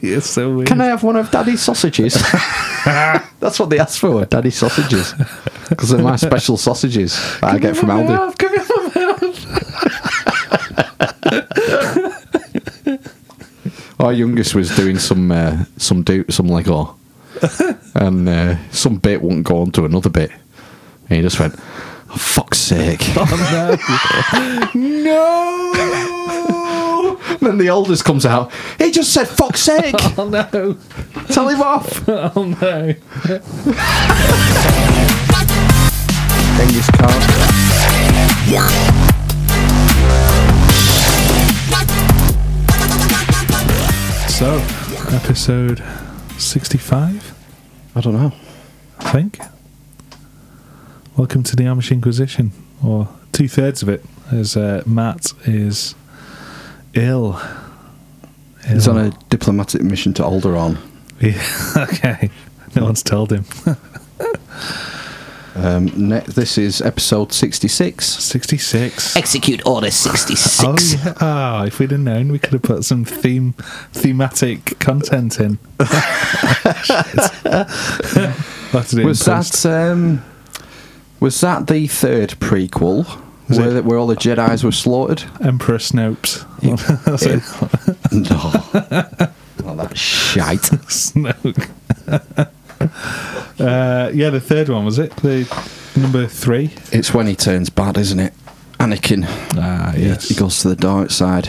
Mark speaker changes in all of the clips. Speaker 1: it's so weird.
Speaker 2: Can I have one of Daddy's sausages? That's what they asked for, Daddy's sausages. Because they're my special sausages that I get from Aldi. Our youngest was doing some uh, some do some Lego, and uh, some bit wouldn't go on to another bit, and he just went, oh, "Fuck's sake!"
Speaker 1: Oh,
Speaker 2: no. no. then the oldest comes out. He just said, "Fuck's sake!"
Speaker 1: Oh no!
Speaker 2: Tell him off.
Speaker 1: Oh no!
Speaker 3: Genghis Khan.
Speaker 4: So, episode 65,
Speaker 2: I don't know.
Speaker 4: I think. Welcome to the Amish Inquisition, or two thirds of it, as uh, Matt is ill.
Speaker 2: He's
Speaker 4: Ill.
Speaker 2: on a diplomatic mission to Alderaan.
Speaker 4: Yeah, okay. No one's told him.
Speaker 2: Um, ne- this is episode sixty-six.
Speaker 4: 66.
Speaker 5: Execute Order 66.
Speaker 4: Oh, yeah. Ah, if we'd have known, we could have put some theme thematic content in. That's it.
Speaker 2: Was that um, was that the third prequel
Speaker 4: Was
Speaker 2: where,
Speaker 4: it-
Speaker 2: where all the Jedi's were slaughtered?
Speaker 4: Emperor Snopes? That's it.
Speaker 2: No. Not that shite.
Speaker 4: Snoke. uh, yeah, the third one was it? The number three.
Speaker 2: It's when he turns bad, isn't it? Anakin.
Speaker 4: Ah,
Speaker 2: He- He goes to the dark side.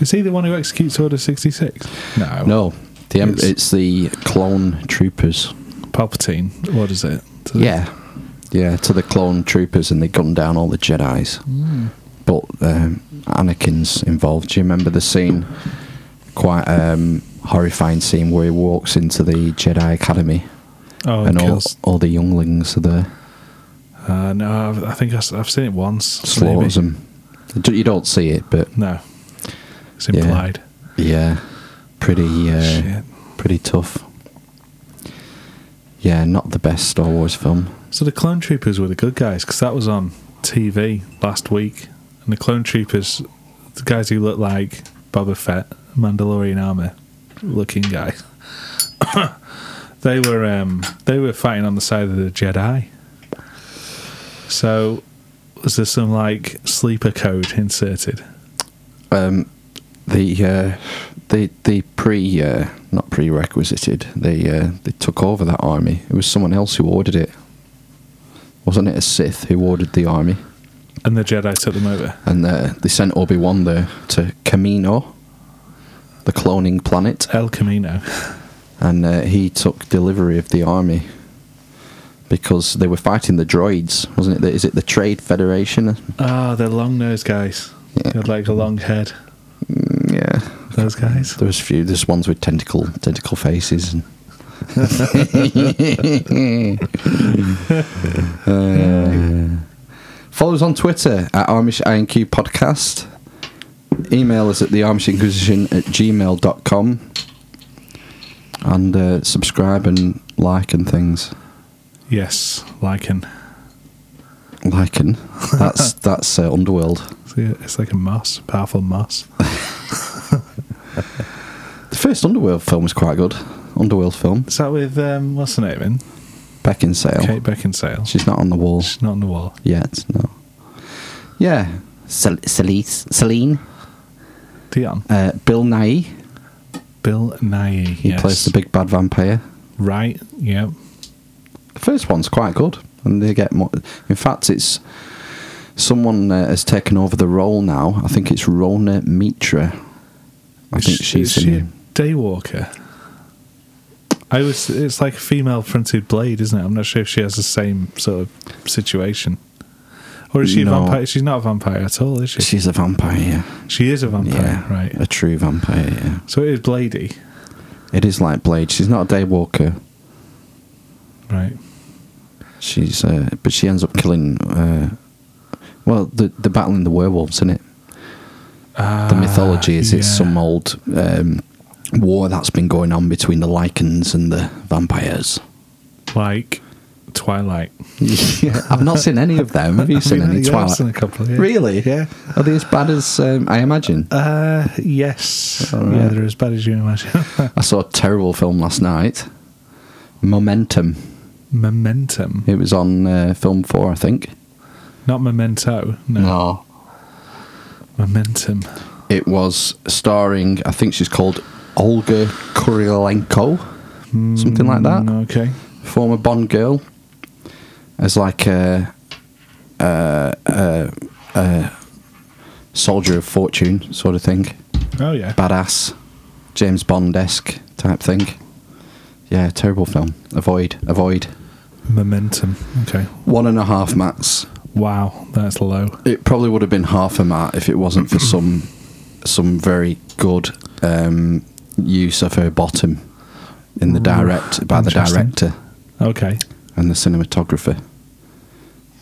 Speaker 4: Is he the one who executes Order sixty six? No,
Speaker 2: No. The em-
Speaker 4: It's-
Speaker 2: it's, the clone troopers.
Speaker 4: Palpatine orders it. Does it-
Speaker 2: Yeah. Yeah, to the clone troopers and they gun down all the Jedi's.
Speaker 4: Mm.
Speaker 2: But um, Anakin's involved. Do you remember the scene? Quite um, horrifying scene where he walks into the Jedi Academy
Speaker 4: Oh,
Speaker 2: and
Speaker 4: and
Speaker 2: all, all the younglings are there.
Speaker 4: Uh, no, I've, I think I, have seen it once.
Speaker 2: Slaughters
Speaker 4: maybe.
Speaker 2: them. You don't see it, but
Speaker 4: No, it's
Speaker 2: Yeah.
Speaker 4: implied.
Speaker 2: Yeah, pretty, uh,
Speaker 4: Shit.
Speaker 2: pretty tough. Yeah, not the best Star Wars film.
Speaker 4: So the clone troopers were the good guys because that was on TV last week, and the clone troopers, the guys who look like Boba Fett, Mandalorian armor looking guy, they were um, they were fighting on the side of the Jedi. So was there some like sleeper code inserted?
Speaker 2: Um, the uh, the the pre uh, not prerequisited. They uh, they took over that army. It was someone else who ordered it. Wasn't it a Sith who ordered the army?
Speaker 4: And the Jedi took them over.
Speaker 2: And uh, they sent Obi Wan there to Camino, the cloning planet.
Speaker 4: El Camino.
Speaker 2: and uh, he took delivery of the army because they were fighting the droids, wasn't it? The- Is it the Trade Federation?
Speaker 4: Ah, they're long nosed guys. They had like a long head.
Speaker 2: Yeah,
Speaker 4: Those guys.
Speaker 2: there was a few. There's ones with tentacle tentacle faces. And Uh, follow us on Twitter at Armish INQ Podcast. Email us at the Armish Inquisition at gmail.com and uh, subscribe and like and things.
Speaker 4: Yes, lichen.
Speaker 2: Lycan. That's that's uh, Underworld.
Speaker 4: See, it's like a moss, powerful moss.
Speaker 2: The first Underworld film was quite good. Underworld film.
Speaker 4: Is that with um, what's her name in?
Speaker 2: Beckinsale.
Speaker 4: Kate Beckinsale.
Speaker 2: She's not on the wall
Speaker 4: She's not on the wall.
Speaker 2: yet. No. Yeah.
Speaker 5: Cel- Celise, Celine.
Speaker 4: Dion.
Speaker 2: Uh, Bill Nye.
Speaker 4: Bill Nye.
Speaker 2: He
Speaker 4: yes.
Speaker 2: plays the big bad vampire.
Speaker 4: right. Yep.
Speaker 2: The first one's quite good, and they get more. In fact, it's someone uh, has taken over the role now. I think it's Rona Mitra. I
Speaker 4: Is
Speaker 2: think
Speaker 4: she-
Speaker 2: she's
Speaker 4: is
Speaker 2: in.
Speaker 4: she a daywalker. I was. It's like a female fronted blade, isn't it? I'm not sure if she has the same sort of situation, or is she a
Speaker 2: No.
Speaker 4: vampire? She's not a vampire at all, is she?
Speaker 2: She's a vampire.
Speaker 4: she is a vampire,
Speaker 2: Yeah,
Speaker 4: right?
Speaker 2: A true vampire. Yeah.
Speaker 4: So it is bladey,
Speaker 2: It is like Blade. She's not a daywalker.
Speaker 4: right?
Speaker 2: She's, uh, but she ends up killing. Uh, well, the the battling the werewolves, isn't it? the mythology is it's
Speaker 4: yeah.
Speaker 2: some old um, war that's been going on between the lichens and the vampires.
Speaker 4: Like Twilight.
Speaker 2: yeah, I've not seen any of them. Have you seen
Speaker 4: mean,
Speaker 2: any
Speaker 4: yeah, I've
Speaker 2: Twilight?
Speaker 4: seen a couple, yeah.
Speaker 2: Really?
Speaker 4: Yeah.
Speaker 2: Are they as bad as um, I imagine?
Speaker 4: Uh, yes. Yeah, they're as bad as you imagine.
Speaker 2: I saw a terrible film last night. Momentum.
Speaker 4: Momentum.
Speaker 2: It was on uh, film four, I think.
Speaker 4: Not memento. No.
Speaker 2: No.
Speaker 4: Momentum.
Speaker 2: It was starring. I think she's called Olga Kurylenko, something like that.
Speaker 4: Mm, okay.
Speaker 2: Former Bond girl, as like a, a, a, a soldier of fortune sort of thing.
Speaker 4: Oh, yeah.
Speaker 2: badass, James Bond esque type thing. Yeah, terrible film. Avoid, avoid.
Speaker 4: Momentum. Okay.
Speaker 2: One and a half mats.
Speaker 4: Wow. That's low.
Speaker 2: It probably would have been half a mat if it wasn't for some some very good um, use of her bottom in the direct by the
Speaker 4: Interesting.
Speaker 2: director
Speaker 4: Okay.
Speaker 2: and the cinematographer.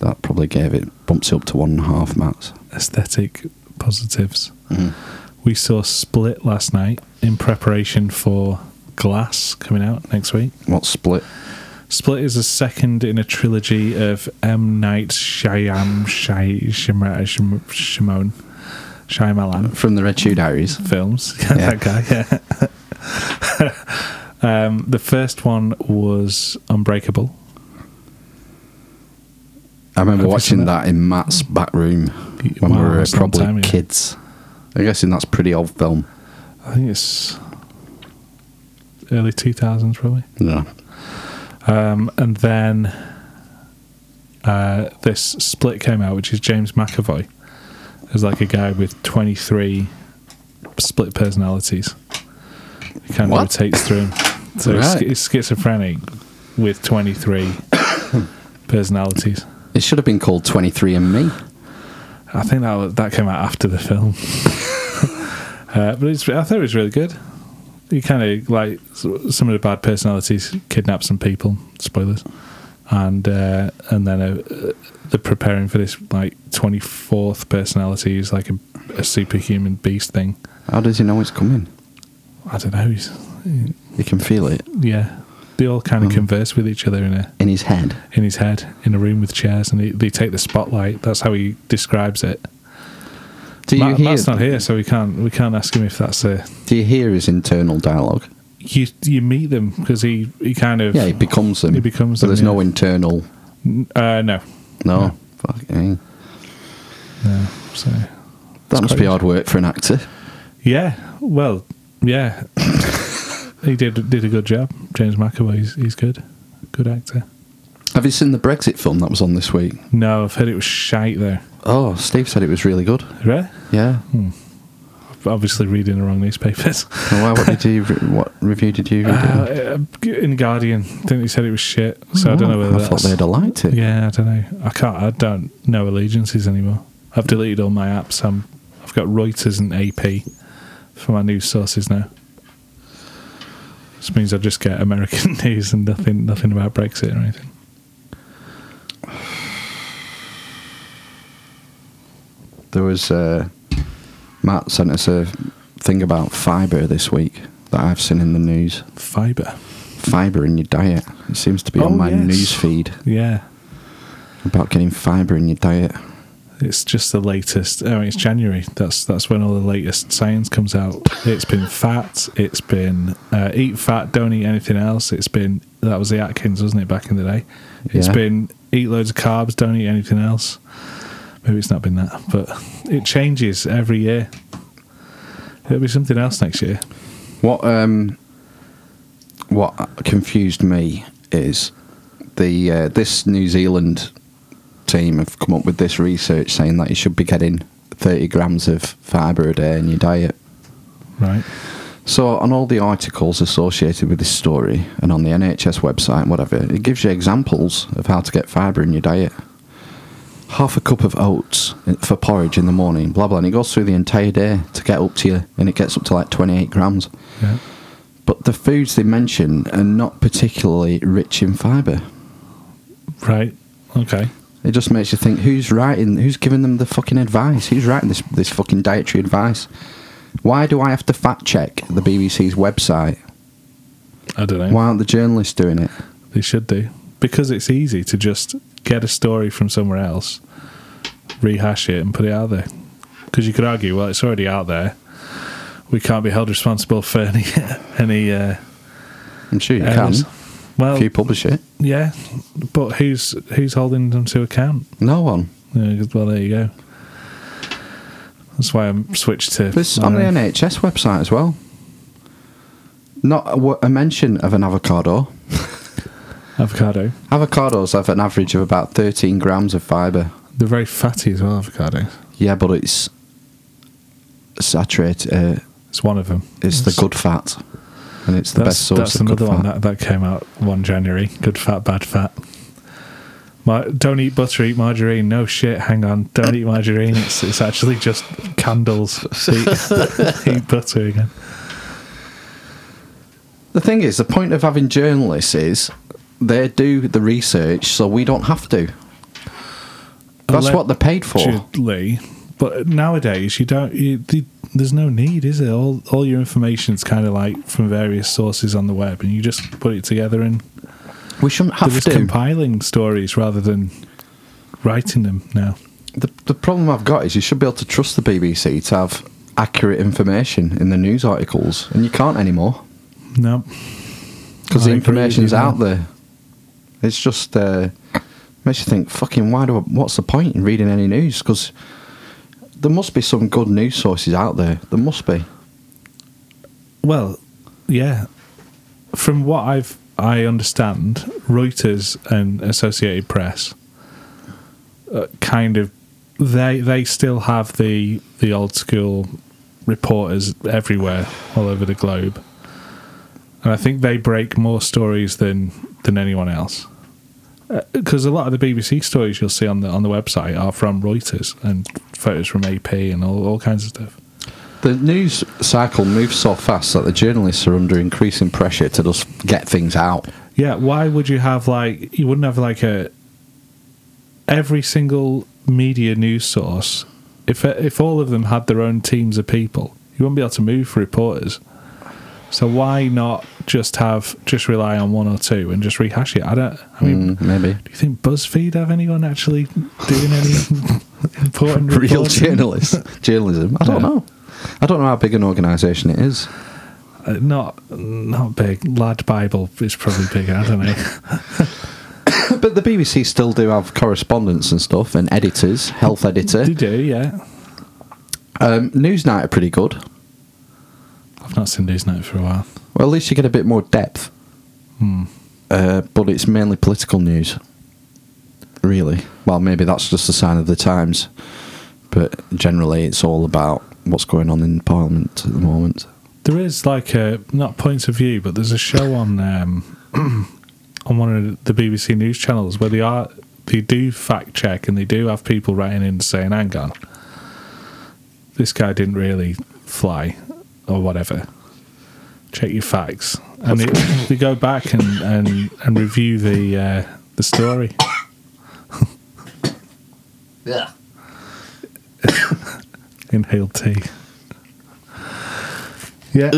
Speaker 2: That probably gave it bumps it up to one and a half mats.
Speaker 4: aesthetic positives.
Speaker 2: Mm-hmm.
Speaker 4: We saw Split last night in preparation for Glass coming out next week.
Speaker 2: What split?
Speaker 4: Split is the second in a trilogy of M. Night Shyam Shy Shimra, Shim, Shimon Shyamalan
Speaker 2: From the Red Shoe Diaries.
Speaker 4: films. Yeah,
Speaker 2: Yeah.
Speaker 4: That guy. Yeah. um, the first one was Unbreakable.
Speaker 2: I remember
Speaker 4: Have you
Speaker 2: watching
Speaker 4: seen
Speaker 2: that? in Matt's back room when
Speaker 4: Wow,
Speaker 2: we were
Speaker 4: that's a long
Speaker 2: probably
Speaker 4: time ago.
Speaker 2: kids. I'm guessing that's pretty old film. Oh,
Speaker 4: I think it's early two thousands, probably.
Speaker 2: No.
Speaker 4: Um, and then uh, this split came out, which is James McAvoy as like a guy with 23 split personalities. He kind
Speaker 2: What?
Speaker 4: of rotates through him. So he's,
Speaker 2: Right.
Speaker 4: he's schizophrenic with 23 personalities.
Speaker 2: It should have been called 23 and Me.
Speaker 4: I think that was- that came out after the film. uh, but it's, I thought it was really good. You kind of like s- some of the bad personalities kidnap some people. Spoilers, and uh, and then uh, uh, they're preparing for this like twenty fourth personality who's like a, a superhuman beast thing.
Speaker 2: How does he know it's coming?
Speaker 4: I don't know. He's,
Speaker 2: He can feel it
Speaker 4: yeah, they all kind
Speaker 2: Hmm.
Speaker 4: of converse with each other in a
Speaker 2: in his head.
Speaker 4: in his head in a room with chairs, and they, they take the spotlight. That's how he describes it.
Speaker 2: Do you,
Speaker 4: Matt-
Speaker 2: hear,
Speaker 4: Matt's not here, so we can't we can't ask him if that's a
Speaker 2: do you hear his internal dialogue?
Speaker 4: you you meet them because he he kind of
Speaker 2: Yeah, he becomes them.
Speaker 4: He becomes
Speaker 2: But
Speaker 4: them,
Speaker 2: there's no
Speaker 4: yeah.
Speaker 2: internal.
Speaker 4: uh no
Speaker 2: No.
Speaker 4: Yeah.
Speaker 2: Fucking.
Speaker 4: no so
Speaker 2: That must
Speaker 4: quite
Speaker 2: be
Speaker 4: good.
Speaker 2: hard work for an actor.
Speaker 4: yeah well yeah he did did a good job James McAvoy he's, he's good good actor
Speaker 2: Have you seen the Brexit film that was on this week?
Speaker 4: no I've heard it was shite though
Speaker 2: Oh, Steve said it was really good.
Speaker 4: really
Speaker 2: Yeah.
Speaker 4: Hmm. obviously reading the wrong newspapers
Speaker 2: Well, why, what did you? re- What review did you read?
Speaker 4: uh, in Guardian I think they said it was shit so I don't know whether
Speaker 2: I
Speaker 4: that's,
Speaker 2: thought they'd have liked it.
Speaker 4: yeah I don't know I can't I don't know allegiances anymore I've deleted all my apps I'm I've got Reuters and AP for my news sources now. This means I just get American news and nothing nothing about Brexit or anything.
Speaker 2: There was uh, Matt sent us a thing about fibre this week that I've seen in the news.
Speaker 4: Fibre.
Speaker 2: Fibre in your diet. It seems to be
Speaker 4: Oh,
Speaker 2: on my
Speaker 4: yes.
Speaker 2: news feed
Speaker 4: Yeah.
Speaker 2: about getting fibre in your diet.
Speaker 4: It's just the latest. I mean, it's January. That's that's when all the latest science comes out. It's been fat. It's been uh, eat fat, don't eat anything else. It's been that was the Atkins, wasn't it, back in the day? It's
Speaker 2: Yeah.
Speaker 4: been eat loads of carbs, don't eat anything else. Maybe it's not been that, but it changes every year. It'll be something else next year.
Speaker 2: What um, what confused me is the uh, this New Zealand team have come up with this research saying that you should be getting 30 grams of fibre a day in your diet.
Speaker 4: Right.
Speaker 2: So, on all the articles associated with this story and on the NHS website, and whatever, it gives you examples of how to get fibre in your diet. Half a cup of oats for porridge in the morning, blah blah, and it goes through the entire day to get up to you, and it gets up to like 28 grams.
Speaker 4: Yeah.
Speaker 2: But the foods they mention are not particularly rich in fibre.
Speaker 4: Right. Okay.
Speaker 2: It just makes you think who's writing, who's giving them the fucking advice? Who's writing this, this fucking dietary advice? Why do I have to fact check the BBC's website?
Speaker 4: I don't know.
Speaker 2: Why aren't the journalists doing it?
Speaker 4: They should do. because it's easy to just get a story from somewhere else, rehash it, and put it out there. Because you could argue, well, it's already out there. We can't be held responsible for any any. Uh,
Speaker 2: I'm sure you
Speaker 4: errors.
Speaker 2: can
Speaker 4: Well,
Speaker 2: if you publish it.
Speaker 4: yeah, but who's who's holding them to account?
Speaker 2: No one.
Speaker 4: Yeah, 'cause- well, there you go. That's why I'm switched to.
Speaker 2: There's on the
Speaker 4: Uh,
Speaker 2: NHS website as well. Not a, wo- a mention of an avocado.
Speaker 4: avocado.
Speaker 2: Avocados have an average of about 13 grams of fibre.
Speaker 4: They're very fatty as well. Avocados.
Speaker 2: Yeah, but it's saturated. Uh,
Speaker 4: It's one of them.
Speaker 2: it's the good fat, and it's the
Speaker 4: that's,
Speaker 2: best source
Speaker 4: That's
Speaker 2: of
Speaker 4: another
Speaker 2: good
Speaker 4: one
Speaker 2: fat.
Speaker 4: that, that came out one January. Good fat, bad fat. Mar- don't eat butter, eat margarine. No shit. Hang on. Don't eat margarine. It's it's actually just candles. eat, eat butter again.
Speaker 2: The thing is, the point of having journalists is they do the research, so we don't have to. That's
Speaker 4: Alleg-
Speaker 2: what they're paid for.
Speaker 4: Allegedly, but nowadays you don't. You, the, there's no need, is it? All all your information's kind of like from various sources on the web, and you just put it together and
Speaker 2: We shouldn't
Speaker 4: they're
Speaker 2: have
Speaker 4: just
Speaker 2: to.
Speaker 4: compiling stories rather than writing them now.
Speaker 2: the, the problem I've got is you should be able to trust the BBC to have accurate information in the news articles, and you can't anymore
Speaker 4: No,
Speaker 2: because
Speaker 4: I
Speaker 2: the
Speaker 4: agree with
Speaker 2: information's
Speaker 4: you there.
Speaker 2: out there. It's just uh, makes you think, fucking, why do? I, what's the point in reading any news? Because there must be some good news sources out there. There must be.
Speaker 4: Well, yeah. From what I've I understand, Reuters and Associated Press uh, kind of they they still have the the old school reporters everywhere all over the globe. And I think they break more stories than than anyone else. Because a lot of the BBC stories you'll see on the on the website are from Reuters and photos from AP and all, all kinds of stuff.
Speaker 2: The news cycle moves so fast that the journalists are under increasing pressure to just get things out.
Speaker 4: Yeah, why would you have like you wouldn't have like a every single media news source if if all of them had their own teams of people, you wouldn't be able to move for reporters. So why not just have just rely on one or two and just rehash it? I don't. I mean,
Speaker 2: Mm, maybe.
Speaker 4: do you think BuzzFeed have anyone actually doing any important
Speaker 2: Real
Speaker 4: reporting?
Speaker 2: journalists. Journalism. I don't
Speaker 4: Yeah.
Speaker 2: know. I don't know how big an organisation it is.
Speaker 4: Uh, Not not big. Lad Bible is probably bigger. I don't know.
Speaker 2: But the BBC still do have correspondents and stuff, and editors, health editor.
Speaker 4: They do, yeah.
Speaker 2: Um, Newsnight are pretty good.
Speaker 4: I've not seen Newsnight for a while.
Speaker 2: Well, at least you get a bit more depth.
Speaker 4: Hmm.
Speaker 2: Uh, but it's mainly political news, really. Well, maybe that's just a sign of the times. But generally, it's all about what's going on in Parliament at the moment.
Speaker 4: There is like a not point of view, but there's a show on um, on one of the BBC news channels where they are they do fact check and they do have people writing in saying, "Hang on, this guy didn't really fly or whatever." Check your facts, and they, they go back and, and, and review the uh, the story.
Speaker 5: Yeah.
Speaker 4: Inhaled tea. Yeah.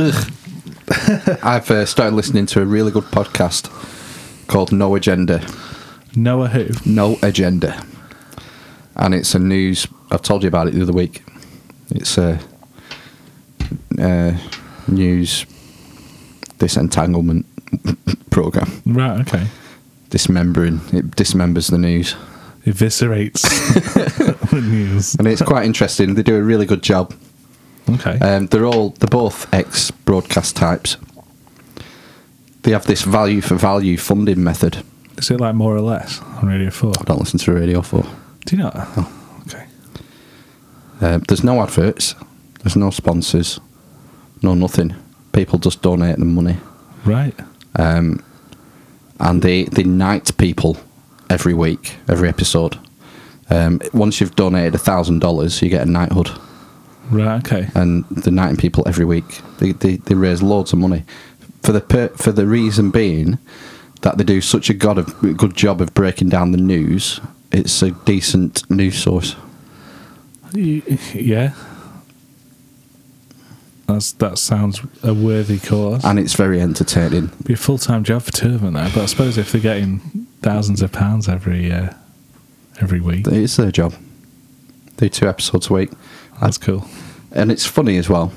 Speaker 2: I've uh, started listening to a really good podcast called No Agenda.
Speaker 4: Noah who?
Speaker 2: No Agenda. And it's a news. I've told you about it the other week. It's a, uh news disentanglement program.
Speaker 4: Right. Okay.
Speaker 2: Dismembering. It dismembers the news.
Speaker 4: Eviscerates the news.
Speaker 2: And it's quite interesting. They do a really good job.
Speaker 4: Okay.
Speaker 2: Um, they're all they're both ex broadcast types. They have this value for value funding method.
Speaker 4: Is it like more or less on Radio 4?
Speaker 2: I don't listen to the radio for.
Speaker 4: Do you not? Okay.
Speaker 2: Uh, there's no adverts. There's no sponsors. No nothing. People just donate the money,
Speaker 4: Right.
Speaker 2: and they they knight people every week, every episode. Um, once you've donated a thousand dollars, you get a knighthood,
Speaker 4: Right. Okay.
Speaker 2: and they're knighting people every week. They they, they raise loads of money for the per, for the reason being that they do such a god of good job of breaking down the news. It's a decent news source.
Speaker 4: Y- Yeah. That's, that sounds a worthy cause.
Speaker 2: and it's very entertaining.
Speaker 4: be a full time job for two of them, though. But I suppose if they're getting thousands of pounds every uh, every week.
Speaker 2: It's their job. They do two episodes a week.
Speaker 4: That's cool.
Speaker 2: And it's funny as well.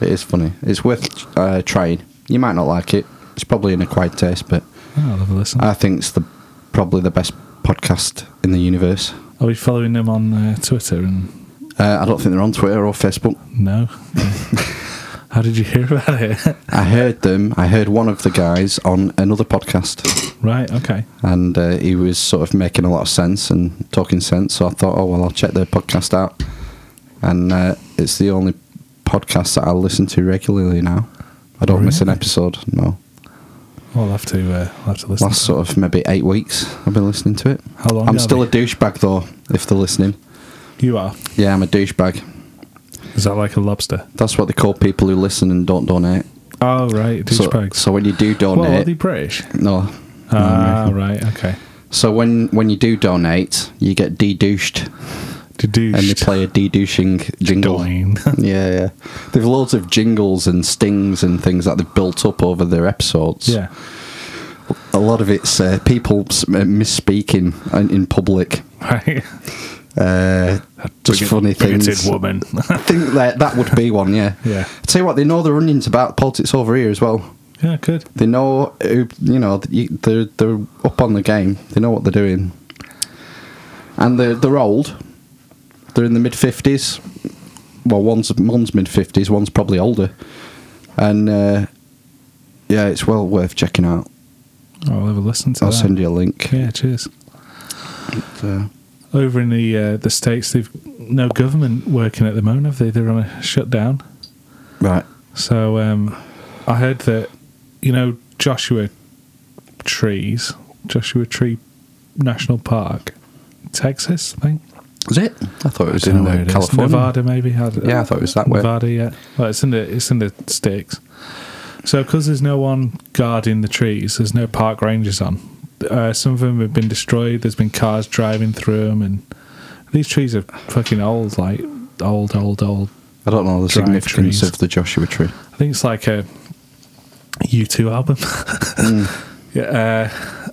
Speaker 2: It is funny. It's worth uh, trying. You might not like it. It's probably in acquired taste, but
Speaker 4: Oh, I'll have a listen.
Speaker 2: I think it's the probably the best podcast in the universe.
Speaker 4: Are we following them on uh, Twitter? And
Speaker 2: Uh, I don't think they're on Twitter or Facebook.
Speaker 4: no. How did you hear about it?
Speaker 2: I heard them. I heard one of the guys on another podcast,
Speaker 4: right. Okay.
Speaker 2: and uh, he was sort of making a lot of sense and talking sense. So I thought, oh well, I'll check their podcast out, and uh, it's the only podcast that I listen to regularly now. I don't miss an
Speaker 4: Really?
Speaker 2: episode. No,
Speaker 4: Well, I'll have to. Uh, I'll have to listen.
Speaker 2: last sort of maybe eight weeks I've been listening to it.
Speaker 4: How long
Speaker 2: I'm
Speaker 4: are
Speaker 2: still
Speaker 4: they?
Speaker 2: a douchebag though. If they're listening,
Speaker 4: You are.
Speaker 2: yeah, I'm a douchebag.
Speaker 4: Is that like a lobster?
Speaker 2: That's what they call people who listen and don't donate.
Speaker 4: Oh right,
Speaker 2: So,
Speaker 4: douchebags.
Speaker 2: so when you do
Speaker 4: well, are
Speaker 2: donate,
Speaker 4: they British?
Speaker 2: no.
Speaker 4: Ah right. Okay.
Speaker 2: So when when you do donate, you get de-douched,
Speaker 4: To
Speaker 2: and they play a de-douching jingle.
Speaker 4: Doing.
Speaker 2: Yeah, yeah. They've loads of jingles and stings and things that they've built up over their episodes.
Speaker 4: yeah.
Speaker 2: a lot of it's uh, people s- uh, misspeaking in, in public.
Speaker 4: Right.
Speaker 2: Uh, just
Speaker 4: Bigot-
Speaker 2: funny
Speaker 4: bigoted
Speaker 2: things.
Speaker 4: woman.
Speaker 2: I think that that would be one. Yeah.
Speaker 4: Yeah.
Speaker 2: I tell you what, they know the onions about politics over here as well.
Speaker 4: yeah. Good.
Speaker 2: They know, who, you know, th- you- they're they're up on the game. They know what they're doing, and they're they're old. They're in the mid fifties. Well, one's one's mid fifties, one's probably older, and uh, yeah, it's well worth checking out.
Speaker 4: I'll have a listen to
Speaker 2: I'll
Speaker 4: that.
Speaker 2: send you a link.
Speaker 4: Yeah. Cheers.
Speaker 2: Uh,
Speaker 4: Over in the uh, the states, they've no government working at the moment. Have they? They're on a shutdown.
Speaker 2: right.
Speaker 4: So um, I heard that you know Joshua Trees, Joshua Tree National Park, Texas, I think.
Speaker 2: Is it? I thought it was
Speaker 4: Don't
Speaker 2: in
Speaker 4: know where
Speaker 2: uh,
Speaker 4: it is.
Speaker 2: California.
Speaker 4: Nevada, maybe. I don't-
Speaker 2: Yeah, I thought it was that way.
Speaker 4: Nevada, yeah. Well, it's in the it's in the sticks. So, because there's no one guarding the trees, there's no park rangers on. Uh, some of them have been destroyed. There's been cars driving through them, and these trees are fucking old, like old, old, old.
Speaker 2: I don't know the
Speaker 4: Dry
Speaker 2: significance
Speaker 4: trees.
Speaker 2: of the Joshua tree.
Speaker 4: I think it's like a U2 album. yeah, uh,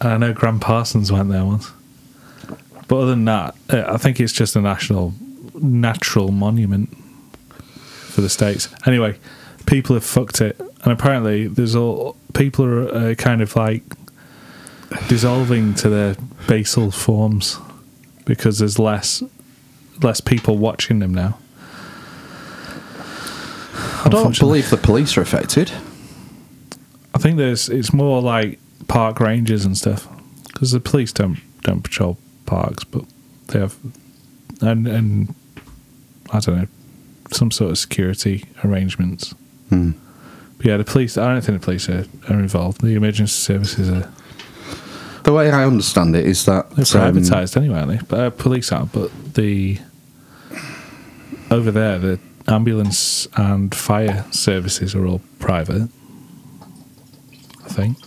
Speaker 4: I know Graham Parsons went there once. But other than that, uh, I think it's just a national natural monument for the states. Anyway, people have fucked it, and apparently there's all people are uh, kind of like dissolving to their basal forms because there's less less people watching them now.
Speaker 2: I don't believe the police are affected.
Speaker 4: I think there's it's more like park rangers and stuff because the police don't don't patrol parks, but they have and and I don't know some sort of security arrangements.
Speaker 2: Hmm.
Speaker 4: But yeah, the police. I don't think the police are, are involved. The emergency services are
Speaker 2: The way I understand it is that
Speaker 4: they're
Speaker 2: um,
Speaker 4: privatised anyway, aren't they? But uh, police aren't. But the over there, the ambulance and fire services are all private. I think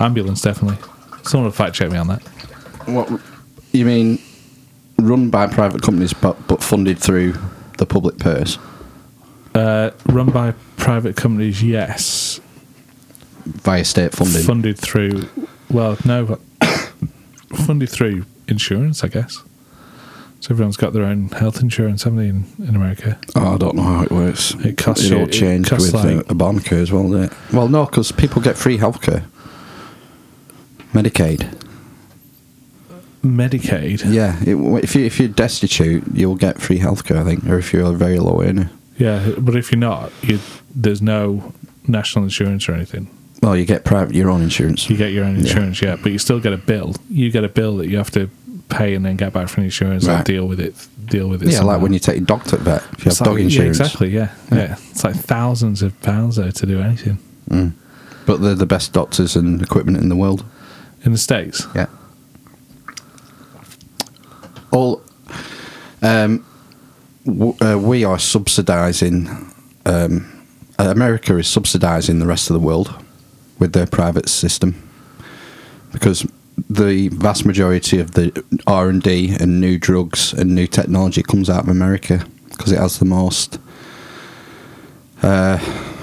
Speaker 4: ambulance definitely. Someone will fact check me on that.
Speaker 2: What you mean? Run by private companies, but but funded through the public purse.
Speaker 4: Uh, run by private companies, yes.
Speaker 2: via state funding.
Speaker 4: Funded through, well, no, but funded through insurance, I guess. So everyone's got their own health insurance, haven't they, in, in America?
Speaker 2: oh, I don't know how it works.
Speaker 4: It costs
Speaker 2: It
Speaker 4: you-
Speaker 2: all
Speaker 4: it
Speaker 2: changed
Speaker 4: costs
Speaker 2: with uh,
Speaker 4: like-
Speaker 2: Obamacare as well, didn't it? Well, no, because people get free healthcare, Medicaid.
Speaker 4: Medicaid.
Speaker 2: Yeah, it, if you if you're destitute, you'll get free healthcare, I think, or if you're a very low earner.
Speaker 4: Yeah, but if you're not, you, there's no national insurance or anything.
Speaker 2: Well, you get private your own insurance.
Speaker 4: You get your own insurance, yeah, but you still get a bill. You get a bill that you have to pay and then get back from the insurance and
Speaker 2: Right.
Speaker 4: deal with it. Deal with it.
Speaker 2: yeah,
Speaker 4: somehow.
Speaker 2: like when you take your dog to the vet, if you
Speaker 4: It's
Speaker 2: have dog
Speaker 4: like- yeah,
Speaker 2: insurance.
Speaker 4: exactly. Yeah, yeah, It's like thousands of pounds though to do anything
Speaker 2: But they're the best doctors and equipment in the world.
Speaker 4: in the states.
Speaker 2: Yeah. All, um, w- uh, we are subsidising. Um, uh, America is subsidising the rest of the world with their private system because the vast majority of the R and D and new drugs and new technology comes out of America because it has the most. Uh,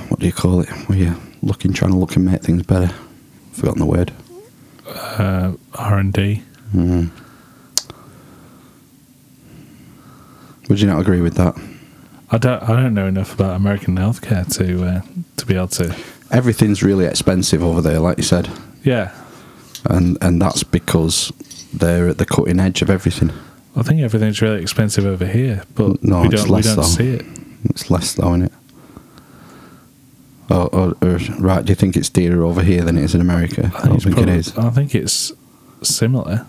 Speaker 2: what do you call it? Well, yeah, looking, trying to look and make things better. Forgotten the word
Speaker 4: uh, R and D.
Speaker 2: Would you not agree with that?
Speaker 4: I don't I don't know enough about American healthcare to uh, to be able to.
Speaker 2: Everything's really expensive over there, like you said,
Speaker 4: Yeah,
Speaker 2: and and that's because they're at the cutting edge of everything.
Speaker 4: I think everything's really expensive over here, but
Speaker 2: No,
Speaker 4: we
Speaker 2: it's
Speaker 4: don't we
Speaker 2: less
Speaker 4: don't
Speaker 2: though.
Speaker 4: see it.
Speaker 2: It's less though, isn't it? Or, or, or, right, do you think it's dearer over here than it is in America? I don't
Speaker 4: it's
Speaker 2: think
Speaker 4: prob-
Speaker 2: it is.
Speaker 4: I think it's similar.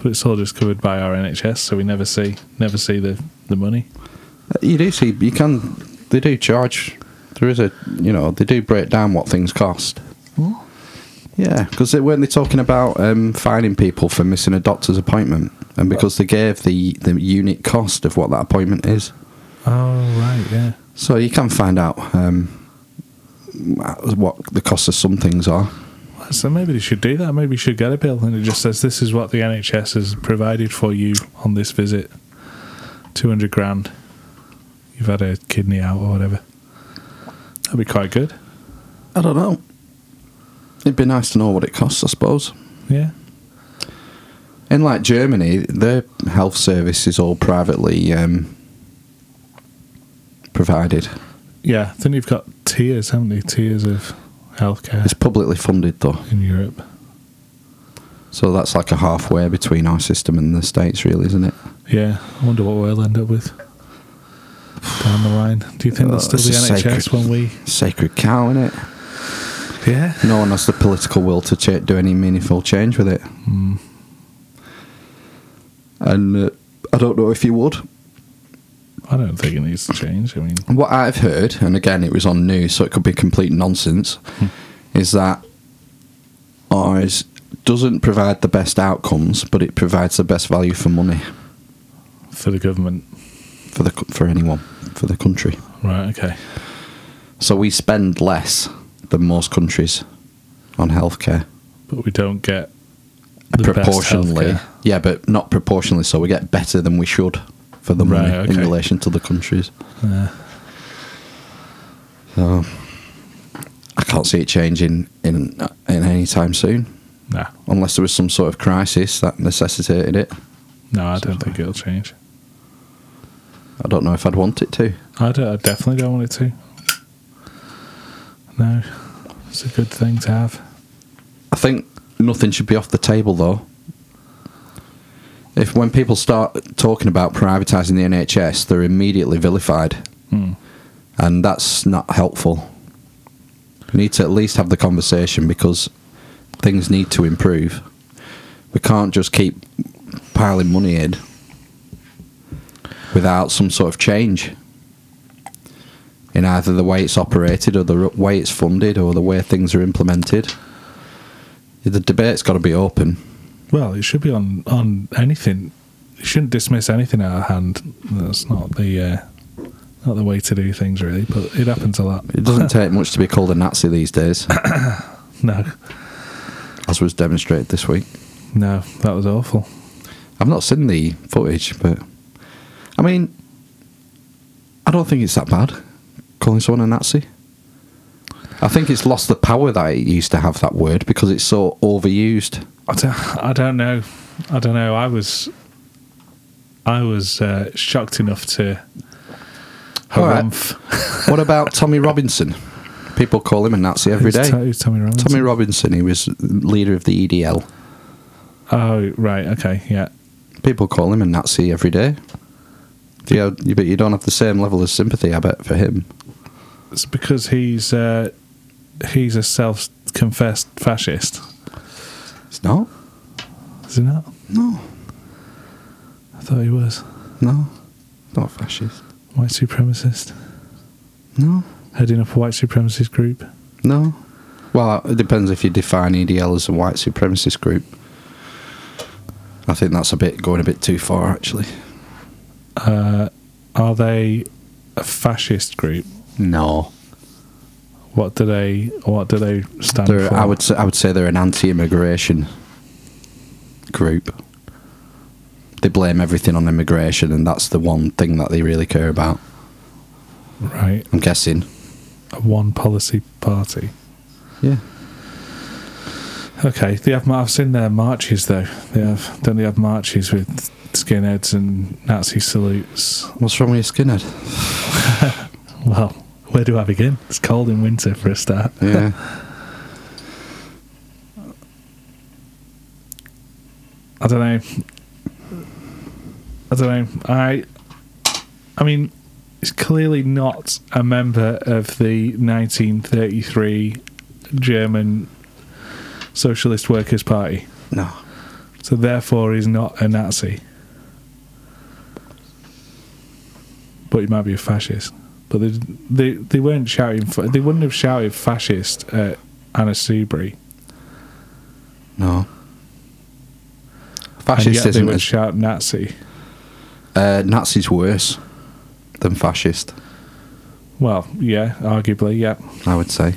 Speaker 4: But it's all just covered by our NHS, so we never see never see the, the money.
Speaker 2: You do see, you can, they do charge. There is a, you know, they do break down what things cost.
Speaker 4: Oh,
Speaker 2: Yeah, because they weren't they talking about um, fining people for missing a doctor's appointment, and because they gave the the unit cost of what that appointment is,
Speaker 4: Oh right, yeah.
Speaker 2: so you can find out um, what the cost of some things are.
Speaker 4: So maybe they should do that. Maybe you should get a bill and it just says this is what the NHS has provided for you on this visit. Two hundred grand. You've had a kidney out or whatever. That'd be quite good.
Speaker 2: I don't know. It'd be nice to know what it costs, I suppose.
Speaker 4: Yeah.
Speaker 2: In like Germany, their health service is all privately um, provided.
Speaker 4: Yeah. Then you've got tiers, haven't you? Tiers of healthcare
Speaker 2: It's publicly funded though,
Speaker 4: in Europe.
Speaker 2: so that's like a halfway between our system and the states, really, isn't it?
Speaker 4: Yeah. I wonder what we'll end up with down the line. Do you think
Speaker 2: Oh,
Speaker 4: that's still
Speaker 2: it's
Speaker 4: the
Speaker 2: a
Speaker 4: NHS
Speaker 2: sacred-
Speaker 4: when we
Speaker 2: Sacred cow, isn't it?
Speaker 4: Yeah.
Speaker 2: No one has the political will to ch- do any meaningful change with it. Hmm. And uh, I don't know if you would.
Speaker 4: I don't think it needs to change. I mean
Speaker 2: What I've heard, and again, it was on news, so it could be complete nonsense,
Speaker 4: Hmm.
Speaker 2: is that ours doesn't provide the best outcomes, but it provides the best value for money
Speaker 4: for the government.
Speaker 2: for the co- for anyone for the country.
Speaker 4: Right, okay.
Speaker 2: So we spend less than most countries on healthcare
Speaker 4: But we don't get the best
Speaker 2: proportionally.
Speaker 4: healthcare.
Speaker 2: yeah, but not proportionally. So we get better than we should for the money
Speaker 4: Right,
Speaker 2: in
Speaker 4: okay.
Speaker 2: relation to the countries.
Speaker 4: Yeah.
Speaker 2: So I can't see it changing in in any time soon.
Speaker 4: Nah,
Speaker 2: unless there was some sort of crisis that necessitated it.
Speaker 4: no, I don't think it'll change.
Speaker 2: I don't know if I'd want it to.
Speaker 4: I, don't, I definitely don't want it to. No, it's a good thing to have.
Speaker 2: I think nothing should be off the table though. If when people start talking about privatising the NHS, they're immediately vilified,
Speaker 4: Hmm.
Speaker 2: and that's not helpful. We need to at least have the conversation because things need to improve. We can't just keep piling money in without some sort of change in either the way it's operated or the r- way it's funded or the way things are implemented. The debate's got to be open.
Speaker 4: Well, it should be on on anything. You shouldn't dismiss anything out of hand. That's not the uh, not the way to do things, really. But it happens a lot.
Speaker 2: It doesn't take much to be called a Nazi these days,
Speaker 4: no,
Speaker 2: as was demonstrated this week.
Speaker 4: no, that was awful.
Speaker 2: I've not seen the footage, but I mean, I don't think it's that bad calling someone a Nazi. I think it's lost the power that it used to have that word because it's so overused.
Speaker 4: I don't, I don't know. I don't know. I was I was uh, shocked enough to.
Speaker 2: All right.
Speaker 4: Harumph.
Speaker 2: what about Tommy Robinson? People call him a Nazi every
Speaker 4: Who's
Speaker 2: day.
Speaker 4: To- who's Tommy Robinson?
Speaker 2: Tommy Robinson, he was leader of the E EDL.
Speaker 4: Oh, right. Okay. Yeah.
Speaker 2: People call him a Nazi every day. Do you, you bet you don't have the same level of sympathy, I bet, for him.
Speaker 4: It's because he's uh, he's a self-confessed fascist,
Speaker 2: It's not.
Speaker 4: is he not?
Speaker 2: No,
Speaker 4: I thought he was
Speaker 2: no, not fascist.
Speaker 4: white supremacist,
Speaker 2: No,
Speaker 4: heading up a white supremacist group.
Speaker 2: no. Well, it depends if you define EDL as a white supremacist group. I think that's a bit going a bit too far, actually.
Speaker 4: Are they a fascist group?
Speaker 2: No,
Speaker 4: What do they What do they stand
Speaker 2: they're,
Speaker 4: for?
Speaker 2: I would say, I would say they're an anti-immigration group. They blame everything on immigration, and that's the one thing that they really care about.
Speaker 4: right
Speaker 2: I'm guessing.
Speaker 4: a one policy party.
Speaker 2: Yeah.
Speaker 4: Okay, they have. I've seen their marches though. They have. Don't they have marches with skinheads and Nazi salutes?
Speaker 2: What's wrong with your skinhead?
Speaker 4: Well, where do I begin? It's cold in winter for a start.
Speaker 2: Yeah.
Speaker 4: I don't know. I don't know. I. I mean, he's clearly not a member of the 1933 German Socialist Workers' Party,
Speaker 2: no.
Speaker 4: so therefore he's not a Nazi. But he might be a fascist. But they they, they weren't shouting. fa- They wouldn't have shouted fascist at Anna Seabury.
Speaker 2: No.
Speaker 4: And
Speaker 2: Fascist
Speaker 4: yet they
Speaker 2: isn't.
Speaker 4: would
Speaker 2: as-
Speaker 4: shout Nazi.
Speaker 2: uh, Nazi's worse than fascist,
Speaker 4: Well, yeah, arguably, yeah.
Speaker 2: I would say.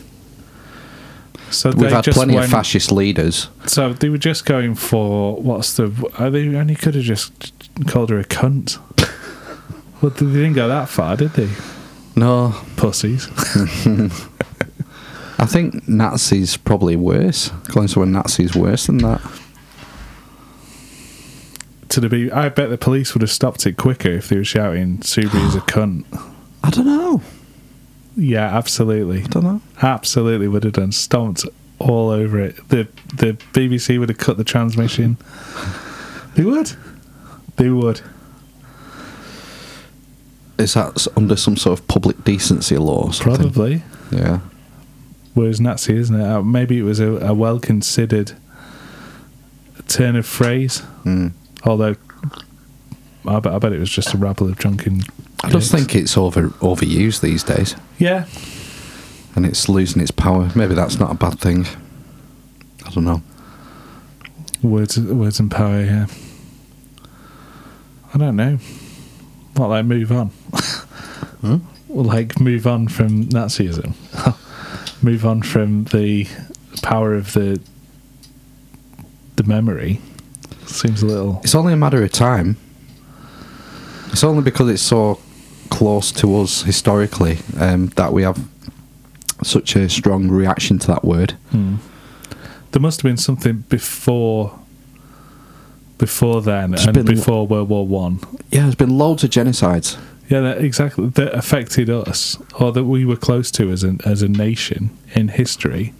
Speaker 4: So they
Speaker 2: We've had
Speaker 4: just
Speaker 2: plenty
Speaker 4: went,
Speaker 2: of fascist leaders.
Speaker 4: So they were just going for what's the? Are they only could have just called her a cunt. but they didn't go that far, did they?
Speaker 2: No.
Speaker 4: Pussies.
Speaker 2: I think Nazi's probably worse. Calling someone Nazi's worse than that.
Speaker 4: to the be, I bet the police would have stopped it quicker if they were shouting "Subaru is a cunt."
Speaker 2: I don't know.
Speaker 4: Yeah, absolutely,
Speaker 2: I don't know.
Speaker 4: absolutely would have done. Stomped all over it. The the BBC would have cut the transmission. they would. They would.
Speaker 2: Is that s- under some sort of public decency law or something?
Speaker 4: Probably.
Speaker 2: Yeah.
Speaker 4: Whereas Nazi, isn't it? Uh, maybe it was a, a well considered turn of phrase.
Speaker 2: Mm.
Speaker 4: Although, I bet, I bet it was just a rabble of drunken.
Speaker 2: I just
Speaker 4: dicks.
Speaker 2: think it's over overused these days,
Speaker 4: Yeah,
Speaker 2: and it's losing its power. Maybe that's not a bad thing. I don't know.
Speaker 4: words, words and power. Yeah. I don't know. Not like move on.
Speaker 2: Hmm?
Speaker 4: Well, Like move on from Nazism. move on from the power of the the memory. Seems a little.
Speaker 2: It's only a matter of time. It's only because it's so close to us historically um, that we have such a strong reaction to that word.
Speaker 4: There must have been something before before then
Speaker 2: It's
Speaker 4: and
Speaker 2: been-
Speaker 4: before World War One.
Speaker 2: Yeah, there's been loads of genocides.
Speaker 4: Yeah, that, exactly. That affected us, or that we were close to as an as a nation in history.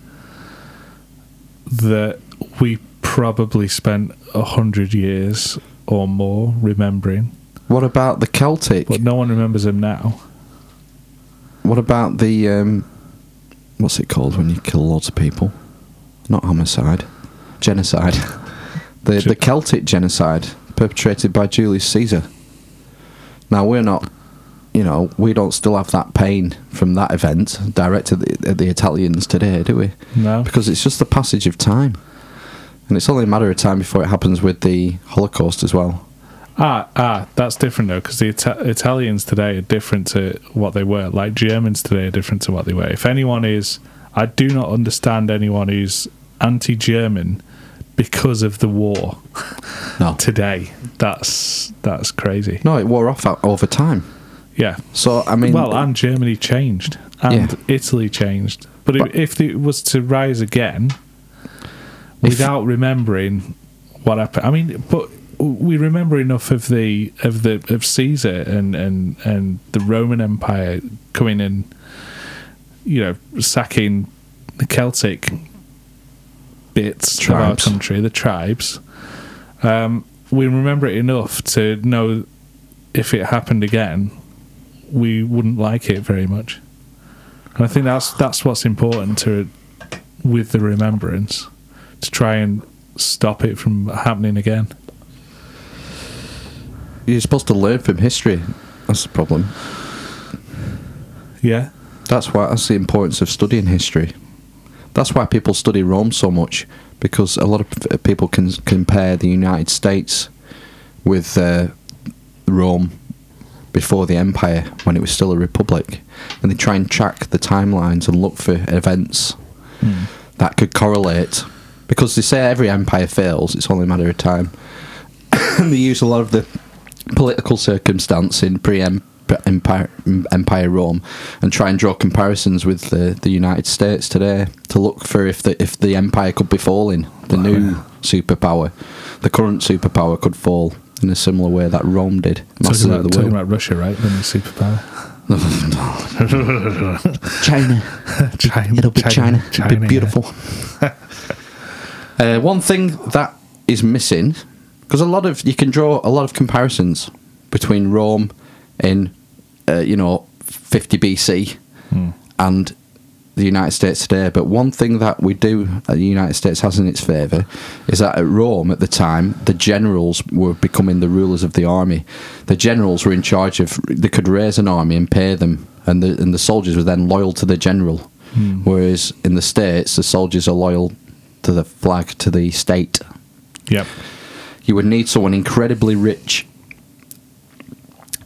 Speaker 4: That we probably spent a hundred years or more remembering,
Speaker 2: What about the Celtic?
Speaker 4: but no one remembers them now.
Speaker 2: What about the um, what's it called when you kill lots of people? Not homicide, genocide. the
Speaker 4: Ge-
Speaker 2: the Celtic genocide perpetrated by Julius Caesar. Now we're not, you know, we don't still have that pain from that event directed at the, at the Italians today, do we?
Speaker 4: No,
Speaker 2: Because it's just the passage of time, and it's only a matter of time before it happens with the Holocaust as well.
Speaker 4: Ah, ah, that's different though, because the Ita- Italians today are different to what they were. Like Germans today are different to what they were. If anyone is, I do not understand anyone who's anti-German because of the war
Speaker 2: No,
Speaker 4: today. That's that's crazy.
Speaker 2: no, it wore off o- over time.
Speaker 4: Yeah.
Speaker 2: So I mean,
Speaker 4: well, and Germany changed, and
Speaker 2: Yeah.
Speaker 4: Italy changed. But,
Speaker 2: But-
Speaker 4: if, if it was to rise again,
Speaker 2: If-
Speaker 4: without remembering what happened, I mean, but we remember enough of the of the of Caesar and and and the Roman Empire coming and you know sacking the Celtic bits of our
Speaker 2: Tribes.
Speaker 4: country, the tribes. Um, we remember it enough to know if it happened again, we wouldn't like it very much. And I think that's that's what's important to with the remembrance to try and stop it from happening again.
Speaker 2: You're supposed to learn from history. That's the problem.
Speaker 4: Yeah.
Speaker 2: That's why that's the importance of studying history. That's why people study Rome so much because a lot of p- people can s- compare the United States with uh, Rome before the empire when it was still a republic, and they try and track the timelines and look for events that could correlate. Because they say every empire fails; it's only a matter of time. and they use a lot of the political circumstance in pre
Speaker 6: P- Empire, M- Empire Rome and try and draw comparisons with the, the United States today to look for if the if the empire could be falling, the new superpower, the current superpower could fall in a similar way that Rome did.
Speaker 4: Talking
Speaker 6: Massive of
Speaker 4: about,
Speaker 6: the
Speaker 4: talking
Speaker 6: world.
Speaker 4: about Russia, right? The new superpower.
Speaker 5: China.
Speaker 4: China,
Speaker 5: It'll be China.
Speaker 4: China,
Speaker 6: It'd
Speaker 4: yeah.
Speaker 6: be beautiful. uh, one thing that is missing because a lot of you can draw a lot of comparisons between Rome in uh, you know 50 BC
Speaker 4: Hmm.
Speaker 6: and the United States today. But one thing that we do that the United States has in its favour is that at Rome at the time, the generals were becoming the rulers of the army. The generals were in charge of they could raise an army and pay them, and the and the soldiers were then loyal to the general. Whereas in the states, the soldiers are loyal to the flag, to the state.
Speaker 4: Yep.
Speaker 6: You would need someone incredibly rich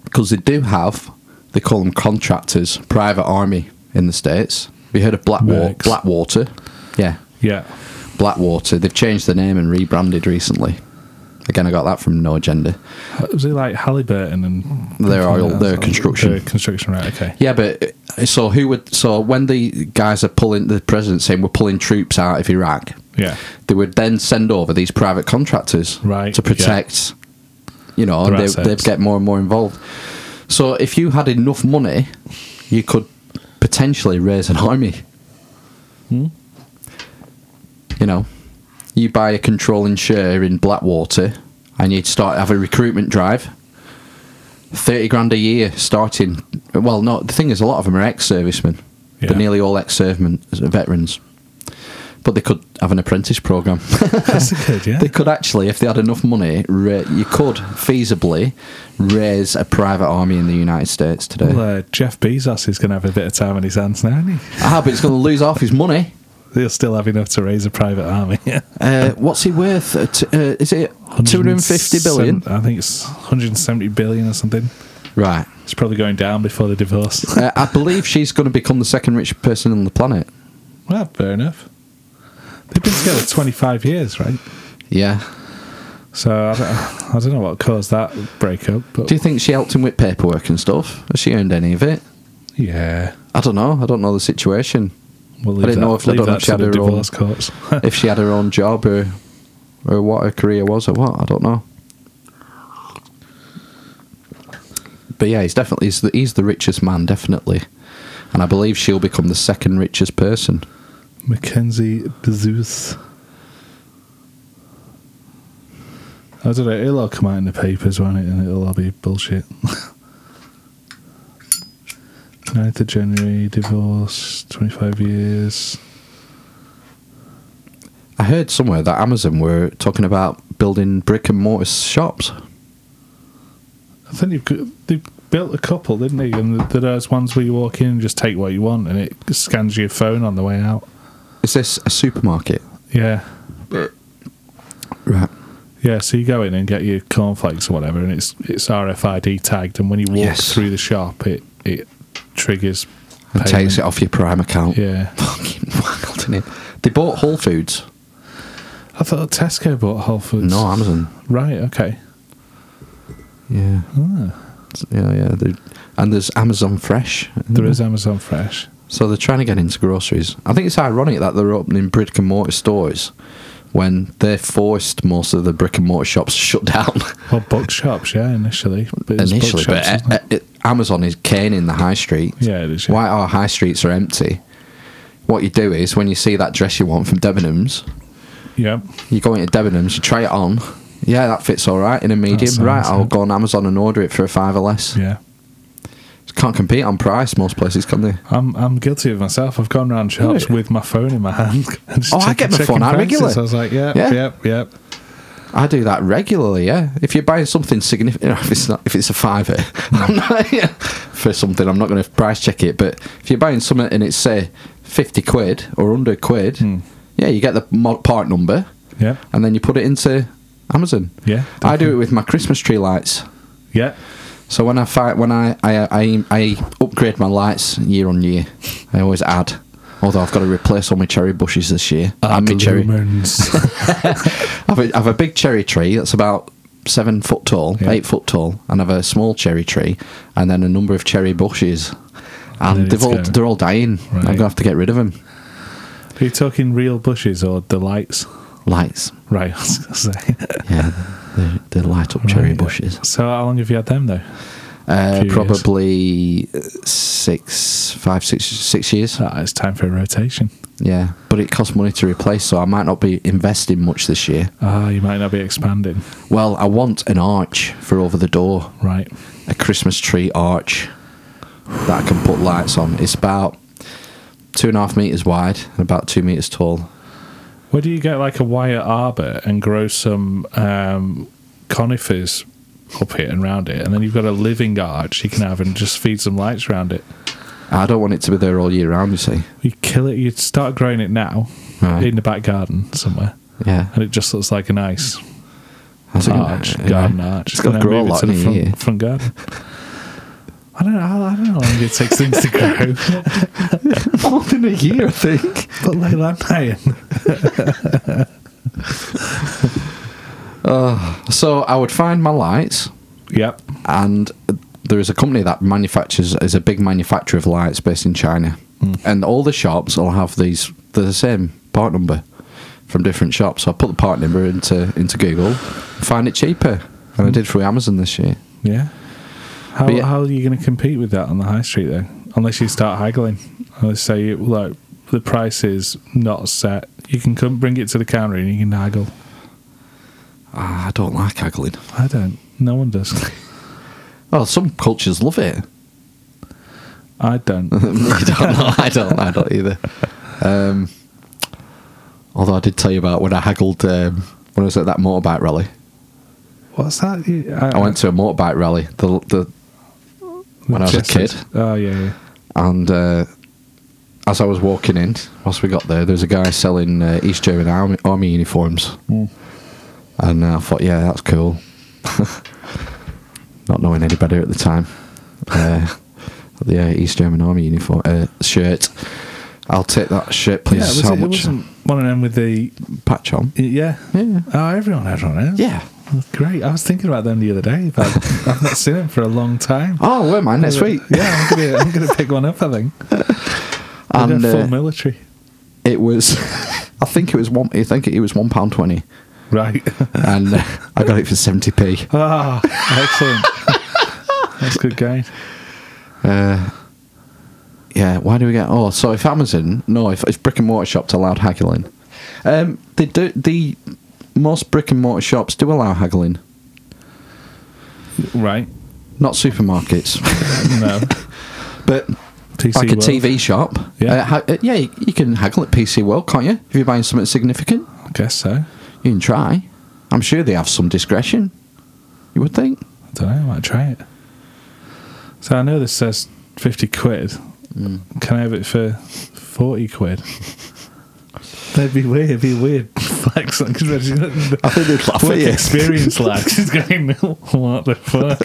Speaker 6: because they do have they call them contractors, private army in the states. Have you heard of Blackwater?
Speaker 4: Mercs.
Speaker 6: Blackwater, yeah,
Speaker 4: Yeah.
Speaker 6: Blackwater. They've changed the name and rebranded recently. Again, I got that from No Agenda.
Speaker 4: Was it like Halliburton and
Speaker 6: Their oil- their
Speaker 4: Their
Speaker 6: construction.
Speaker 4: construction, right? Okay.
Speaker 6: Yeah, but uh, so who would? So when the guys are pulling the president saying we're pulling troops out of Iraq,
Speaker 4: Yeah.
Speaker 6: they would then send over these private contractors
Speaker 4: Right,
Speaker 6: to protect you know and
Speaker 4: Their
Speaker 6: they, they'd
Speaker 4: assets.
Speaker 6: get more and more involved so if you had enough money you could potentially raise an army you know you buy a controlling share in blackwater and you'd start have a recruitment drive 30 grand a year starting well no the thing is a lot of them are ex-servicemen
Speaker 4: Yeah.
Speaker 6: but nearly all ex-servicemen veterans but they could have an apprentice program
Speaker 4: That's a good, yeah.
Speaker 6: they could actually, if they had enough money, ra- you could feasibly raise a private army in the United States today.
Speaker 4: Well, uh, Jeff Bezos is going to have a bit of time on his hands now, isn't he?
Speaker 6: ah, but he's going to lose half his money.
Speaker 4: He'll still have enough to raise a private army.
Speaker 6: Uh, what's he worth? Uh, t- uh, is it 250 billion?
Speaker 4: I think it's 170 billion or something.
Speaker 6: Right.
Speaker 4: It's probably going down before the divorce.
Speaker 6: Uh, I believe she's going to become the second richest person on the planet.
Speaker 4: well, fair enough. They've been together 25 years, right?
Speaker 6: Yeah.
Speaker 4: So I don't, I don't know what caused that breakup, but
Speaker 6: Do you think she helped him with paperwork and stuff? Has she earned any of it?
Speaker 4: yeah.
Speaker 6: I don't know. I don't know the situation.
Speaker 4: We'll
Speaker 6: I
Speaker 4: leave
Speaker 6: didn't
Speaker 4: that,
Speaker 6: know if- I
Speaker 4: leave
Speaker 6: don't know
Speaker 4: that
Speaker 6: if she
Speaker 4: to
Speaker 6: had
Speaker 4: the
Speaker 6: her own-
Speaker 4: divorce courts.
Speaker 6: if she had her own job or, or what her career was or what, I don't know. But yeah, he's definitely he's the, he's the richest man, definitely, and I believe she'll become the second richest person.
Speaker 4: Mackenzie Bezos. I don't know, it'll all come out in the papers, won't it? And it'll all be bullshit. 9th of January, divorce, 25 years.
Speaker 6: I heard somewhere that Amazon were talking about building brick and mortar shops.
Speaker 4: I think you've got, they built a couple, didn't they? And there are those ones where you walk in and just take what you want and it scans your phone on the way out.
Speaker 6: Is this a supermarket?
Speaker 4: Yeah.
Speaker 6: Right.
Speaker 4: Yeah, so you go in and get your cornflakes or whatever, and it's it's RFID tagged, and when you walk
Speaker 6: Yes.
Speaker 4: through the shop, it it triggers.
Speaker 6: And takes it off your Prime account.
Speaker 4: Yeah,
Speaker 6: Fucking wild, isn't it? They bought Whole Foods.
Speaker 4: I thought Tesco bought Whole Foods.
Speaker 6: No, Amazon.
Speaker 4: right? Okay.
Speaker 6: Yeah. Yeah, yeah. they- And there's Amazon Fresh.
Speaker 4: There is Amazon Fresh.
Speaker 6: So they're trying to get into groceries. I think it's ironic that they're opening brick and mortar stores when they're forced most of the brick and mortar shops to shut down
Speaker 4: Well, bookshops, yeah, initially. But it's
Speaker 6: initially. But
Speaker 4: bookshops, isn't
Speaker 6: uh,
Speaker 4: it?
Speaker 6: uh, Amazon is caning the high street.
Speaker 4: Yeah, it is, yeah.
Speaker 6: Why our high streets are empty? What you do is when you see that dress you want from Debenhams, eh?
Speaker 4: yeah,
Speaker 6: you go into Debenhams, you try it on. Yeah, that fits all right in a medium.
Speaker 4: sounds
Speaker 6: Right, I'll
Speaker 4: good.
Speaker 6: go on Amazon and order it for a five or less.
Speaker 4: yeah.
Speaker 6: Can't compete on price most places, can they?
Speaker 4: I'm I'm guilty of myself. I've gone round shops
Speaker 6: Really?
Speaker 4: with my phone in my hand. And just
Speaker 6: Oh, I
Speaker 4: checking-
Speaker 6: get my
Speaker 4: checking
Speaker 6: phone out
Speaker 4: prices.
Speaker 6: regular.
Speaker 4: I was like, yeah,
Speaker 6: Yeah.
Speaker 4: yeah, yep, yep.
Speaker 6: I do that regularly. Yeah, if you're buying something significant, if it's not, if it's a fiver I'm not- yeah, for something, I'm not going to price check it. But if you're buying something and it's say fifty quid or hundred quid, yeah, you get the mo- part number,
Speaker 4: Yeah.
Speaker 6: and then you put it into Amazon.
Speaker 4: Yeah,
Speaker 6: I do it with my Christmas tree lights.
Speaker 4: Yeah.
Speaker 6: So when I fight, when I I, I I upgrade my lights year on year, I always add. Although I've got to replace all my cherry bushes this year. And my cherry.
Speaker 4: Lumens.
Speaker 6: I've a, I've a big cherry tree that's about
Speaker 2: seven foot tall,
Speaker 4: Yeah.
Speaker 2: eight foot tall, and have a small cherry tree, and then a number of cherry bushes,
Speaker 4: They
Speaker 2: and
Speaker 4: need
Speaker 2: they've
Speaker 4: to
Speaker 2: all
Speaker 4: go.
Speaker 2: they're all dying. I'm
Speaker 4: Right.
Speaker 2: gonna have to get rid of them.
Speaker 4: Are you talking real bushes or the lights?
Speaker 2: Lights,
Speaker 4: Right, I was going to say.
Speaker 2: yeah, they, they light up cherry
Speaker 4: Right.
Speaker 2: bushes.
Speaker 4: So, how long have you had them, though?
Speaker 2: Uh,
Speaker 4: Few years.
Speaker 2: probably uh, six, five, six, six years.
Speaker 4: Ah, it's time for a rotation.
Speaker 2: Yeah, but it costs money to replace, so I might not be investing much this year.
Speaker 4: Ah, you might not be expanding.
Speaker 2: Well, I want an arch for over the door,
Speaker 4: Right.
Speaker 2: a Christmas tree arch that I can put lights on. It's about two and a half meters wide and about two meters tall.
Speaker 4: Where do you get like a wire arbor and grow some um, conifers up it and round it? And then you've got a living arch you can have and just feed some lights around it.
Speaker 2: I don't want it to be there all year round. You see?
Speaker 4: You kill it, you start growing it now
Speaker 2: Right.
Speaker 4: in the back garden somewhere.
Speaker 2: Yeah,
Speaker 4: And it just looks like a nice
Speaker 2: I think-
Speaker 4: arch,
Speaker 2: yeah.
Speaker 4: garden arch.
Speaker 2: It's gonna
Speaker 4: And then
Speaker 2: grow a
Speaker 4: move it
Speaker 2: lot
Speaker 4: to the
Speaker 2: in a
Speaker 4: front,
Speaker 2: year.
Speaker 4: front garden. I don't know. how- I don't know how long it takes things to grow.
Speaker 2: More than a year, I think.
Speaker 4: but like that iron.
Speaker 2: So I would find my lights.
Speaker 4: Yep.
Speaker 2: and there is a company that manufactures is a big manufacturer of lights based in China,
Speaker 4: Hmm.
Speaker 2: and all the shops will have these they're the same part number from different shops. So I put the part number into into Google, find it cheaper, and
Speaker 4: Hmm.
Speaker 2: I did through Amazon this year.
Speaker 4: Yeah. How,
Speaker 2: But yeah-
Speaker 4: how are you going to compete with that on the high street though? Unless you start haggling, unless say you, like the price is not set, you can come bring it to the counter and you can haggle.
Speaker 2: Ah, I don't like haggling.
Speaker 4: I don't. No one does.
Speaker 2: Well, some cultures love it.
Speaker 4: I don't.
Speaker 2: I don't know. I don't. I don't either. Um, although I did tell you about when I haggled um, when I was at that motorbike rally.
Speaker 4: What's that? You-
Speaker 2: I went to a motorbike rally. The the when I was a
Speaker 4: Chestnut.
Speaker 2: kid.
Speaker 4: Oh yeah, yeah.
Speaker 2: and uh, as I was walking in, whilst we got there, there was a guy selling uh, East German army, army uniforms, and uh, I thought, yeah, that's cool. Not knowing any better at the time, uh, the uh, East German army uniform uh, shirt. I'll take that shirt, please.
Speaker 4: yeah it, was,
Speaker 2: How
Speaker 4: it
Speaker 2: much? uh,
Speaker 4: wasn't one of them with the
Speaker 2: Patch on.
Speaker 4: yeah.
Speaker 2: Yeah.
Speaker 4: Oh, everyone had one. eh?
Speaker 2: Yeah.
Speaker 4: Great. I was thinking about them the other day, but I've not seen them for a long time.
Speaker 2: Oh, where mine next week?
Speaker 4: Yeah, I'm gonna, I'm gonna pick one up. I think. I'm
Speaker 2: And
Speaker 4: full
Speaker 2: uh,
Speaker 4: military.
Speaker 2: it was, I think it was one. I think it was one pound twenty,
Speaker 4: Right.
Speaker 2: and uh, I got it for seventy p.
Speaker 4: Ah, excellent. That's good game.
Speaker 2: Uh, yeah, why do we get? Oh, so if Amazon, no, if it's brick and mortar shops allowed haggling, um, they do. The most brick and mortar shops do allow haggling,
Speaker 4: Right.
Speaker 2: not supermarkets,
Speaker 4: No.
Speaker 2: but
Speaker 4: PC
Speaker 2: like a
Speaker 4: World.
Speaker 2: TV shop.
Speaker 4: Yeah.
Speaker 2: uh, ha- uh, yeah, you, you can haggle at PC World, can't you? If you're buying something significant,
Speaker 4: I guess so.
Speaker 2: you can try. I'm sure they have some discretion. You would think.
Speaker 4: I don't know. I might try it. So I know this says 50 quid.
Speaker 2: Mm.
Speaker 4: Can I have it for 40 quid? That'd be weird. It'd be a weird flex. I think
Speaker 2: they'd laugh at you.
Speaker 4: Experience like she's going, what the fuck?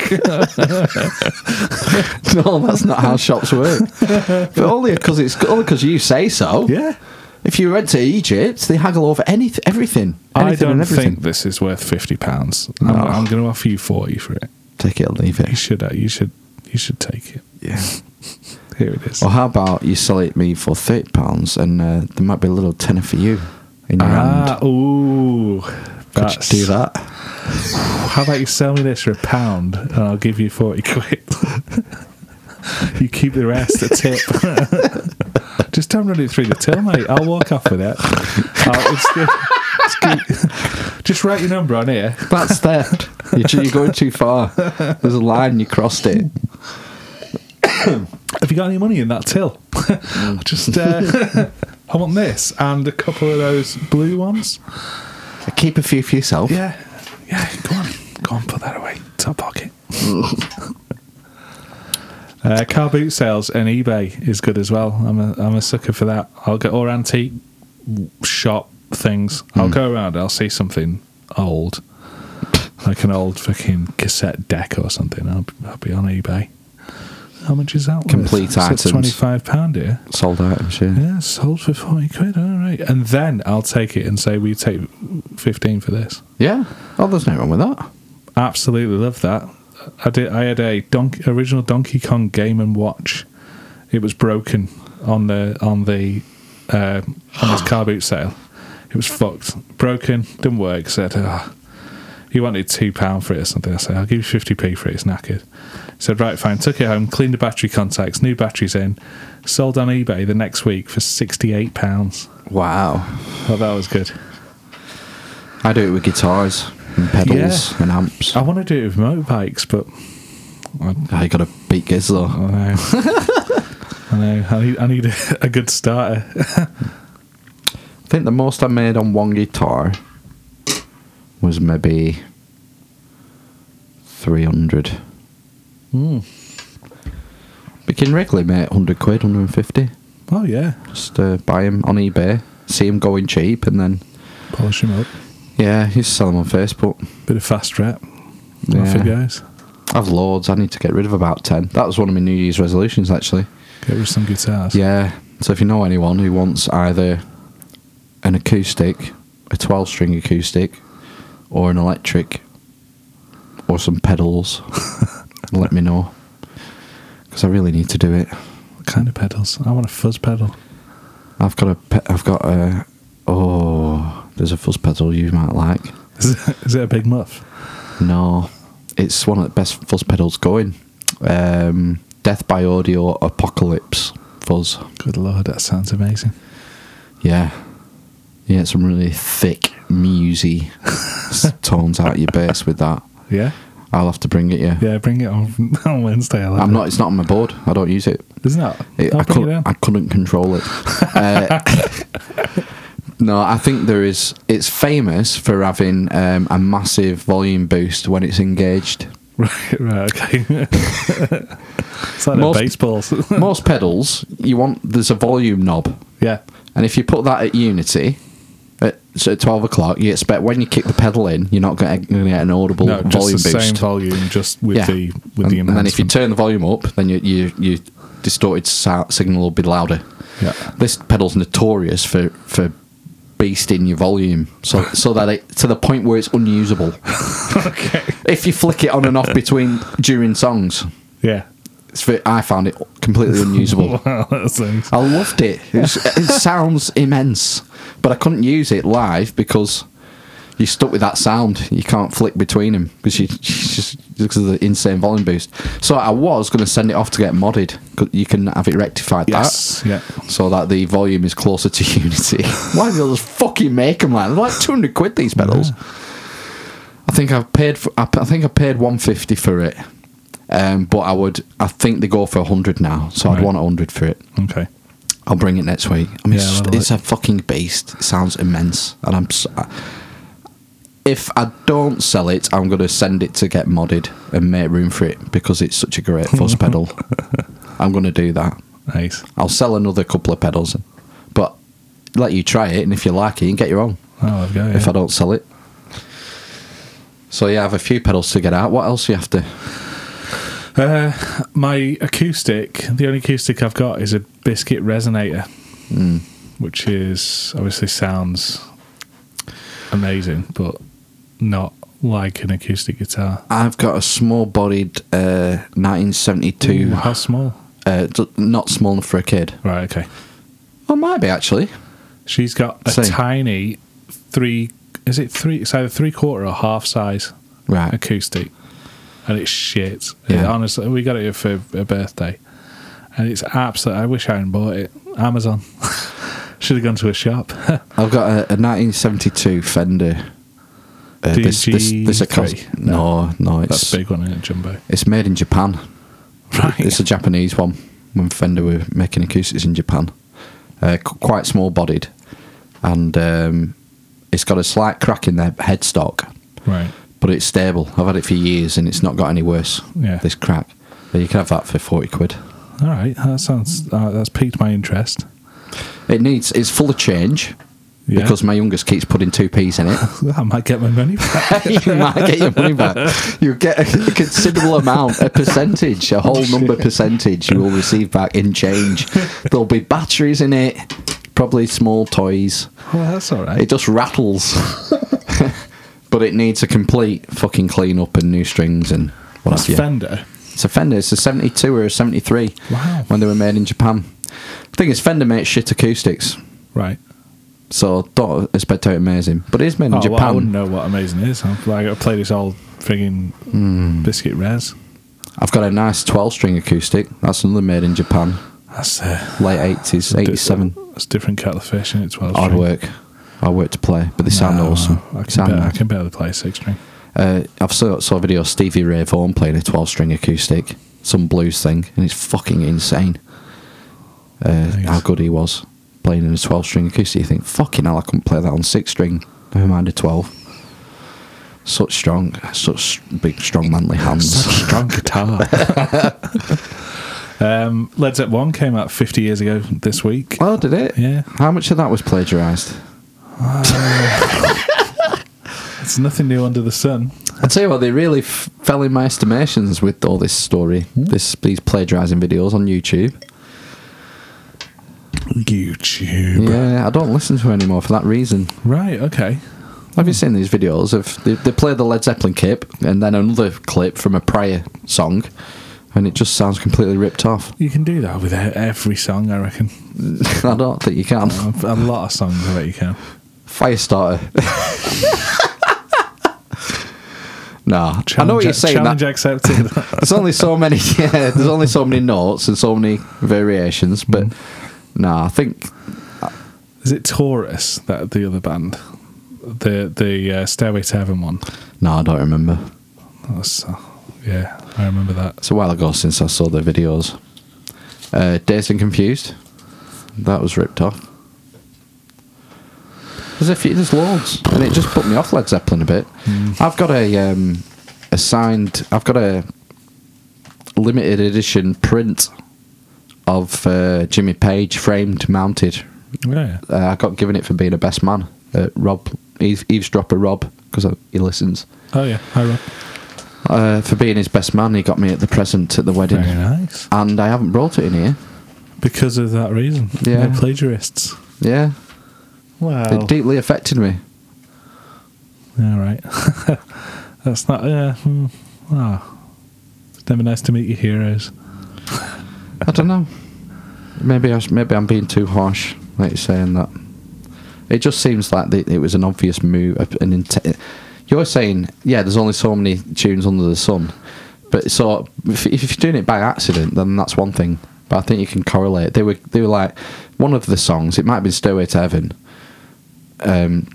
Speaker 2: no, that's not how shops work. but only because it's only because you say so.
Speaker 4: yeah.
Speaker 2: If you went to Egypt, they haggle over anything, everything, anything
Speaker 4: I
Speaker 2: and
Speaker 4: don't
Speaker 2: everything. Oh.
Speaker 4: think this is worth 50 pounds.
Speaker 2: No.
Speaker 4: I'm, I'm going to offer you 40 for it.
Speaker 2: Take it or leave
Speaker 4: You
Speaker 2: it.
Speaker 4: should. uh, You should. You should take it.
Speaker 2: Yeah.
Speaker 4: Here it is.
Speaker 2: Or how about you sell it me for thirty pounds, and uh, there might be a little tenner for you in your hand.
Speaker 4: ah, ooh.
Speaker 2: Could
Speaker 4: That's,
Speaker 2: you do that?
Speaker 4: How about you sell me this for a pound and I'll give you 40 quid? you keep the rest, a tip. Just don't run it through the till, mate. I'll walk off with it. I'll- it's good. It's good. Just write your number on here.
Speaker 2: That's theft. You're, too- you're going too far. There's a line you crossed it.
Speaker 4: Have you got any money in that till? Just, uh, I want this and a couple of those blue ones.
Speaker 2: Keep a few for yourself.
Speaker 4: Yeah, yeah. Go on, go on. Put that away. Top pocket. uh, car boot sales and eBay is good as well. I'm a I'm a sucker for that. I'll go or antique shop things. I'll go around. I'll see something old, like an old fucking cassette deck or something. I'll, I'll be on eBay. How much is that?
Speaker 2: Complete items.
Speaker 4: Twenty five pound here.
Speaker 2: Sold items. Yeah.
Speaker 4: Yeah, sold for forty quid. All right, and then I'll take it and say we take fifteen for this.
Speaker 2: Yeah. Oh, there's no wrong with that.
Speaker 4: absolutely love that. I did. I had a Donk original Donkey Kong game and watch. It was broken on the on the uh, on his car boot sale. It was fucked, broken, didn't work. Said, "Ah." he wanted two pound for it or something. I said, I'll give you fifty p for it. It's knackered. He said, right, fine. Took it home, cleaned the battery contacts, new batteries in, sold on eBay the next week for sixty eight pounds.
Speaker 2: Wow.
Speaker 4: Oh, that was good.
Speaker 2: I do it with guitars and pedals
Speaker 4: Yeah.
Speaker 2: and amps.
Speaker 4: I want to do it with motorbikes, but I
Speaker 2: I got a beat giz though.
Speaker 4: I know. I know. I need, I need a, a good starter.
Speaker 2: I think the most I made on one guitar was maybe 300. Hmm. We can regularly make 100 quid, 150.
Speaker 4: Oh yeah,
Speaker 2: Just uh, buy him on eBay, see him going cheap, and then
Speaker 4: polish him up.
Speaker 2: yeah, you sell him on Facebook.
Speaker 4: Bit of fast rap.
Speaker 2: Yeah.
Speaker 4: Off it goes.
Speaker 2: I've loads. I need to get rid of about ten. That was one of my New Year's resolutions, actually.
Speaker 4: Get rid of some guitars.
Speaker 2: Yeah. So if you know anyone who wants either an acoustic, a twelve-string acoustic, or an electric, or some pedals, let me know because I really need to do it.
Speaker 4: What kind of pedals? I want a fuzz pedal.
Speaker 2: I've got a. Pe- I've got a. Oh, there's a fuzz pedal you might like.
Speaker 4: Is it, is it a big muff?
Speaker 2: No, it's one of the best fuzz pedals going. Um, Death by Audio Apocalypse fuzz.
Speaker 4: Good lord, that sounds amazing.
Speaker 2: Yeah, yeah, it's some really thick, musy s- tones out your bass with that.
Speaker 4: Yeah,
Speaker 2: I'll have to bring it. Yeah,
Speaker 4: yeah. Bring it on on Wednesday. I like
Speaker 2: I'm
Speaker 4: it.
Speaker 2: not. It's not on my board. I don't use it.
Speaker 4: Isn't that?
Speaker 2: It-
Speaker 4: I'll bring
Speaker 2: I
Speaker 4: it
Speaker 2: couldn't.
Speaker 4: down.
Speaker 2: I couldn't control it. Uh, no, I think there is. It's famous for having um, a massive volume boost when it's engaged.
Speaker 4: Right, right, okay. it's like
Speaker 2: Most-
Speaker 4: a baseball.
Speaker 2: Most pedals, you want there's a volume knob
Speaker 4: yeah,
Speaker 2: And if you put that at Unity, at, so at 12 o'clock, you expect when you kick the pedal in, you're not going to get an audible
Speaker 4: no, just the
Speaker 2: volume boost.
Speaker 4: same volume, just with
Speaker 2: yeah.
Speaker 4: the with
Speaker 2: and,
Speaker 4: the enhancement.
Speaker 2: and then if you turn the volume up, then your you, you distorted sou- signal will be louder.
Speaker 4: Yeah.
Speaker 2: This pedal's notorious for, for beasting your volume so, so that it to the point where it's unusable.
Speaker 4: okay,
Speaker 2: if you flick it on and off between during songs,
Speaker 4: yeah.
Speaker 2: it's, ve- I found it completely unusable.
Speaker 4: Wow, that sounds.
Speaker 2: I loved it. It, was, it sounds immense, but I couldn't use it live because you're stuck with that sound. You can't flick between them because you just because of the insane volume boost. So I was going to send it off to get modded. 'cause You can have it rectified
Speaker 4: Yes,
Speaker 2: that,
Speaker 4: yeah.
Speaker 2: so that the volume is closer to unity. Why do they just fucking make them like they're like two hundred quid these pedals? I think I've paid. For, I, I think I paid one fifty for it, um, but I would. I think they go for hundred now, so I'd
Speaker 4: Right.
Speaker 2: want hundred for it.
Speaker 4: Okay.
Speaker 2: I'll bring it next week. I mean,
Speaker 4: Yeah,
Speaker 2: it's,
Speaker 4: well,
Speaker 2: it's a fucking beast. It sounds immense, and I'm. s- I- If I don't sell it, I'm going to send it to get modded and make room for it because it's such a great fuzz pedal. I'm going to do that.
Speaker 4: Nice.
Speaker 2: I'll sell another couple of pedals, but let you try it, and if you like it, you can get your own.
Speaker 4: Oh, I've got
Speaker 2: If I don't sell it, so yeah, I have a few pedals to get out. What else you have to?
Speaker 4: Uh, my acoustic, the only acoustic I've got is a biscuit resonator,
Speaker 2: Hmm.
Speaker 4: which is obviously sounds amazing, but not like an acoustic guitar.
Speaker 2: I've got a small-bodied uh, 1972,
Speaker 4: Ooh, how small?
Speaker 2: uh, d- not small enough for a kid.
Speaker 4: Right. Okay.
Speaker 2: Oh, might be actually.
Speaker 4: She's got a
Speaker 2: Same.
Speaker 4: tiny three. Is it three? It's either three quarter or half size
Speaker 2: Right.
Speaker 4: acoustic, and it's shit.
Speaker 2: Yeah.
Speaker 4: It- honestly, we got it for a birthday, and it's absolute. I wish I hadn't bought it. Amazon should have gone to a shop.
Speaker 2: I've got a, a 1972 Fender. Uh, this, this, this
Speaker 4: DG3?
Speaker 2: a cos- no, no,
Speaker 4: That's
Speaker 2: it's
Speaker 4: a big one, isn't it, Jumbo?
Speaker 2: it's made in Japan.
Speaker 4: Right.
Speaker 2: It's a Japanese one. When Fender were making acoustics in Japan, uh, qu- quite small bodied, and um, it's got a slight crack in the headstock,
Speaker 4: right.
Speaker 2: but it's stable. I've had it for years, and it's not got any worse.
Speaker 4: Yeah.
Speaker 2: This crack, but you can have that for forty quid.
Speaker 4: All right. That sounds. Uh, that's piqued my interest.
Speaker 2: It needs. It's full of change
Speaker 4: Yeah.
Speaker 2: because my youngest keeps putting two p's in it.
Speaker 4: I might get my money back.
Speaker 2: you might get your money back. You get a considerable amount, a percentage, a whole number percentage you will receive back in change. There'll be batteries in it, probably small toys.
Speaker 4: well, that's all right.
Speaker 2: It just rattles.
Speaker 6: but it needs a complete fucking clean up and new strings and what
Speaker 4: That's
Speaker 6: have you.
Speaker 4: Fender.
Speaker 6: It's a Fender. It's a 72 or a 73
Speaker 4: Wow.
Speaker 6: when they were made in Japan. The thing is, Fender makes shit acoustics,
Speaker 4: Right.
Speaker 6: so don't expect how amazing. But it is made in
Speaker 4: Oh, well, I
Speaker 6: Japan.
Speaker 4: wouldn't know what amazing is. I'm like, I play this old frigging
Speaker 6: Hmm.
Speaker 4: biscuit res.
Speaker 6: I've got a nice 12 string acoustic. That's another made in Japan,
Speaker 4: That's uh,
Speaker 6: late 80s, 87.
Speaker 4: That's a different kettle of fish, and it's well.
Speaker 6: Hard work. Hard work to play, but they sound awesome.
Speaker 4: I can,
Speaker 6: Sound
Speaker 4: barely, I
Speaker 6: nice.
Speaker 4: can barely play six string.
Speaker 6: Uh, I've saw, saw a video of Stevie Ray Vaughan playing a 12 string acoustic, some blues thing, and it's fucking insane uh,
Speaker 4: Nice.
Speaker 6: how good he was playing in a 12 string acoustic. You think, fucking hell, I couldn't play that on 6 string, never mind a 12. Such strong, such big, strong, manly hands.
Speaker 4: Strong guitar. um, Led Zeppelin One came out 50 years ago this week.
Speaker 6: oh, did it?
Speaker 4: Yeah.
Speaker 6: How much of that was plagiarised?
Speaker 4: It's nothing new under the sun.
Speaker 6: I tell you what, they really f- fell in my estimations with all this story,
Speaker 4: Hmm?
Speaker 6: this these plagiarising videos on YouTube.
Speaker 4: YouTube.
Speaker 6: Yeah, I don't listen to it anymore for that reason.
Speaker 4: Right. Okay.
Speaker 6: Have you seen these videos of they, they play the Led Zeppelin clip and then another clip from a prior song, and it just sounds completely ripped off?
Speaker 4: You can do that with e- every song, I reckon.
Speaker 6: I don't think you can.
Speaker 4: A a lot of songs, I bet you can.
Speaker 6: Firestarter. nah, I know what
Speaker 4: Challenge-
Speaker 6: you're saying.
Speaker 4: Challenge
Speaker 6: That,
Speaker 4: accepted.
Speaker 6: there's only so many. Yeah, there's only so many notes and so many variations. But nah, I think
Speaker 4: Is it Taurus that the other band, the the uh, Stairway to Heaven one?
Speaker 6: nah, I don't remember.
Speaker 4: That's, uh, yeah, I remember that.
Speaker 6: It's a while ago since I saw the videos. Uh, Dazed and Confused. That was ripped off. There's a few, there's loads, and it just put me off Led Zeppelin a bit. I've got a um, a signed, I've got a limited edition print of uh, Jimmy Page framed, mounted.
Speaker 4: Yeah,
Speaker 6: Uh, I got given it for being a best man. Uh, Rob, eaves, eavesdropper Rob, because he listens.
Speaker 4: oh yeah, hi Rob.
Speaker 6: Uh, for being his best man, he got me at the present at the wedding
Speaker 4: Very nice.
Speaker 6: and I haven't brought it in here.
Speaker 4: Because of that reason,
Speaker 6: Yeah.
Speaker 4: they're plagiarists.
Speaker 6: Yeah,
Speaker 4: Wow.
Speaker 6: it deeply affected me.
Speaker 4: All right. That's not. Yeah. hmm. Ah. It's never nice to meet your heroes.
Speaker 6: I don't know. Maybe I, s- maybe I'm being too harsh, like you're saying that. It just seems like the, it was an obvious move. a- An inte- you're saying, yeah, there's only so many tunes under the sun, but so if, if you're doing it by accident, then that's one thing. But I think you can correlate. They were they were like one of the songs. It might have been Stairway to Heaven. Um,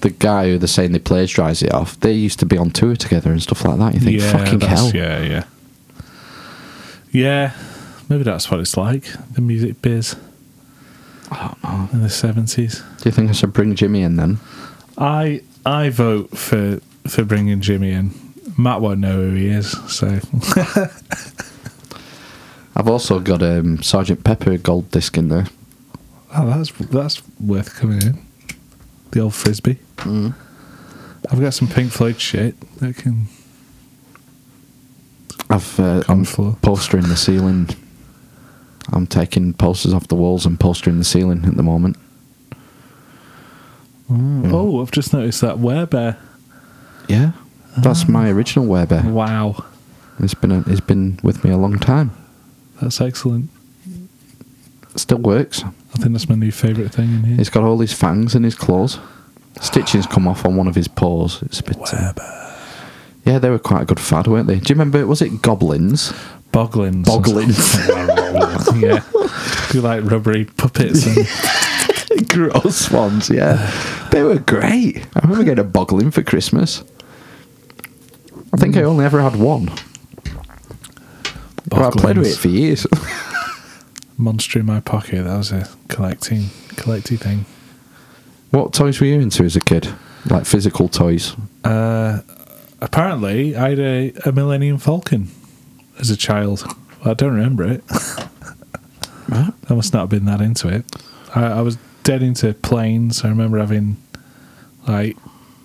Speaker 6: the guy who they're saying they plagiarise it off, they used to be on tour together and stuff like that. You think, fucking
Speaker 4: that's-
Speaker 6: hell,
Speaker 4: Yeah, yeah. Yeah, maybe that's what it's like. The music biz in the seventies.
Speaker 6: Do you think I should bring Jimmy in then?
Speaker 4: I I vote for for bringing Jimmy in. Matt won't know who he is, so
Speaker 6: I've also got um, Sergeant Pepper gold disc in there.
Speaker 4: oh, that's that's worth coming in. The old frisbee. I've got some Pink Floyd shit that can.
Speaker 6: I've
Speaker 2: Um,
Speaker 6: uh,
Speaker 4: Come
Speaker 6: I'm
Speaker 4: for.
Speaker 6: postering the ceiling. I'm taking posters off the walls and postering the ceiling at the moment.
Speaker 4: Oh, I've just noticed that werebear.
Speaker 6: Yeah, that's
Speaker 4: Ah.
Speaker 6: my original Weber.
Speaker 4: Wow,
Speaker 6: It's been a, it's been with me a long time.
Speaker 4: that's excellent.
Speaker 6: Still works.
Speaker 4: I think that's my new favourite thing in here.
Speaker 6: He's got all his fangs in his claws. Stitching's come off on one of his paws. It's a bit. uh, yeah, they were quite a good fad, weren't they? Do you remember? Was it goblins?
Speaker 4: Boglins.
Speaker 6: Boglins.
Speaker 4: yeah. You like rubbery puppets and
Speaker 6: Gross ones, yeah. They were great. I remember getting a boglin for Christmas. I think I only ever had one. Well, I played with it for years.
Speaker 4: Monster in my pocket. That was a collecting collecting thing.
Speaker 6: what toys were you into as a kid? Like physical toys?
Speaker 4: Uh, apparently, I had a, a Millennium Falcon as a child. I don't remember it. I must not have been that into it. I, I was dead into planes. I remember having like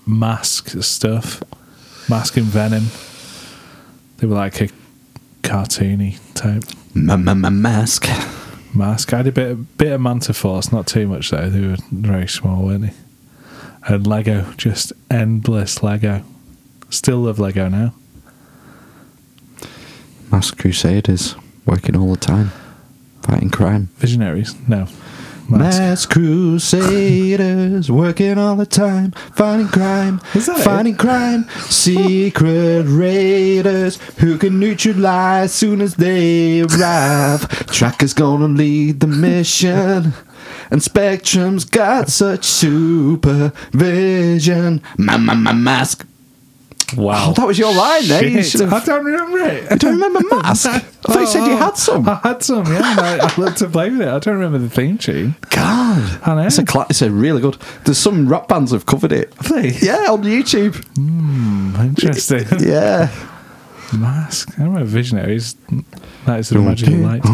Speaker 4: mask stuff, mask and venom. They were like a cartoony type
Speaker 6: Mask.
Speaker 4: mask. I had a bit, bit of Manta Force, not too much though. They were very small, weren't they? and Lego, just endless Lego. Still love Lego now.
Speaker 6: Mass Crusaders working all the time, fighting crime.
Speaker 4: Visionaries? No.
Speaker 6: Mass,
Speaker 4: Mask.
Speaker 6: Crusaders working all the time, fighting crime,
Speaker 4: Is that it?
Speaker 6: fighting crime. Secret raiders who can neutralize soon as they arrive. Tracker's gonna lead the mission, and Spectrum's got such supervision. Ma ma ma mask.
Speaker 4: Wow.
Speaker 6: Oh, that was your line there. You
Speaker 4: Shit,
Speaker 6: should
Speaker 4: I
Speaker 6: have.
Speaker 4: don't remember it.
Speaker 6: I don't remember mask. I thought you said you had some.
Speaker 4: Oh. I had some, yeah. and I, I looked to play with it. I don't remember the theme tune.
Speaker 6: God,
Speaker 4: I know.
Speaker 6: It's a cla- it's a really good. There's some rock bands have covered it.
Speaker 4: Play.
Speaker 6: Yeah, on YouTube.
Speaker 4: Hmm, Interesting.
Speaker 6: Yeah.
Speaker 4: Mask. I remember Visionaries. That is an imaginary light.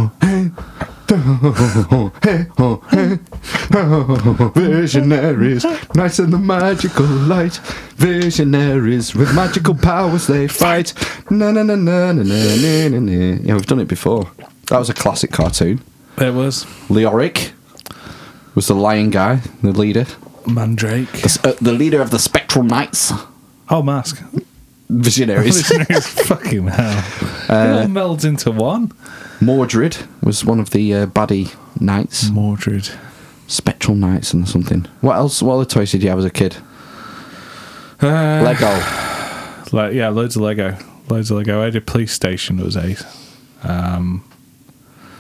Speaker 6: Visionaries, nice in the magical light. Visionaries with magical powers they fight. Na na na na na na na na. na. Yeah, we've done it before. That was a classic cartoon.
Speaker 4: There was
Speaker 6: Leoric was the lion guy, the leader,
Speaker 4: Mandrake.
Speaker 6: the, uh, the leader of the Spectral Knights.
Speaker 4: Oh, Mask.
Speaker 6: Visionaries.
Speaker 4: Visionaries. Fucking hell.
Speaker 6: Uh,
Speaker 4: it all melds into one.
Speaker 6: Mordred was one of the uh, baddie knights.
Speaker 4: Mordred.
Speaker 6: Spectral Knights and something. What else? What other toys did you have as a kid?
Speaker 4: Uh,
Speaker 6: Lego.
Speaker 4: Like yeah, loads of Lego, loads of Lego. I had a police station that was eight.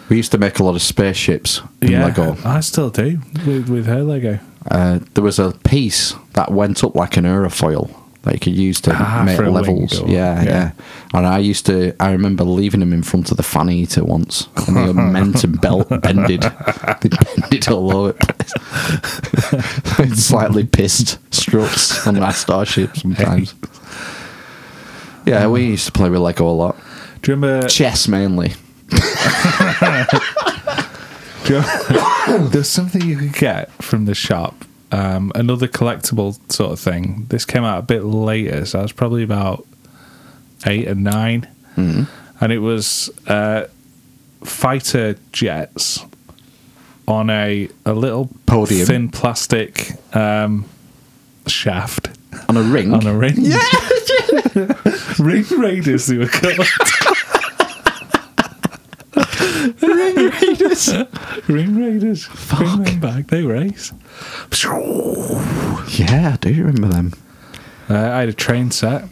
Speaker 6: We used to make a lot of spaceships in
Speaker 4: yeah,
Speaker 6: Lego.
Speaker 4: I still do with, with her Lego.
Speaker 6: Uh, there was a piece that went up like an aerofoil that you could use to
Speaker 4: Ah,
Speaker 6: make
Speaker 4: for a wing
Speaker 6: levels.
Speaker 4: or-
Speaker 6: yeah,
Speaker 4: yeah.
Speaker 6: yeah, And I used to. I remember leaving them in front of the fan eater once, and the momentum belt bended. They bended all over. it slightly pissed struts on my starship sometimes. Yeah, we used to play with Lego a lot.
Speaker 4: Do you remember?
Speaker 6: Chess mainly.
Speaker 4: do you remember- there's something you could get from the shop. Um, another collectible sort of thing. This came out a bit later, so I was probably about eight or 9
Speaker 6: Mm-hmm.
Speaker 4: and it was uh, fighter jets on a a little
Speaker 6: Podium.
Speaker 4: thin plastic um, shaft.
Speaker 6: On a ring.
Speaker 4: on a ring. Yeah, ring raiders they were called.
Speaker 6: ring raiders.
Speaker 4: ring raiders. Bring them back. They were ace.
Speaker 6: Yeah, I do remember them.
Speaker 4: Uh, I had a train set.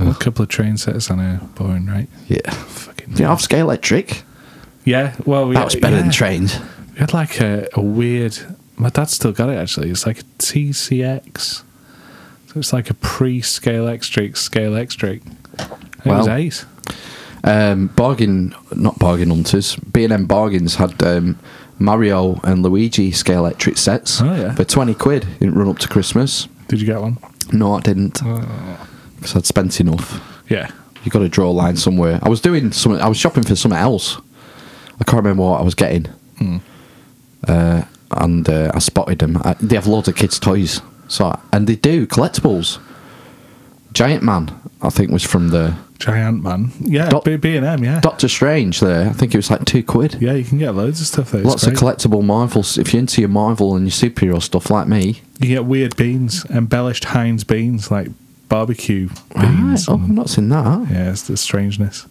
Speaker 4: A couple of train sets on a boring right.
Speaker 6: Yeah.
Speaker 4: Fucking
Speaker 6: Do you have scale electric?
Speaker 4: yeah. Well, we
Speaker 6: That was better
Speaker 4: yeah.
Speaker 6: than trains.
Speaker 4: We had like a, a weird. My dad's still got it actually. It's like a TCX. So it's like a pre-scale X trick, scale X trick. It was
Speaker 6: Wow.
Speaker 4: ace.
Speaker 6: Um, bargain, not bargain hunters. B and M bargains had um, Mario and Luigi scale electric sets
Speaker 4: Oh, yeah.
Speaker 6: for twenty quid. Didn't run up to Christmas.
Speaker 4: Did you get one?
Speaker 6: No, I didn't, because
Speaker 4: Oh.
Speaker 6: I'd spent enough.
Speaker 4: Yeah.
Speaker 6: You got to draw a line somewhere. I was doing some. I was shopping for something else. I can't remember what I was getting.
Speaker 4: Hmm.
Speaker 6: Uh, and uh, I spotted them. I, they have loads of kids' toys. So and they do collectibles. Giant Man, I think, was from the
Speaker 4: Giant man. Yeah.
Speaker 6: Dot-
Speaker 4: B and M. Yeah.
Speaker 6: Doctor Strange. There, I think it was like two quid.
Speaker 4: Yeah, you can get loads of stuff there. It's
Speaker 6: Lots
Speaker 4: great.
Speaker 6: of collectible Marvels. If you're into your Marvel and your superhero stuff, like me.
Speaker 4: You get weird beans, embellished Heinz beans, like barbecue
Speaker 6: Right.
Speaker 4: beans.
Speaker 6: Oh, I've
Speaker 4: and-
Speaker 6: not seen that.
Speaker 4: yeah, it's the strangeness.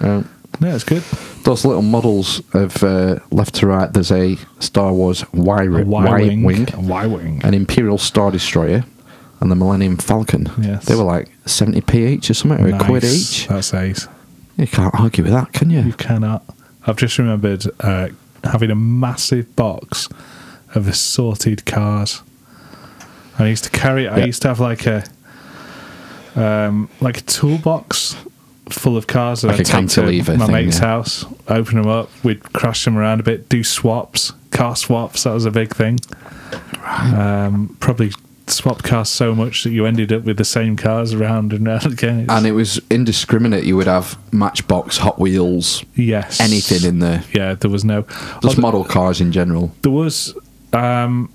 Speaker 6: Um,
Speaker 4: No, it's good.
Speaker 6: those little models of uh, left to right. There's a Star Wars Y
Speaker 4: A Y-wing.
Speaker 6: wing.
Speaker 4: A Y-wing.
Speaker 6: an Imperial Star Destroyer and the Millennium Falcon.
Speaker 4: Yes.
Speaker 6: They were like 70p each or something, or a quid
Speaker 4: Nice.
Speaker 6: each.
Speaker 4: That's ace.
Speaker 6: You can't argue with that, can
Speaker 4: You
Speaker 6: you?
Speaker 4: cannot. I've just remembered uh, having a massive box of assorted cars. I used to carry. I
Speaker 6: Yeah.
Speaker 4: used to have like a, um, like a toolbox full of cars that
Speaker 6: Like
Speaker 4: I'd
Speaker 6: a
Speaker 4: take to
Speaker 6: cantilever
Speaker 4: my
Speaker 6: thing,
Speaker 4: mate's
Speaker 6: yeah.
Speaker 4: house, open them up, we'd crash them around a bit, do swaps, car swaps. That was a big thing. Um, probably swapped cars so much that you ended up with the same cars around and round again. It's-
Speaker 6: And it was indiscriminate. You would have Matchbox, Hot Wheels,
Speaker 4: yes,
Speaker 6: anything in there.
Speaker 4: Yeah, there was no
Speaker 6: Just
Speaker 4: Although-
Speaker 6: model cars in general.
Speaker 4: there was um,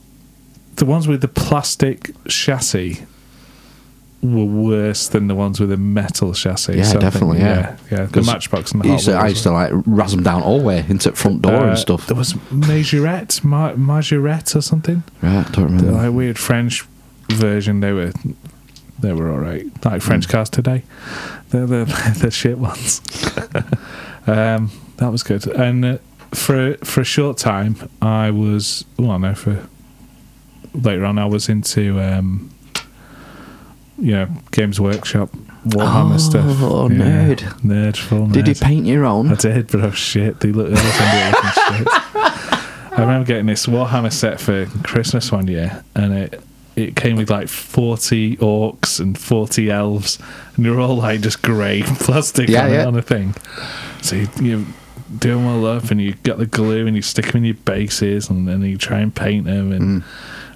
Speaker 4: the ones with the plastic chassis were worse than the ones with a metal chassis.
Speaker 1: Yeah,
Speaker 4: I think,
Speaker 1: definitely, yeah.
Speaker 4: yeah, yeah. The
Speaker 2: 'Cause
Speaker 4: Matchbox and the
Speaker 2: I
Speaker 4: Hot
Speaker 2: used, to, I
Speaker 4: Wheels.
Speaker 2: used to like rasm down all way into the front door
Speaker 4: Uh,
Speaker 2: and stuff.
Speaker 4: There was Majorette, Ma- Majorette or something.
Speaker 1: Right, I don't remember.
Speaker 2: Hmm.
Speaker 4: The, like weird French version. They were they were all right. Like
Speaker 2: Hmm.
Speaker 4: French cars today, they're the the shit ones. um, that was good. And uh, for for a short time, I was well, no, for later on, I was into um, you know Games Workshop, Warhammer
Speaker 1: Oh,
Speaker 4: stuff.
Speaker 1: nerd.
Speaker 4: nerd, full
Speaker 1: Did you
Speaker 4: nerd.
Speaker 1: paint your own?
Speaker 4: I did, but oh shit, they look they look under shit. I remember getting this Warhammer set for Christmas one year, and it it came with like forty orcs and forty elves, and they were all like just grey plastic
Speaker 2: Yeah,
Speaker 4: on,
Speaker 2: yeah.
Speaker 4: on a thing. So you, you do them all up, and you get the glue, and you stick them in your bases, and then you try and paint them,
Speaker 1: Mm.
Speaker 4: and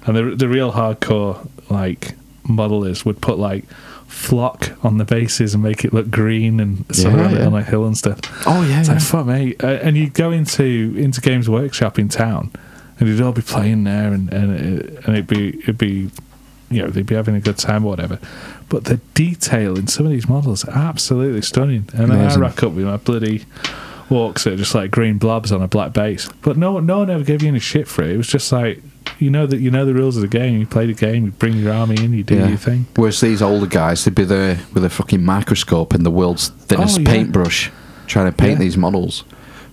Speaker 4: and the the real hardcore like modelers would put like flock on the bases and make it look green and sort
Speaker 1: Yeah,
Speaker 4: of
Speaker 1: yeah.
Speaker 4: on a hill and stuff.
Speaker 1: Oh yeah,
Speaker 4: It's
Speaker 1: yeah.
Speaker 4: like fuck, mate. Uh, and you go into into Games Workshop in town, and you'd all be playing there, and and it, and it'd be it'd be, you know, they'd be having a good time or whatever. But the detail in some of these models are absolutely stunning. And then I
Speaker 1: Amazing.
Speaker 4: rack up with my bloody walks that are just like green blobs on a black base. But no one, no one ever gave you any shit for it. It was just like you know that you know the rules of the game. You play the game. You bring your army in. You do
Speaker 1: Yeah.
Speaker 4: your thing.
Speaker 2: Whereas these older guys, they'd be there with a fucking microscope and the world's thinnest
Speaker 4: Oh, yeah.
Speaker 2: paintbrush trying to paint
Speaker 4: Yeah.
Speaker 2: these models.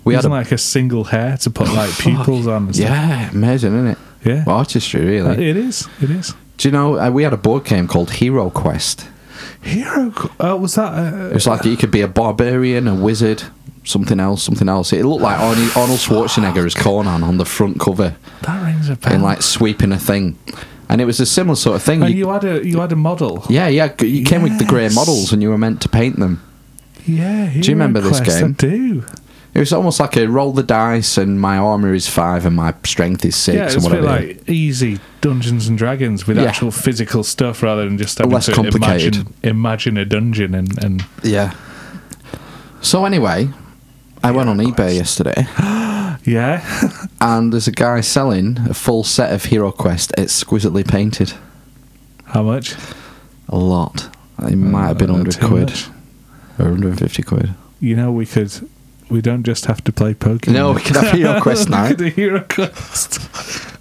Speaker 2: We had a,
Speaker 4: Using, like a single hair to put like pupils on. And stuff.
Speaker 2: yeah, amazing, isn't it?
Speaker 4: Yeah.
Speaker 2: artistry, really.
Speaker 4: it is. It is.
Speaker 2: Do you know uh, we had a board game called Hero Quest?
Speaker 4: Hero. Co- Oh, was that?
Speaker 2: It
Speaker 4: Uh,
Speaker 2: was like you could be a barbarian, a wizard, something else, something else. It looked like Arnie, Arnold Schwarzenegger as Conan on the front cover,
Speaker 4: that rings a bell.
Speaker 2: and like sweeping a thing. And it was a similar sort of thing.
Speaker 4: oh,
Speaker 2: You-
Speaker 4: you had a you had a model.
Speaker 2: yeah, yeah. You came with the grey
Speaker 4: Yes.
Speaker 2: models, and you were meant to paint them.
Speaker 4: Yeah. Hero
Speaker 2: you remember this
Speaker 4: Quest,
Speaker 2: game?
Speaker 4: I do.
Speaker 2: It was almost like a roll the dice, and my armor is five, and my strength is six,
Speaker 4: yeah, it's
Speaker 2: and
Speaker 4: a bit
Speaker 2: whatever.
Speaker 4: like easy Dungeons and Dragons with
Speaker 2: Yeah.
Speaker 4: actual physical stuff rather than just having
Speaker 2: Less
Speaker 4: to
Speaker 2: complicated.
Speaker 4: imagine imagine a dungeon and and
Speaker 2: yeah. So anyway, I went on eBay yesterday.
Speaker 4: yeah.
Speaker 2: and there's a guy selling a full set of Hero Quest exquisitely painted.
Speaker 4: How much?
Speaker 2: A lot. It might have been
Speaker 4: Uh,
Speaker 2: 100
Speaker 4: too
Speaker 2: quid
Speaker 4: much.
Speaker 2: or 150 quid.
Speaker 4: You know, we could. We don't just have to play Pokemon.
Speaker 2: No, we could have Hero Quest
Speaker 4: We
Speaker 2: night.
Speaker 4: could do Hero Quest.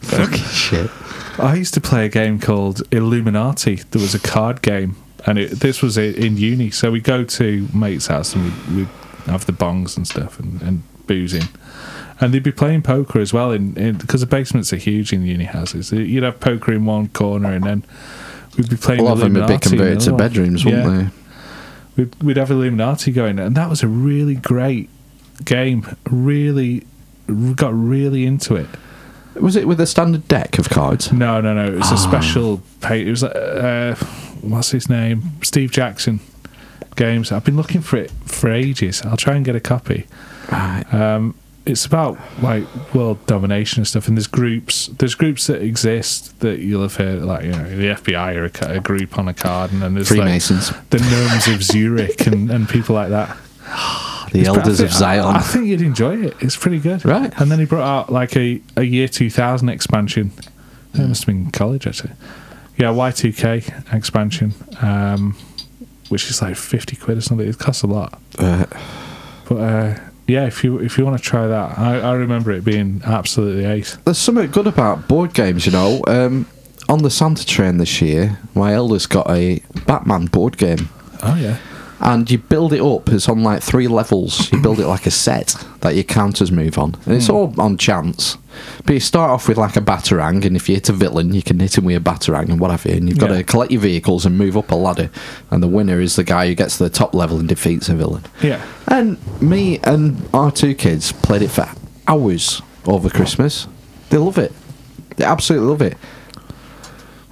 Speaker 2: Fucking shit.
Speaker 4: I used to play a game called Illuminati. There was a card game, and it, this was i- in uni. So we go to mate's house and we would have the bongs and stuff and, and boozing. And they'd be playing poker as well, in because the basements are huge in uni houses. You'd have poker in one corner, and then we'd be
Speaker 2: A
Speaker 4: playing.
Speaker 2: lot of them would be
Speaker 4: Illuminati in
Speaker 2: converted
Speaker 4: the
Speaker 2: to
Speaker 4: other one.
Speaker 2: bedrooms,
Speaker 4: Yeah
Speaker 2: wouldn't
Speaker 4: we'd, we'd have Illuminati going, and that was a really great game. Really r- got really into it.
Speaker 2: they? Was it with a standard deck of cards?
Speaker 4: No, no, no. It was a special. Pay- it was uh, uh, what's his name? Steve Jackson games. I've been looking for it for ages. I'll try and get a copy. Um, it's about like world domination and stuff. And there's groups. There's groups that exist that you'll have heard, like you know, the FBI are a, ca- a group on a card, and then there's
Speaker 2: Freemasons.
Speaker 4: like the gnomes of Zurich and, and people like that.
Speaker 2: The
Speaker 4: But I
Speaker 2: Elders of
Speaker 4: think- I-
Speaker 2: Zion.
Speaker 4: I, think you'd enjoy it. It's pretty good.
Speaker 2: Right.
Speaker 4: And then he brought out like a, a year 2000 expansion.
Speaker 2: Hmm.
Speaker 4: It must have been college, actually. Yeah, Y2K expansion, um, which is like 50 quid or something. It costs a lot.
Speaker 2: Right.
Speaker 4: But uh, yeah, if you if you want to try that, I, I remember it being absolutely ace.
Speaker 2: There's something good about board games, you know. Um, on the Santa train this year, my eldest got a Batman board game.
Speaker 4: Oh, yeah.
Speaker 2: and you build it up. It's on like three levels. You build it like a set that your counters move on, and it's all on chance. But you start off with like a batarang, and if you hit a villain, you can hit him with a batarang and whatever. And you've got
Speaker 4: Yeah.
Speaker 2: to collect your vehicles and move up a ladder. And the winner is the guy who gets to the top level and defeats a villain.
Speaker 4: Yeah.
Speaker 2: And me and our two kids played it for hours over Christmas. They love it. They absolutely love it.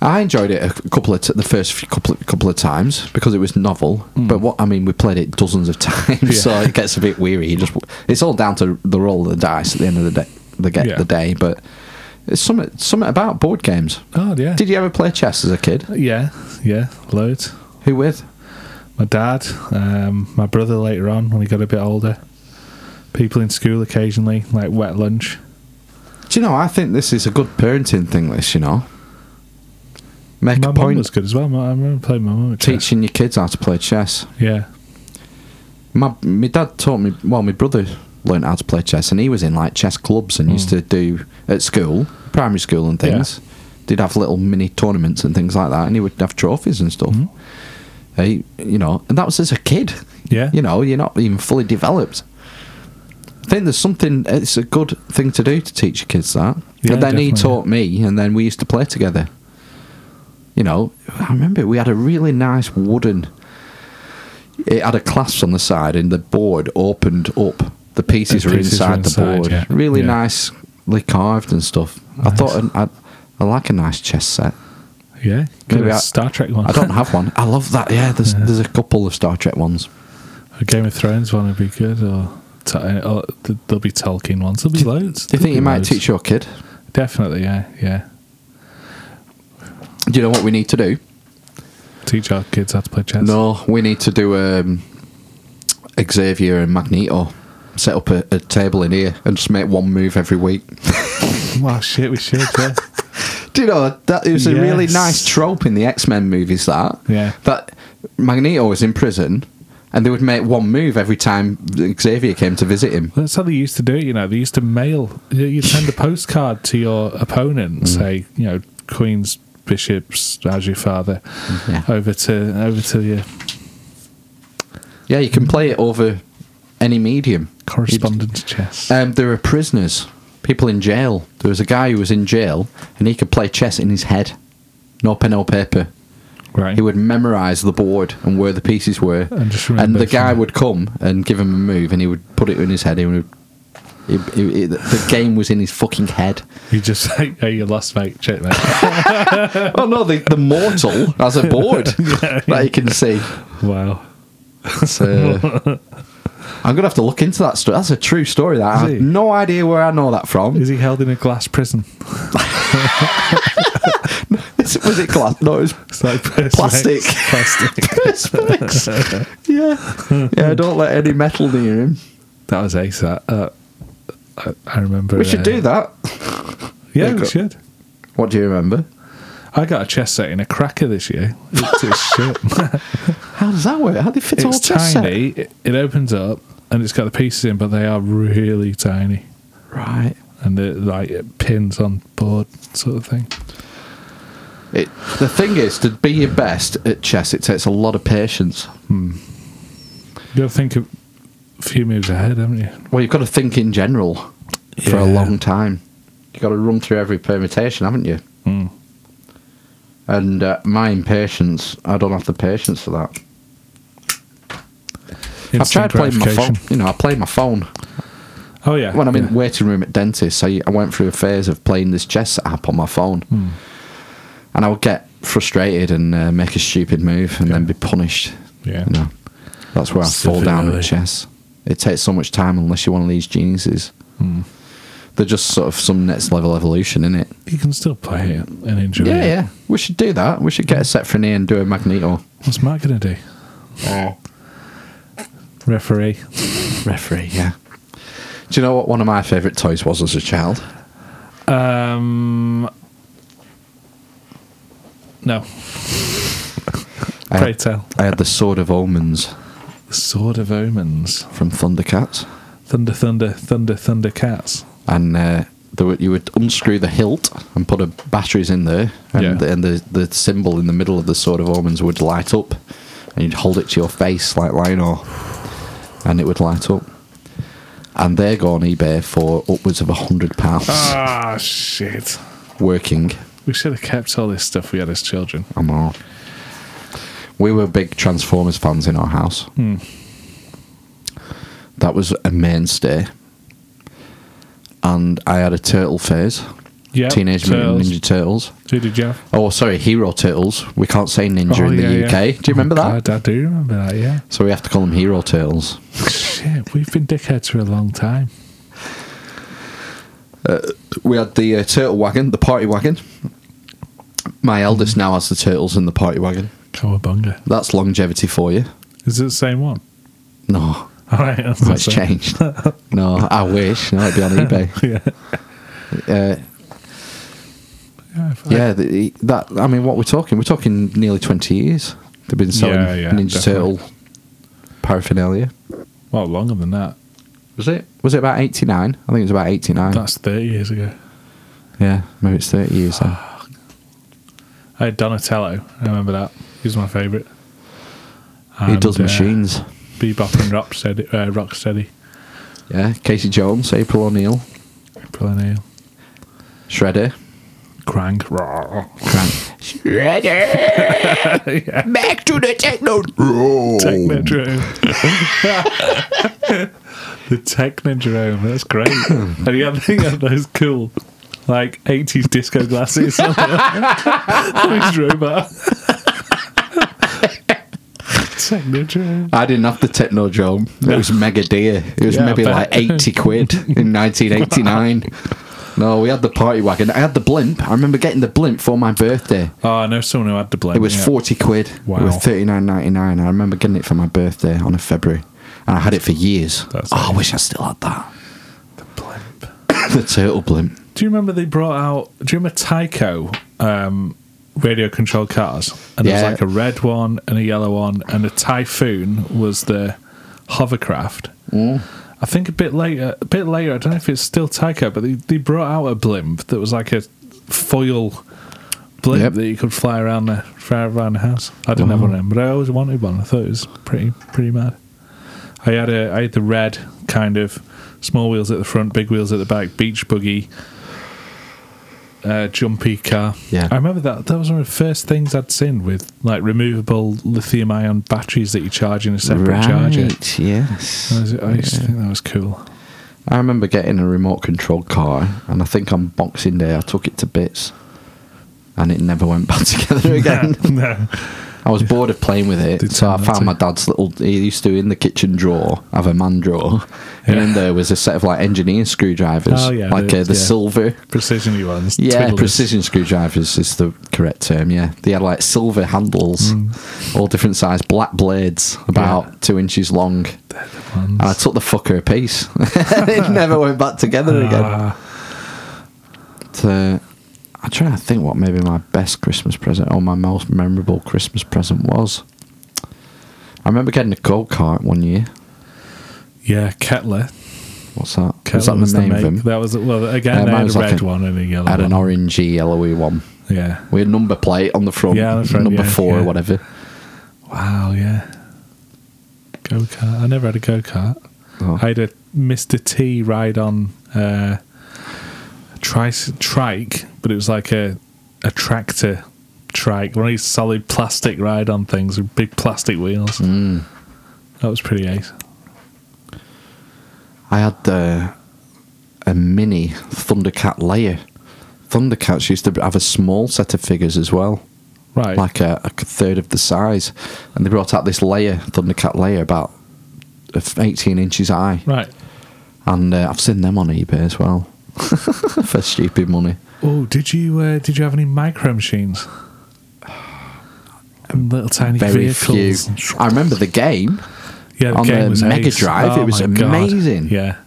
Speaker 2: I enjoyed it a couple of t- the first few couple of, couple of times because it was novel.
Speaker 4: Mm.
Speaker 2: But what I mean, we played it dozens of times, so it gets a bit weary. You just it's all down to the roll of the dice at the end of the day. The get
Speaker 4: Yeah.
Speaker 2: the day, but it's something something about board games.
Speaker 4: Oh, yeah.
Speaker 2: Did you ever play chess as a kid?
Speaker 4: yeah, yeah, loads.
Speaker 2: Who with?
Speaker 4: my dad, um, my brother later on when he got a bit older, people in school occasionally, like wet lunch.
Speaker 2: Do you know? I think this is a good parenting thing. This, you know,
Speaker 6: Make
Speaker 4: my
Speaker 6: a
Speaker 4: mum
Speaker 6: point.
Speaker 4: was good as well. My- I remember playing my mum at chess.
Speaker 6: Teaching your kids how to play chess.
Speaker 4: Yeah.
Speaker 6: My my dad taught me. Well, my brother learned how to play chess, and he was in like chess clubs and used to do at school, primary school and things. Did have little mini tournaments and things like that, and he would have trophies and stuff. Hey, you know, and that was as a kid.
Speaker 4: Yeah.
Speaker 6: You know, you're not even fully developed. I think there's something. It's a good thing to do to teach your kids that.
Speaker 4: Yeah,
Speaker 6: and then he
Speaker 4: definitely.
Speaker 6: taught me, and then we used to play together. You know, I remember we had a really nice wooden. It had a clasp on the side, and the board opened up. The pieces,
Speaker 4: The
Speaker 6: were,
Speaker 4: pieces
Speaker 6: inside
Speaker 4: were inside,
Speaker 6: the board,
Speaker 4: yeah.
Speaker 6: really
Speaker 4: Yeah.
Speaker 6: nicely carved and stuff. I
Speaker 4: Nice.
Speaker 6: thought an- I, I like a nice chess set.
Speaker 4: Yeah. Get
Speaker 6: Maybe
Speaker 4: a
Speaker 6: I-
Speaker 4: Star Trek one.
Speaker 6: I don't have one. I love that. Yeah, there's
Speaker 4: Yeah.
Speaker 6: there's a couple of Star Trek ones.
Speaker 4: a Game of Thrones one would be good, or, t- or th- there'll be Tolkien ones. There'll be loads.
Speaker 6: Do you think you might teach
Speaker 4: you?
Speaker 6: your kid?
Speaker 4: Definitely, yeah, yeah.
Speaker 6: Do you know what we need to do?
Speaker 4: Teach our kids how to play chess.
Speaker 6: No, we need to do um, Xavier and Magneto. Set up a, a table in here and just make one move every week.
Speaker 4: Well, shit, we should. Yeah.
Speaker 6: Do you know that it was a really
Speaker 4: Yes.
Speaker 6: nice trope in the X Men movies? That
Speaker 4: Yeah.
Speaker 6: that Magneto was in prison, and they would make one move every time Xavier came to visit him.
Speaker 4: That's how they used to do it, you know. They used to mail, you'd send a postcard to your opponent,
Speaker 6: Mm.
Speaker 4: and say, you know, queens, bishops, as your father,
Speaker 6: Yeah.
Speaker 4: over to over to your
Speaker 6: Yeah, you can play it over any medium.
Speaker 4: correspondence chess.
Speaker 6: Um, there were prisoners, people in jail. There was a guy who was in jail, and he could play chess in his head. No pen, no paper.
Speaker 4: right.
Speaker 6: He would memorise the board and where the pieces were.
Speaker 4: And just
Speaker 6: and
Speaker 4: remember
Speaker 6: the guy
Speaker 4: from-
Speaker 6: would come and give him a move, and he would put it in his head. And he would, he- he- he- the- the game was in his fucking head.
Speaker 4: You just say, hey, you lost, mate. Shit, mate.
Speaker 6: Oh no, the, the mortal has a board that he can see.
Speaker 4: wow.
Speaker 6: It's, uh, I'm gonna have to look into that story. That's a true story. That I
Speaker 4: Is
Speaker 6: have
Speaker 4: it?
Speaker 6: no idea where I know that from.
Speaker 4: Is he held in a glass prison?
Speaker 6: was it glass? No, it was
Speaker 4: It's like perspex.
Speaker 6: Plastic.
Speaker 4: Plastic.
Speaker 6: perspex. yeah, yeah. Don't let any metal near him.
Speaker 4: That was ace. That uh, I, I remember.
Speaker 6: We should
Speaker 4: uh,
Speaker 6: do that.
Speaker 4: Yeah,
Speaker 6: Look
Speaker 4: we
Speaker 6: up.
Speaker 4: should.
Speaker 6: What do you remember?
Speaker 4: I got a chess set in a cracker this year. It's just shit.
Speaker 6: How does that work? How do they fit all
Speaker 4: It's
Speaker 6: chess set?
Speaker 4: tiny. It, it opens up and it's got the pieces in, but they are really tiny
Speaker 6: Right.
Speaker 4: and they're like pins on board sort of thing.
Speaker 6: It, the thing is, to be your best at chess, it takes a lot of patience.
Speaker 4: You got to think of a few moves ahead, haven't you?
Speaker 6: Well, you've got to think in general for a
Speaker 4: Yeah.
Speaker 6: long time. You've got to run through every permutation, haven't you?
Speaker 4: Mm.
Speaker 6: And uh, my impatience, I don't have the patience for that. I've tried
Speaker 4: Instant
Speaker 6: playing my phone.
Speaker 4: gratification.
Speaker 6: You know, I play my phone.
Speaker 4: Oh yeah.
Speaker 6: when I'm in
Speaker 4: yeah.
Speaker 6: waiting room at dentist, I, I went through a phase of playing this chess app on my phone,
Speaker 4: Hmm.
Speaker 6: and I would get frustrated and uh, make a stupid move and then be punished.
Speaker 4: Yeah.
Speaker 6: you know? that's where I fall down
Speaker 4: Severely.
Speaker 6: at chess. It takes so much time unless you're one of these geniuses.
Speaker 4: Hmm.
Speaker 6: They're just sort of some next level evolution, innit? it?
Speaker 4: you can still play it and enjoy
Speaker 6: Yeah,
Speaker 4: it.
Speaker 6: yeah. We should do that. We should get a set for an ear and do a magneto.
Speaker 4: What's Matt gonna do?
Speaker 6: Ah.
Speaker 4: Referee.
Speaker 6: Referee, yeah. Do you know what one of my favourite toys was as a child?
Speaker 4: Um. No,
Speaker 6: I
Speaker 4: pray
Speaker 6: had,
Speaker 4: tell.
Speaker 6: I had the Sword of Omens
Speaker 4: Sword of Omens.
Speaker 6: from Thundercats.
Speaker 4: Thunder, thunder, thunder, thunder cats.
Speaker 6: and uh, there were, you would unscrew the hilt and put a batteries in there, and,
Speaker 4: Yeah.
Speaker 6: the, and the the symbol in the middle of the sword of omens would light up, and you'd hold it to your face like Lionel, and it would light up. And they go on eBay for upwards of a hundred pounds
Speaker 4: Ah, shit.
Speaker 6: working.
Speaker 4: We should have kept all this stuff we had as children.
Speaker 6: I'm all. We were big Transformers fans in our house.
Speaker 4: Hmm.
Speaker 6: That was a mainstay. And I had a turtle phase.
Speaker 4: Yep,
Speaker 6: Teenage Mutant
Speaker 4: Turtles.
Speaker 6: Ninja Turtles.
Speaker 4: Who did you have?
Speaker 6: Oh, sorry, Hero Turtles. We can't say
Speaker 4: Oh,
Speaker 6: ninja in the UK. Do you remember that?
Speaker 4: God, I do remember that, yeah.
Speaker 6: So we have to call them Hero Turtles.
Speaker 4: Shit, we've been dickheads for a long time.
Speaker 6: We had the uh, turtle wagon, the party wagon. My
Speaker 4: Mm-hmm.
Speaker 6: eldest now has the turtles in the party wagon.
Speaker 4: Cowabunga.
Speaker 6: That's longevity for you.
Speaker 4: Is it the same one?
Speaker 6: No,
Speaker 4: All right, that's
Speaker 6: no
Speaker 4: the
Speaker 6: it's
Speaker 4: same.
Speaker 6: changed. No, I wish. No, it'd be on eBay.
Speaker 4: yeah.
Speaker 6: Uh,
Speaker 4: Uh, yeah
Speaker 6: Yeah, the, that. I mean, what we're talking? We're talking nearly twenty years. They've been selling
Speaker 4: Yeah, yeah,
Speaker 6: Ninja
Speaker 4: definitely.
Speaker 6: Turtle paraphernalia.
Speaker 4: Well, longer than that.
Speaker 6: Was it? Was it about eighty nine? I think it was about eighty nine.
Speaker 4: That's 30 years ago.
Speaker 6: Yeah, maybe it's thirty years. Then.
Speaker 4: I had Donatello. I remember that. He was my favourite.
Speaker 6: he
Speaker 4: And,
Speaker 6: does
Speaker 4: uh,
Speaker 6: machines.
Speaker 4: Bebop and Rocksteady. Uh, Rocksteady.
Speaker 6: Yeah, Casey Jones, April O'Neil,
Speaker 4: April O'Neil.
Speaker 6: Shredder.
Speaker 4: Crank. Rawr.
Speaker 5: Back to the techno.
Speaker 4: Technodrome. the Technodrome. That's great. Have you had, you had those cool, like, 80s disco glasses? Those robot. Technodrome.
Speaker 6: I didn't have the Technodrome. It was mega dear. It was
Speaker 4: Yeah, I
Speaker 6: maybe like
Speaker 4: bet.
Speaker 6: 80 quid in 1989. no, we had the party wagon. I had the blimp. I remember getting the blimp for my birthday.
Speaker 4: Oh, I know someone who had the blame.
Speaker 6: It was
Speaker 4: yeah.
Speaker 6: 40 quid. It was
Speaker 4: Wow.
Speaker 6: 39.99. I remember getting it for my birthday on a February. And I had it for years.
Speaker 4: That's
Speaker 6: oh, I
Speaker 4: it.
Speaker 6: wish I still had that. the turtle blimp.
Speaker 4: Do you remember they brought out? Do you remember Tyco um, radio controlled cars? And there
Speaker 6: Yeah.
Speaker 4: was like a red one and a yellow one, and a Typhoon was the hovercraft. I think a bit later, a bit later. I don't know if it's still Tyco, but they, they brought out a blimp that was like a foil
Speaker 6: Yep.
Speaker 4: blimp
Speaker 6: Uh-huh.
Speaker 4: that you could fly around the fly around the house. I didn't have one of them, but I always wanted one. I thought it was pretty pretty mad. I had a I had the red kind of small wheels at the front, big wheels at the back, beach buggy, uh, jumpy car.
Speaker 6: Yeah.
Speaker 4: I remember that. That was one of the first things I'd seen with like removable lithium ion batteries that you charge in a separate
Speaker 6: right,
Speaker 4: charger.
Speaker 6: yes.
Speaker 4: I, was- I used to think that was cool.
Speaker 6: I remember getting a remote controlled car, and I think on Boxing Day I took it to bits, and it never went back together again.
Speaker 4: no.
Speaker 6: I was bored of playing with it,
Speaker 4: Did
Speaker 6: so I
Speaker 4: turn
Speaker 6: found
Speaker 4: naughty.
Speaker 6: my dad's little. He used to in the kitchen drawer have a man drawer, and
Speaker 4: Yeah.
Speaker 6: in there was a set of like engineering screwdrivers,
Speaker 4: Oh, yeah,
Speaker 6: like
Speaker 4: the-
Speaker 6: uh, the
Speaker 4: yeah.
Speaker 6: silver.
Speaker 4: Precision ones.
Speaker 6: Yeah,
Speaker 4: twiddlers.
Speaker 6: precision screwdrivers is the correct term. Yeah, they had like silver handles,
Speaker 4: Mm.
Speaker 6: all different size, black blades, about two inches long.
Speaker 4: ones.
Speaker 6: And I took the fucker a piece. it never went back together again.
Speaker 4: Ah,
Speaker 6: uh, I'm trying to think what maybe my best Christmas present or my most memorable Christmas present was. I remember getting a gold cart one year.
Speaker 4: yeah, Kettler.
Speaker 6: What's that?
Speaker 4: Kettler
Speaker 6: was that
Speaker 4: was
Speaker 6: the name
Speaker 4: make.
Speaker 6: of him?
Speaker 4: That was well
Speaker 6: Yeah,
Speaker 4: again. they
Speaker 6: mine
Speaker 4: had a
Speaker 6: was like
Speaker 4: red
Speaker 6: a-
Speaker 4: one and a yellow.
Speaker 6: I had an
Speaker 4: one.
Speaker 6: orangey, yellowy one.
Speaker 4: Yeah.
Speaker 6: We had number plate on the front,
Speaker 4: Yeah, on the front,
Speaker 6: number
Speaker 4: yeah,
Speaker 6: four or
Speaker 4: yeah.
Speaker 6: whatever.
Speaker 4: Wow, yeah. Go kart. I never had a go kart.
Speaker 6: Oh.
Speaker 4: I had a Mr. T ride on uh, tri- trike, but it was like a, a tractor trike, one of these solid plastic ride on things with big plastic wheels.
Speaker 6: Mm.
Speaker 4: That was pretty ace.
Speaker 6: I had uh, a mini Thundercat layer. Thundercats used to have a small set of figures as well.
Speaker 4: Right.
Speaker 6: like a, a third of the size, and they brought out this layer, Thundercat layer, about f- 18 inches high,
Speaker 4: right.
Speaker 6: and uh, I've seen them on eBay as well for stupid money.
Speaker 4: Oh, did you uh, did you have any micro machines? And little tiny
Speaker 6: Very
Speaker 4: vehicles.
Speaker 6: few. I remember the game.
Speaker 4: Yeah, the
Speaker 6: on
Speaker 4: game
Speaker 6: the
Speaker 4: was
Speaker 6: Mega
Speaker 4: ace.
Speaker 6: Drive, it
Speaker 4: Oh
Speaker 6: was
Speaker 4: my God.
Speaker 6: amazing.
Speaker 4: Yeah.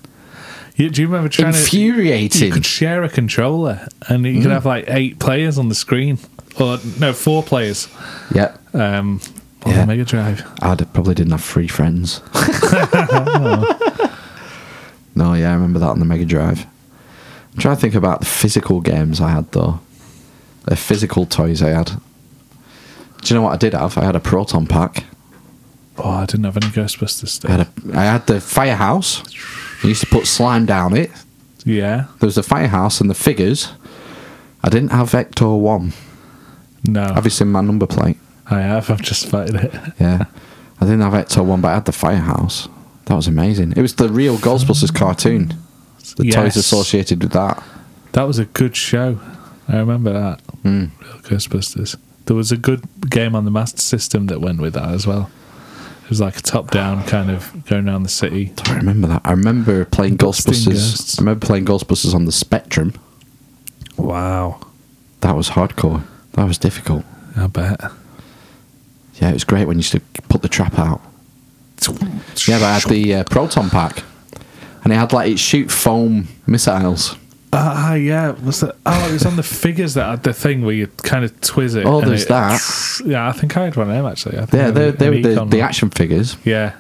Speaker 4: You, do you remember trying to?
Speaker 6: Infuriating. Mm.
Speaker 4: You could share a controller, and you could have like eight players on the screen, or no, four players.
Speaker 6: Yep.
Speaker 4: Um, on
Speaker 6: Yeah.
Speaker 4: the Mega Drive.
Speaker 6: I probably didn't have three friends. no, yeah, I remember that on the Mega Drive. I'm trying to think about the physical games I had though. The physical toys I had. Do you know what I did have? I had a proton pack.
Speaker 4: Oh, I didn't have any Ghostbusters
Speaker 6: I had
Speaker 4: stuff.
Speaker 6: a, I had the firehouse. I used to put slime down it.
Speaker 4: Yeah,
Speaker 6: There was the firehouse and the figures. I didn't have Vector One.
Speaker 4: no,
Speaker 6: Have you seen my number plate?
Speaker 4: I have. I've just fighted it.
Speaker 6: Yeah. I didn't have Vector One, but I had the firehouse. That was amazing. It was the real Ghostbusters cartoon. The toys
Speaker 4: Yes.
Speaker 6: associated with that.
Speaker 4: That was a good show. I remember that.
Speaker 2: Hmm.
Speaker 4: Real Ghostbusters. There was a good game on the Master System that went with that as well. It was like a top-down kind of going around the city.
Speaker 6: I don't remember that. I remember playing
Speaker 4: Busting
Speaker 6: Ghostbusters.
Speaker 4: ghosts.
Speaker 6: I remember playing Ghostbusters on the Spectrum.
Speaker 4: Wow,
Speaker 6: That was hardcore. That was difficult.
Speaker 4: I bet.
Speaker 6: Yeah, it was great when you used to put the trap out. Yeah, but I had the uh, proton pack, and it had like it shoot foam missiles.
Speaker 4: Ah, yeah. Was that? Oh, it was on the figures that had the thing where you kind of twizz it.
Speaker 2: Oh,
Speaker 4: and
Speaker 2: there's
Speaker 4: it-
Speaker 2: that.
Speaker 4: Yeah, I think I had one of them actually. I think
Speaker 2: Yeah,
Speaker 4: I
Speaker 2: they
Speaker 4: had
Speaker 2: they
Speaker 4: an
Speaker 2: were the,
Speaker 4: Econ
Speaker 2: the
Speaker 4: one.
Speaker 2: action figures.
Speaker 4: Yeah,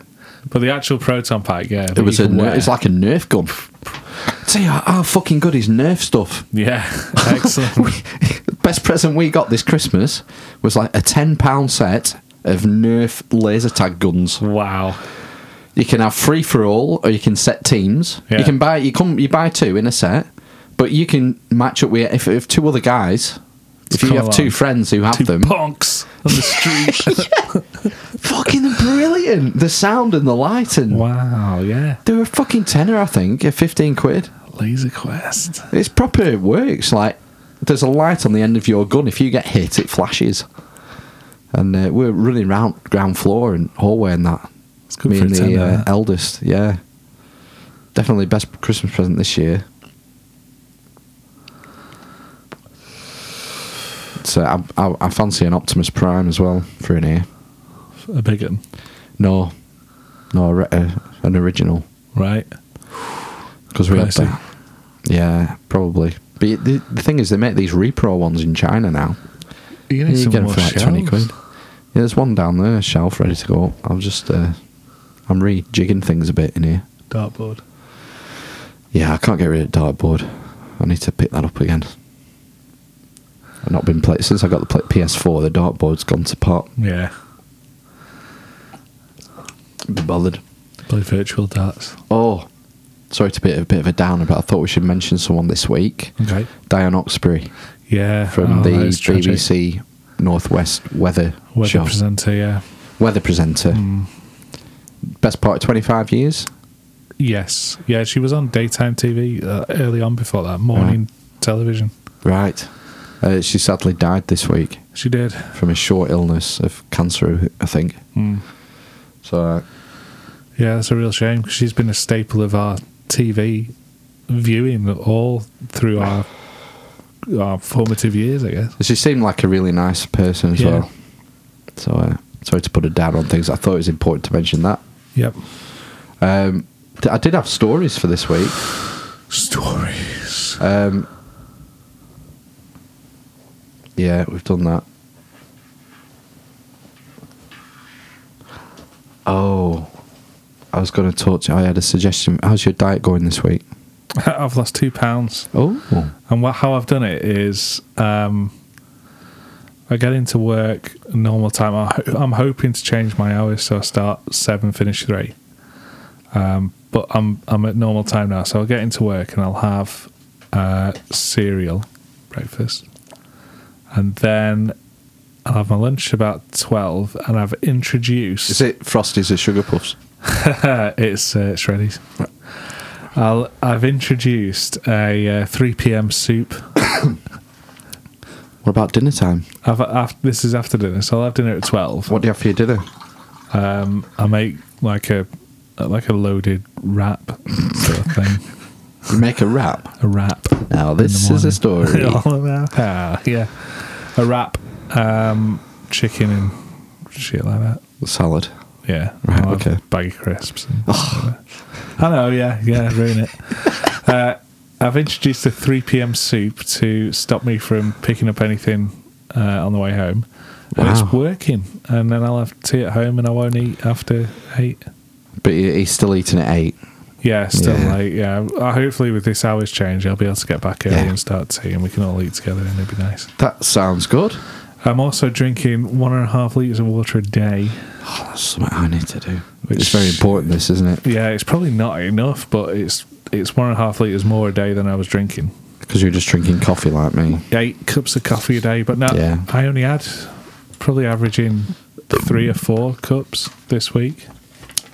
Speaker 4: but the actual proton pack. Yeah,
Speaker 2: It was a ner- it's like a Nerf gun. See how, how fucking good is Nerf stuff.
Speaker 4: yeah, excellent.
Speaker 2: Best present we got this Christmas was like a ten pound set of Nerf laser tag guns.
Speaker 4: wow.
Speaker 2: You can have free for all, or you can set teams.
Speaker 4: Yeah.
Speaker 2: You can buy you come you buy two in a set, but you can match up with if, if two other guys. If you
Speaker 4: Come
Speaker 2: have
Speaker 4: along.
Speaker 2: two friends who have
Speaker 4: Two
Speaker 2: them,
Speaker 4: punks on the street.
Speaker 2: fucking brilliant! The sound and the lighting.
Speaker 4: wow. Yeah.
Speaker 2: They were fucking tenner, I think, at fifteen quid.
Speaker 4: Laser quest.
Speaker 2: It's proper. It works. Like there's a light on the end of your gun. If you get hit, it flashes. And uh, we're running round ground floor and hallway and that.
Speaker 4: It's good
Speaker 2: Me
Speaker 4: for a
Speaker 2: and the
Speaker 4: tenner,
Speaker 2: uh,
Speaker 4: that.
Speaker 2: eldest, yeah. Definitely best Christmas present this year. So I, I, I fancy an Optimus Prime as well for an ear. uh,
Speaker 4: A big one,
Speaker 2: No, no, a, re- uh, an original
Speaker 4: right?
Speaker 2: because we had
Speaker 4: Pricey.
Speaker 2: that. Yeah, probably. But the, the thing is, they make these repro ones in China now.
Speaker 4: You
Speaker 2: You can get them
Speaker 4: more
Speaker 2: for like twenty
Speaker 4: shells.
Speaker 2: quid. Yeah, there's one down there, shelf ready to go. up. I'm just, uh, I'm rejigging things a bit in here.
Speaker 4: Dartboard.
Speaker 2: Yeah, I can't get rid of dartboard. I need to pick that up again. I've not been playing since I got the play- PS4. The dartboard's gone to pot.
Speaker 4: Yeah.
Speaker 2: Be bothered.
Speaker 4: Play virtual darts.
Speaker 2: Oh, sorry to be a bit of a downer, but I thought we should mention someone this week.
Speaker 4: Okay.
Speaker 2: Diane Oxbury
Speaker 4: Yeah.
Speaker 2: from
Speaker 4: oh,
Speaker 2: the
Speaker 4: that is tragic.
Speaker 2: BBC Northwest Weather,
Speaker 4: Weather
Speaker 2: show.
Speaker 4: presenter, yeah.
Speaker 2: weather presenter. Best part of 25 years.
Speaker 4: Yes. Yeah, she was on daytime TV uh, early on before that, morning
Speaker 2: Uh-huh.
Speaker 4: television.
Speaker 2: Right. Uh, she sadly died this week
Speaker 4: She did.
Speaker 2: from a short illness of cancer, I think. So, uh,
Speaker 4: Yeah, that's a real shame 'cause she's been a staple of our TV viewing all through our our formative years, I guess.
Speaker 2: she seemed like a really nice person as
Speaker 4: Yeah.
Speaker 2: well. So, uh, sorry to put her down on things. I thought it was important to mention that.
Speaker 4: Yep.
Speaker 2: Um, th- I did have stories for this week.
Speaker 4: Stories.
Speaker 2: Um, yeah, we've done that. Oh, I was going to talk to you. I had a suggestion. How's your diet going this week?
Speaker 4: I've lost two pounds.
Speaker 2: Oh,
Speaker 4: And what, how I've done it is um, I get into work normal time. I, ho- I'm hoping to change my hours, so I start seven, finish three. Um, but I'm I'm at normal time now, so I'll get into work and I'll have uh, cereal breakfast, and then I'll have my lunch about twelve, and I've introduced
Speaker 2: is it Frosties or Sugar Puffs?
Speaker 4: it's uh, it's ready. I'll, I've introduced a uh, 3 p.m. soup
Speaker 2: What about dinner time?
Speaker 4: I've, af this is after dinner, so I'll have dinner at twelve.
Speaker 2: What do you have for your dinner?
Speaker 4: Um, I make like a like a loaded wrap sort of thing,
Speaker 2: You make a wrap.
Speaker 4: a wrap.
Speaker 2: Now, this is a story.
Speaker 4: ah, yeah, a wrap, um, chicken and shit like that.
Speaker 2: Salad.
Speaker 4: Yeah,
Speaker 2: Right,
Speaker 4: I'll have
Speaker 2: okay.
Speaker 4: a Bag of crisps. and stuff like that. I know. Yeah, yeah, ruin it. uh, I've introduced a 3 p.m. soup to stop me from picking up anything uh, on the way home. And it's
Speaker 2: Wow.
Speaker 4: working. And then I'll have tea at home and I won't eat after eight.
Speaker 2: But he- he's still eating at eight.
Speaker 4: Yeah, still
Speaker 2: Yeah.
Speaker 4: late. Yeah, Uh, hopefully with this hours change, I'll be able to get back early
Speaker 2: Yeah.
Speaker 4: and start tea and we can all eat together and it'd be nice.
Speaker 2: That sounds good.
Speaker 4: I'm also drinking one and a half litres of water a day.
Speaker 2: That's something I need to do.
Speaker 4: Which-
Speaker 2: it's very important, this, isn't it?
Speaker 4: Yeah, it's probably not enough, but it's it's one and a half liters more a day than I was drinking.
Speaker 2: Because you're just drinking coffee like me.
Speaker 4: Eight cups of coffee a day, but now
Speaker 2: Yeah.
Speaker 4: I only had probably averaging three or four cups this week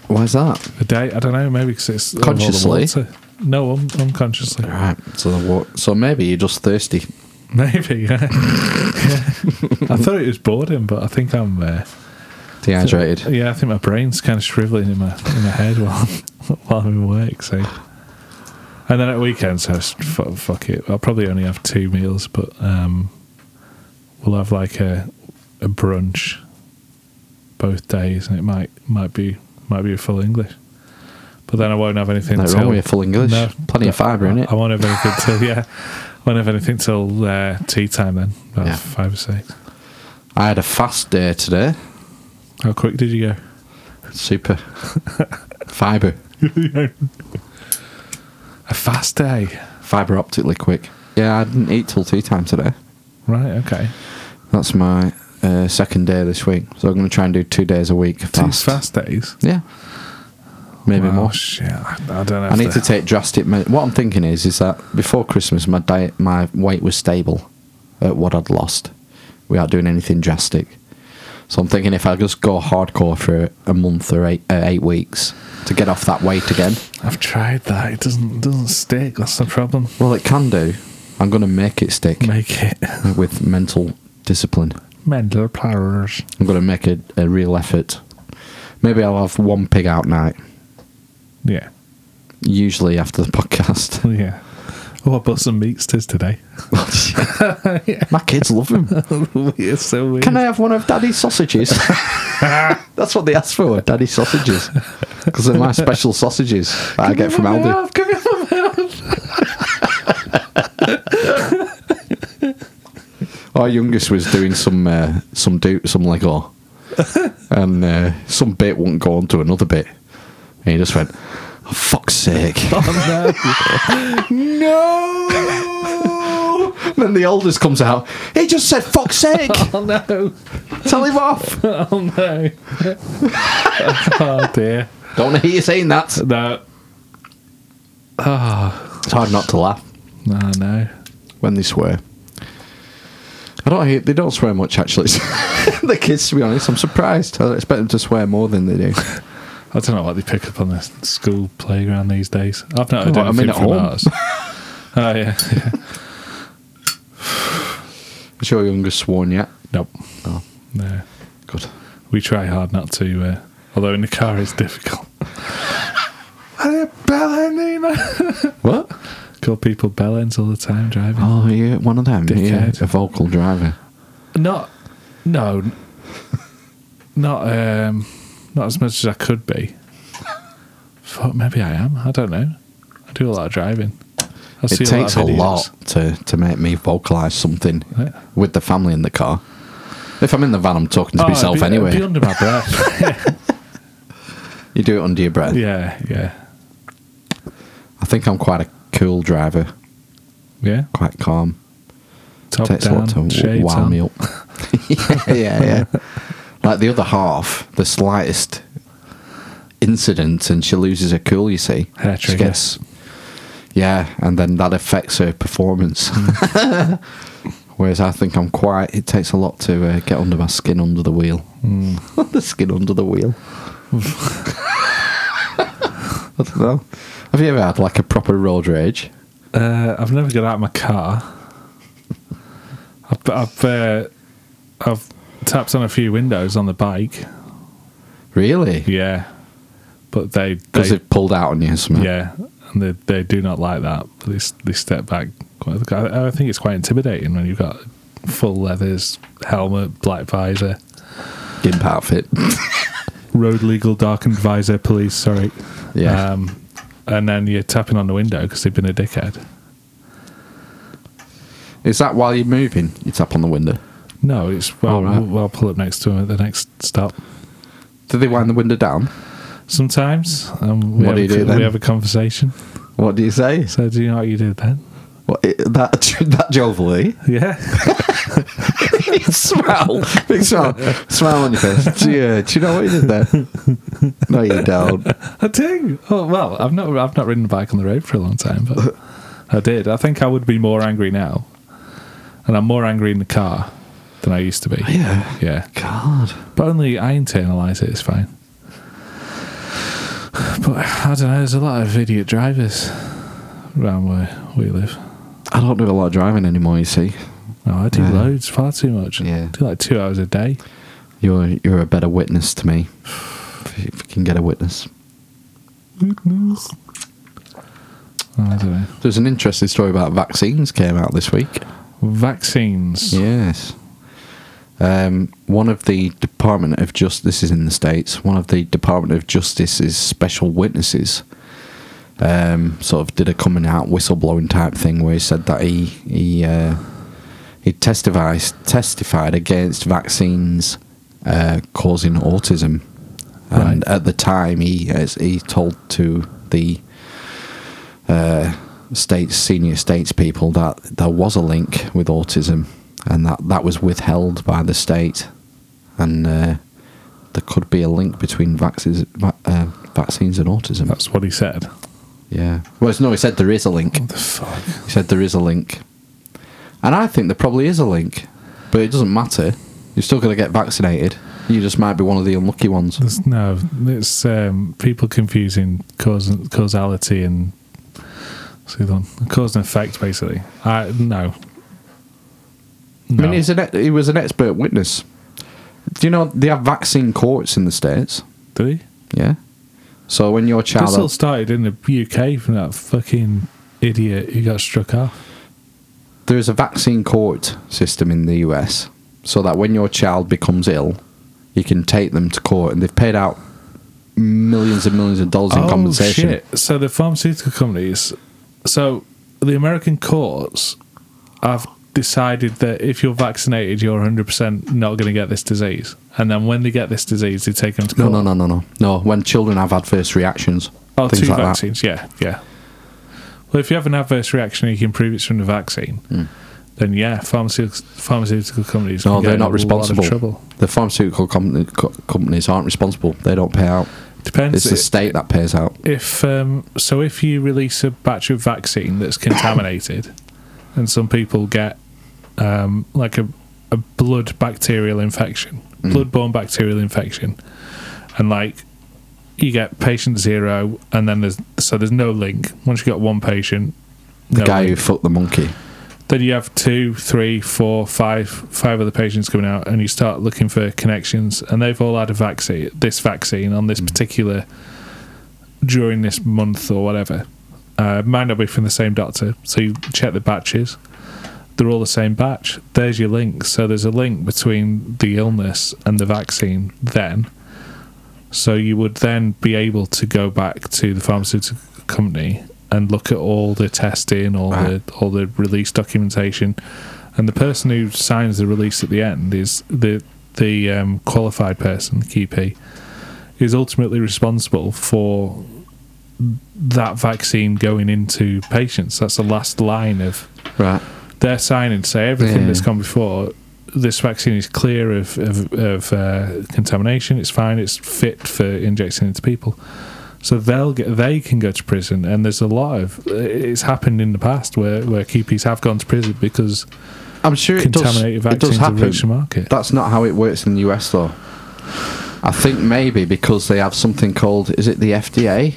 Speaker 2: Why is that?
Speaker 4: a day. I don't know, maybe because it's of all the
Speaker 2: Consciously?
Speaker 4: water. No, un- unconsciously.
Speaker 2: Right. So the wa- so maybe you're just thirsty.
Speaker 4: Maybe. Yeah. I thought it was boredom, but I think I'm. Uh,
Speaker 2: Dehydrated.
Speaker 4: yeah, I think my brain's kind of shriveling in my in my head while while I'm in work. So, and then at weekends, I just, fuck, fuck it. I'll probably only have two meals, but um, we'll have like a a brunch both days, and it might might be might be a full English. But But then I won't have anything
Speaker 6: Nothing
Speaker 4: till
Speaker 6: wrong with your full English.
Speaker 4: No.
Speaker 6: Plenty of fibre in it.
Speaker 4: I won't have anything till yeah. I won't have anything till uh, tea time then. About
Speaker 6: Yeah.
Speaker 4: five or six.
Speaker 6: I had a fast day today.
Speaker 4: How quick did you go?
Speaker 6: Super. fibre.
Speaker 4: A fast day.
Speaker 6: Fibre optically quick. Yeah, I didn't eat till tea time today.
Speaker 4: Right, okay.
Speaker 6: That's my uh, second day this week. So I'm going to try and do two days a week
Speaker 4: Two
Speaker 6: fast.
Speaker 4: fast days.
Speaker 6: Yeah. Maybe
Speaker 4: Wow,
Speaker 6: more.
Speaker 4: Shit, I, I don't know.
Speaker 6: I
Speaker 4: if
Speaker 6: need to
Speaker 4: they-
Speaker 6: take drastic measures. What I'm thinking is, is that before Christmas, my diet, my weight was stable at what I'd lost without doing anything drastic. So I'm thinking if I just go hardcore for a month or eight, uh, eight weeks to get off that weight again.
Speaker 4: I've tried that. It doesn't doesn't stick. That's the problem.
Speaker 6: Well, it can do. I'm going to make it stick
Speaker 4: Make it
Speaker 6: with mental discipline.
Speaker 4: mental powers.
Speaker 6: I'm going to make a, a real effort. Maybe I'll have one pig out night,
Speaker 4: Yeah,
Speaker 6: usually after the podcast.
Speaker 4: yeah. Oh, I bought some meatsters today.
Speaker 6: My kids love them.
Speaker 4: it's so weird.
Speaker 6: Can I have one of Daddy's sausages? That's what they asked for, Daddy's sausages. Because they're my special sausages that I get from Aldi. Our youngest was doing some uh, some do some Lego, and uh, some bit wouldn't go on to another bit, and he just went, oh, "Fuck's sake!" no. no. then the oldest comes out. He just said, "Fuck's sake!"
Speaker 4: Oh no!
Speaker 6: Tell him off.
Speaker 4: Oh no! oh dear!
Speaker 6: Don't want to hear you saying that.
Speaker 4: No!
Speaker 6: It's hard not to laugh.
Speaker 4: Oh no!
Speaker 6: when they swear. I don't. hear- They don't swear much actually. the kids, to be honest, I'm surprised. I expect them to swear more than they do.
Speaker 4: I don't know what they pick up on the school playground these days. I've not heard
Speaker 6: What, I
Speaker 4: anything
Speaker 6: mean at
Speaker 4: from
Speaker 6: home?
Speaker 4: ours. oh yeah. yeah.
Speaker 6: Is your youngest sworn yet?
Speaker 4: Nope.
Speaker 6: Oh.
Speaker 4: No.
Speaker 6: Good.
Speaker 4: We try hard not to. Uh, although in the car it's difficult. Bellending.
Speaker 6: What?
Speaker 4: Call people bellends all the time driving.
Speaker 6: Oh, you one of them. Yeah,
Speaker 4: Dickhead.
Speaker 6: a vocal driver.
Speaker 4: Not, no, n- not um, not as much as I could be. Fuck, maybe I am. I don't know. I do a lot of driving. I
Speaker 6: It takes a lot to, to make me vocalise something
Speaker 4: Yeah.
Speaker 6: with the family in the car. If I'm in the van, I'm talking to myself anyway.
Speaker 4: Oh, Be under my breath.
Speaker 6: you do it under your breath.
Speaker 4: yeah, yeah,
Speaker 6: I think I'm quite a cool driver,
Speaker 4: yeah.
Speaker 6: quite calm.
Speaker 4: Top
Speaker 6: takes
Speaker 4: down,
Speaker 6: a lot to w-
Speaker 4: shades
Speaker 6: wow
Speaker 4: on.
Speaker 6: me up. yeah, yeah, yeah. like the other half, the slightest incident and she loses her cool. You see,
Speaker 4: Hair
Speaker 6: she
Speaker 4: trigger.
Speaker 6: gets yeah, and then that affects her performance.
Speaker 4: Mm.
Speaker 6: Whereas I think I'm quite. It takes a lot to uh, get under my skin under the wheel.
Speaker 4: Mm.
Speaker 6: the skin under the wheel. I don't know. Have you ever had like a proper road rage?
Speaker 4: Uh, I've never got out of my car. I've I've, uh, I've tapped on a few windows on the bike.
Speaker 6: Really?
Speaker 4: Yeah, but they
Speaker 6: Because
Speaker 4: they
Speaker 6: they've pulled out on you or something.
Speaker 4: Yeah, and they they do not like that. But they s- they step back. quite- I I think it's quite intimidating when you've got full leathers, helmet, black visor,
Speaker 6: Gimp outfit.
Speaker 4: road legal darkened visor, police. Sorry.
Speaker 6: Yeah.
Speaker 4: Um, and then you're tapping on the window because they've been a dickhead.
Speaker 6: Is that while you're moving? You tap on the window.
Speaker 4: No, it's well,
Speaker 6: All right.
Speaker 4: we'll, we'll pull up next to them at the next stop.
Speaker 6: Do they wind the window down?
Speaker 4: Sometimes um, we,
Speaker 6: What
Speaker 4: have
Speaker 6: do you
Speaker 4: a,
Speaker 6: do
Speaker 4: co-
Speaker 6: then?
Speaker 4: we have a conversation.
Speaker 6: What do you say?
Speaker 4: So do you know what you did then?
Speaker 6: What, it, that that jovially?
Speaker 4: Yeah,
Speaker 6: smile, big smile, smile on your face. Do you, uh, do you know what you did there? No, you don't.
Speaker 4: I do. Oh well, I've not I've not ridden a bike on the road for a long time, but I did. I think I would be more angry now, and I'm more angry in the car than I used to be.
Speaker 6: Oh, Yeah.
Speaker 4: yeah.
Speaker 6: God,
Speaker 4: But only I internalise it. It's fine. But I don't know. There's a lot of idiot drivers around where we live.
Speaker 6: I don't do a lot of driving anymore. You see,
Speaker 4: No, I do
Speaker 6: Yeah.
Speaker 4: loads, far too much.
Speaker 6: Yeah.
Speaker 4: do like two hours a day.
Speaker 6: you're you're a better witness to me. If you can get a witness.
Speaker 4: Oh, I don't know.
Speaker 6: There's an interesting story about vaccines came out this week.
Speaker 4: Vaccines.
Speaker 6: Yes. Um, one of the Department of Justice, this is in the States, one of the Department of Justice's special witnesses
Speaker 2: um, sort of did a coming out whistleblowing type thing where he said that he he uh, he testified testified against vaccines uh, causing autism, and at the time he as he told to the uh, states senior states people that there was a link with autism, and that that was withheld by the state, and. Uh, there could be a link between vaccines, va- uh, vaccines and autism.
Speaker 4: That's what he said.
Speaker 2: Yeah. Well, it's- no, he said there is a link.
Speaker 4: the fuck?
Speaker 2: He said there is a link. And I think there probably is a link. But it doesn't matter. You're still going to get vaccinated. You just might be one of the unlucky ones.
Speaker 4: There's no, it's um, people confusing cause causality and what's the other one? cause and effect, basically. I no.
Speaker 2: I mean, he's an, e- he was an expert witness. Do you know they have vaccine courts in the States?
Speaker 4: do he?
Speaker 2: Yeah. So when your
Speaker 4: This all
Speaker 2: child.
Speaker 4: started in the UK from that fucking idiot who got struck off.
Speaker 2: There's a vaccine court system in the US so that when your child becomes ill, you can take them to court. And they've paid out millions and millions of dollars in compensation.
Speaker 4: Oh, So the pharmaceutical companies, so the American courts have decided that if you're vaccinated, you're 100% not going to get this disease. And then when they get this disease, they take them to
Speaker 2: No,
Speaker 4: court.
Speaker 2: no, no, no, no, no. When children have adverse reactions,
Speaker 4: Oh,
Speaker 2: things
Speaker 4: two
Speaker 2: like that.
Speaker 4: vaccines. Yeah, yeah. Well, if you have an adverse reaction, and you can prove it's from the vaccine. Then yeah, pharmaceutical pharmaceutical companies.
Speaker 2: Hmm. No,
Speaker 4: can
Speaker 2: they're
Speaker 4: get in a lot
Speaker 2: not
Speaker 4: of
Speaker 2: responsible.
Speaker 4: trouble.
Speaker 2: The pharmaceutical com- co- companies aren't responsible. They don't pay out.
Speaker 4: Depends
Speaker 2: It's the state that pays out.
Speaker 4: if um, so. If you release a batch of vaccine that's contaminated, and some people get um, like a, a blood bacterial infection,
Speaker 2: Hmm.
Speaker 4: bloodborne bacterial infection, and like you get patient zero, and then there's so there's no link. Once you got one patient,
Speaker 2: The
Speaker 4: no
Speaker 2: guy
Speaker 4: link.
Speaker 2: who fucked the monkey.
Speaker 4: then you have two, three, four, five, five other patients coming out, and you start looking for connections, and they've all had a vaccine, this vaccine on this particular during this month or whatever. Uh, it might not be from the same doctor, so you check the batches. They're all the same batch. There's your link. So there's a link between the illness and the vaccine. Then, so you would then be able to go back to the pharmaceutical company and look at all the testing, all the all the release documentation, and the person who signs the release at the end is the the um, qualified person, the QP, is ultimately responsible for that vaccine going into patients. That's the last line of
Speaker 2: Right.
Speaker 4: their signing to say everything
Speaker 2: Yeah.
Speaker 4: that's gone before. This vaccine is clear of of, of uh, contamination. It's fine. It's fit for injecting into people. So they'll get they can go to prison, and there's a lot of it's happened in the past where where QPs have gone to prison because
Speaker 2: I'm sure it does.
Speaker 4: contaminated
Speaker 2: It does
Speaker 4: vaccines have
Speaker 2: happen.
Speaker 4: reached the market.
Speaker 2: That's not how it works in the US, though. I think maybe because they have something called is it the FDA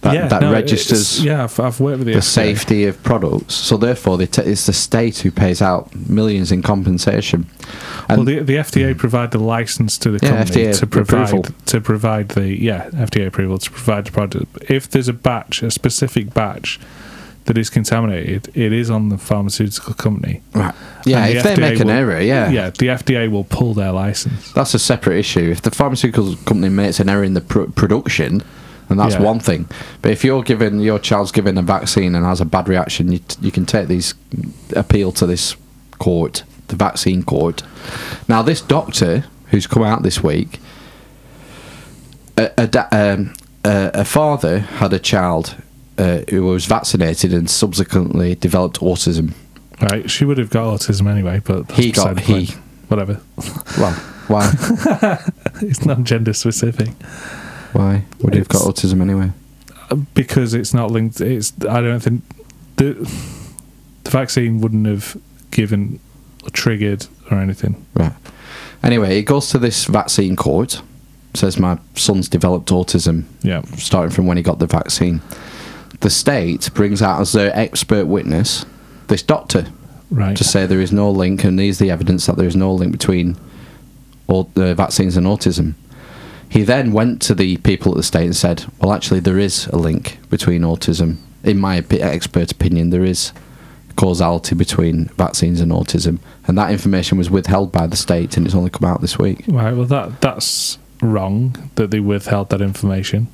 Speaker 2: that, that
Speaker 4: no,
Speaker 2: registers
Speaker 4: it's- Yeah, I've, I've worked with the
Speaker 2: the
Speaker 4: FDA.
Speaker 2: safety of products. So therefore, they t- it's the state who pays out millions in compensation. And
Speaker 4: well,
Speaker 2: Hmm.
Speaker 4: the, the FDA provide the license to the
Speaker 2: Yeah,
Speaker 4: company
Speaker 2: FDA
Speaker 4: to provide
Speaker 2: approval.
Speaker 4: to provide the yeah FDA approval to provide the product. If there's a batch, a specific batch that is contaminated, it is on the pharmaceutical company.
Speaker 2: right. Yeah,
Speaker 4: And
Speaker 2: if
Speaker 4: the
Speaker 2: they
Speaker 4: FDA
Speaker 2: make an
Speaker 4: will-
Speaker 2: error, yeah,
Speaker 4: yeah, the FDA will pull their license.
Speaker 2: That's a separate issue. If the pharmaceutical company makes an error in the pr- production, and that's
Speaker 4: Yeah.
Speaker 2: one thing. But if you're given your child's given a vaccine and has a bad reaction, you, t- you can take these appeal to this court, the vaccine court. Now, this doctor who's come out this week, a, a, da- um, a, a father had a child uh, who was vaccinated and subsequently developed autism.
Speaker 4: Right, she would have got autism anyway, but that's
Speaker 2: He
Speaker 4: beside
Speaker 2: got-
Speaker 4: the point.
Speaker 2: he.
Speaker 4: whatever.
Speaker 2: Well, why?
Speaker 4: it's not gender specific
Speaker 2: why would he have got autism anyway?
Speaker 4: because it's not linked. It's I don't think the the vaccine wouldn't have given or triggered or anything.
Speaker 2: Right. Anyway, it goes to this vaccine court. Says my son's developed autism
Speaker 4: Yeah.
Speaker 2: starting from when he got the vaccine. The state brings out as their expert witness this doctor
Speaker 4: Right.
Speaker 2: to say there is no link, and here's the evidence that there is no link between all the vaccines and autism. He then went to the people at the state and said, "Well, actually, there is a link between autism. In my opi- expert opinion, there is causality between vaccines and autism, and that information was withheld by the state, and it's only come out this week."
Speaker 4: Right. Well, that that's wrong that they withheld that information.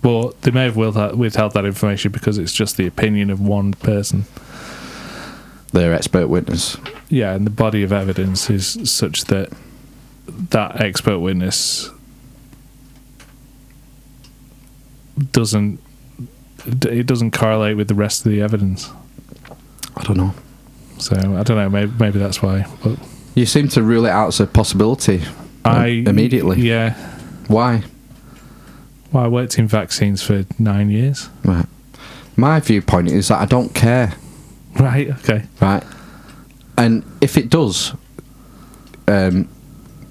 Speaker 4: But they may have withheld withheld that information because it's just the opinion of one person.
Speaker 6: They're expert witness.
Speaker 4: Yeah, and the body of evidence is such that that expert witness doesn't it doesn't correlate with the rest of the evidence.
Speaker 6: I don't know.
Speaker 4: So I don't know. Maybe, maybe that's why. But
Speaker 6: You seem to rule it out as a possibility.
Speaker 2: um,
Speaker 4: I
Speaker 6: im- immediately.
Speaker 4: yeah.
Speaker 6: Why?
Speaker 4: Well, I worked in vaccines for nine years.
Speaker 6: Right. My viewpoint is that I don't care.
Speaker 4: Right. Okay.
Speaker 6: Right. And if it does, um,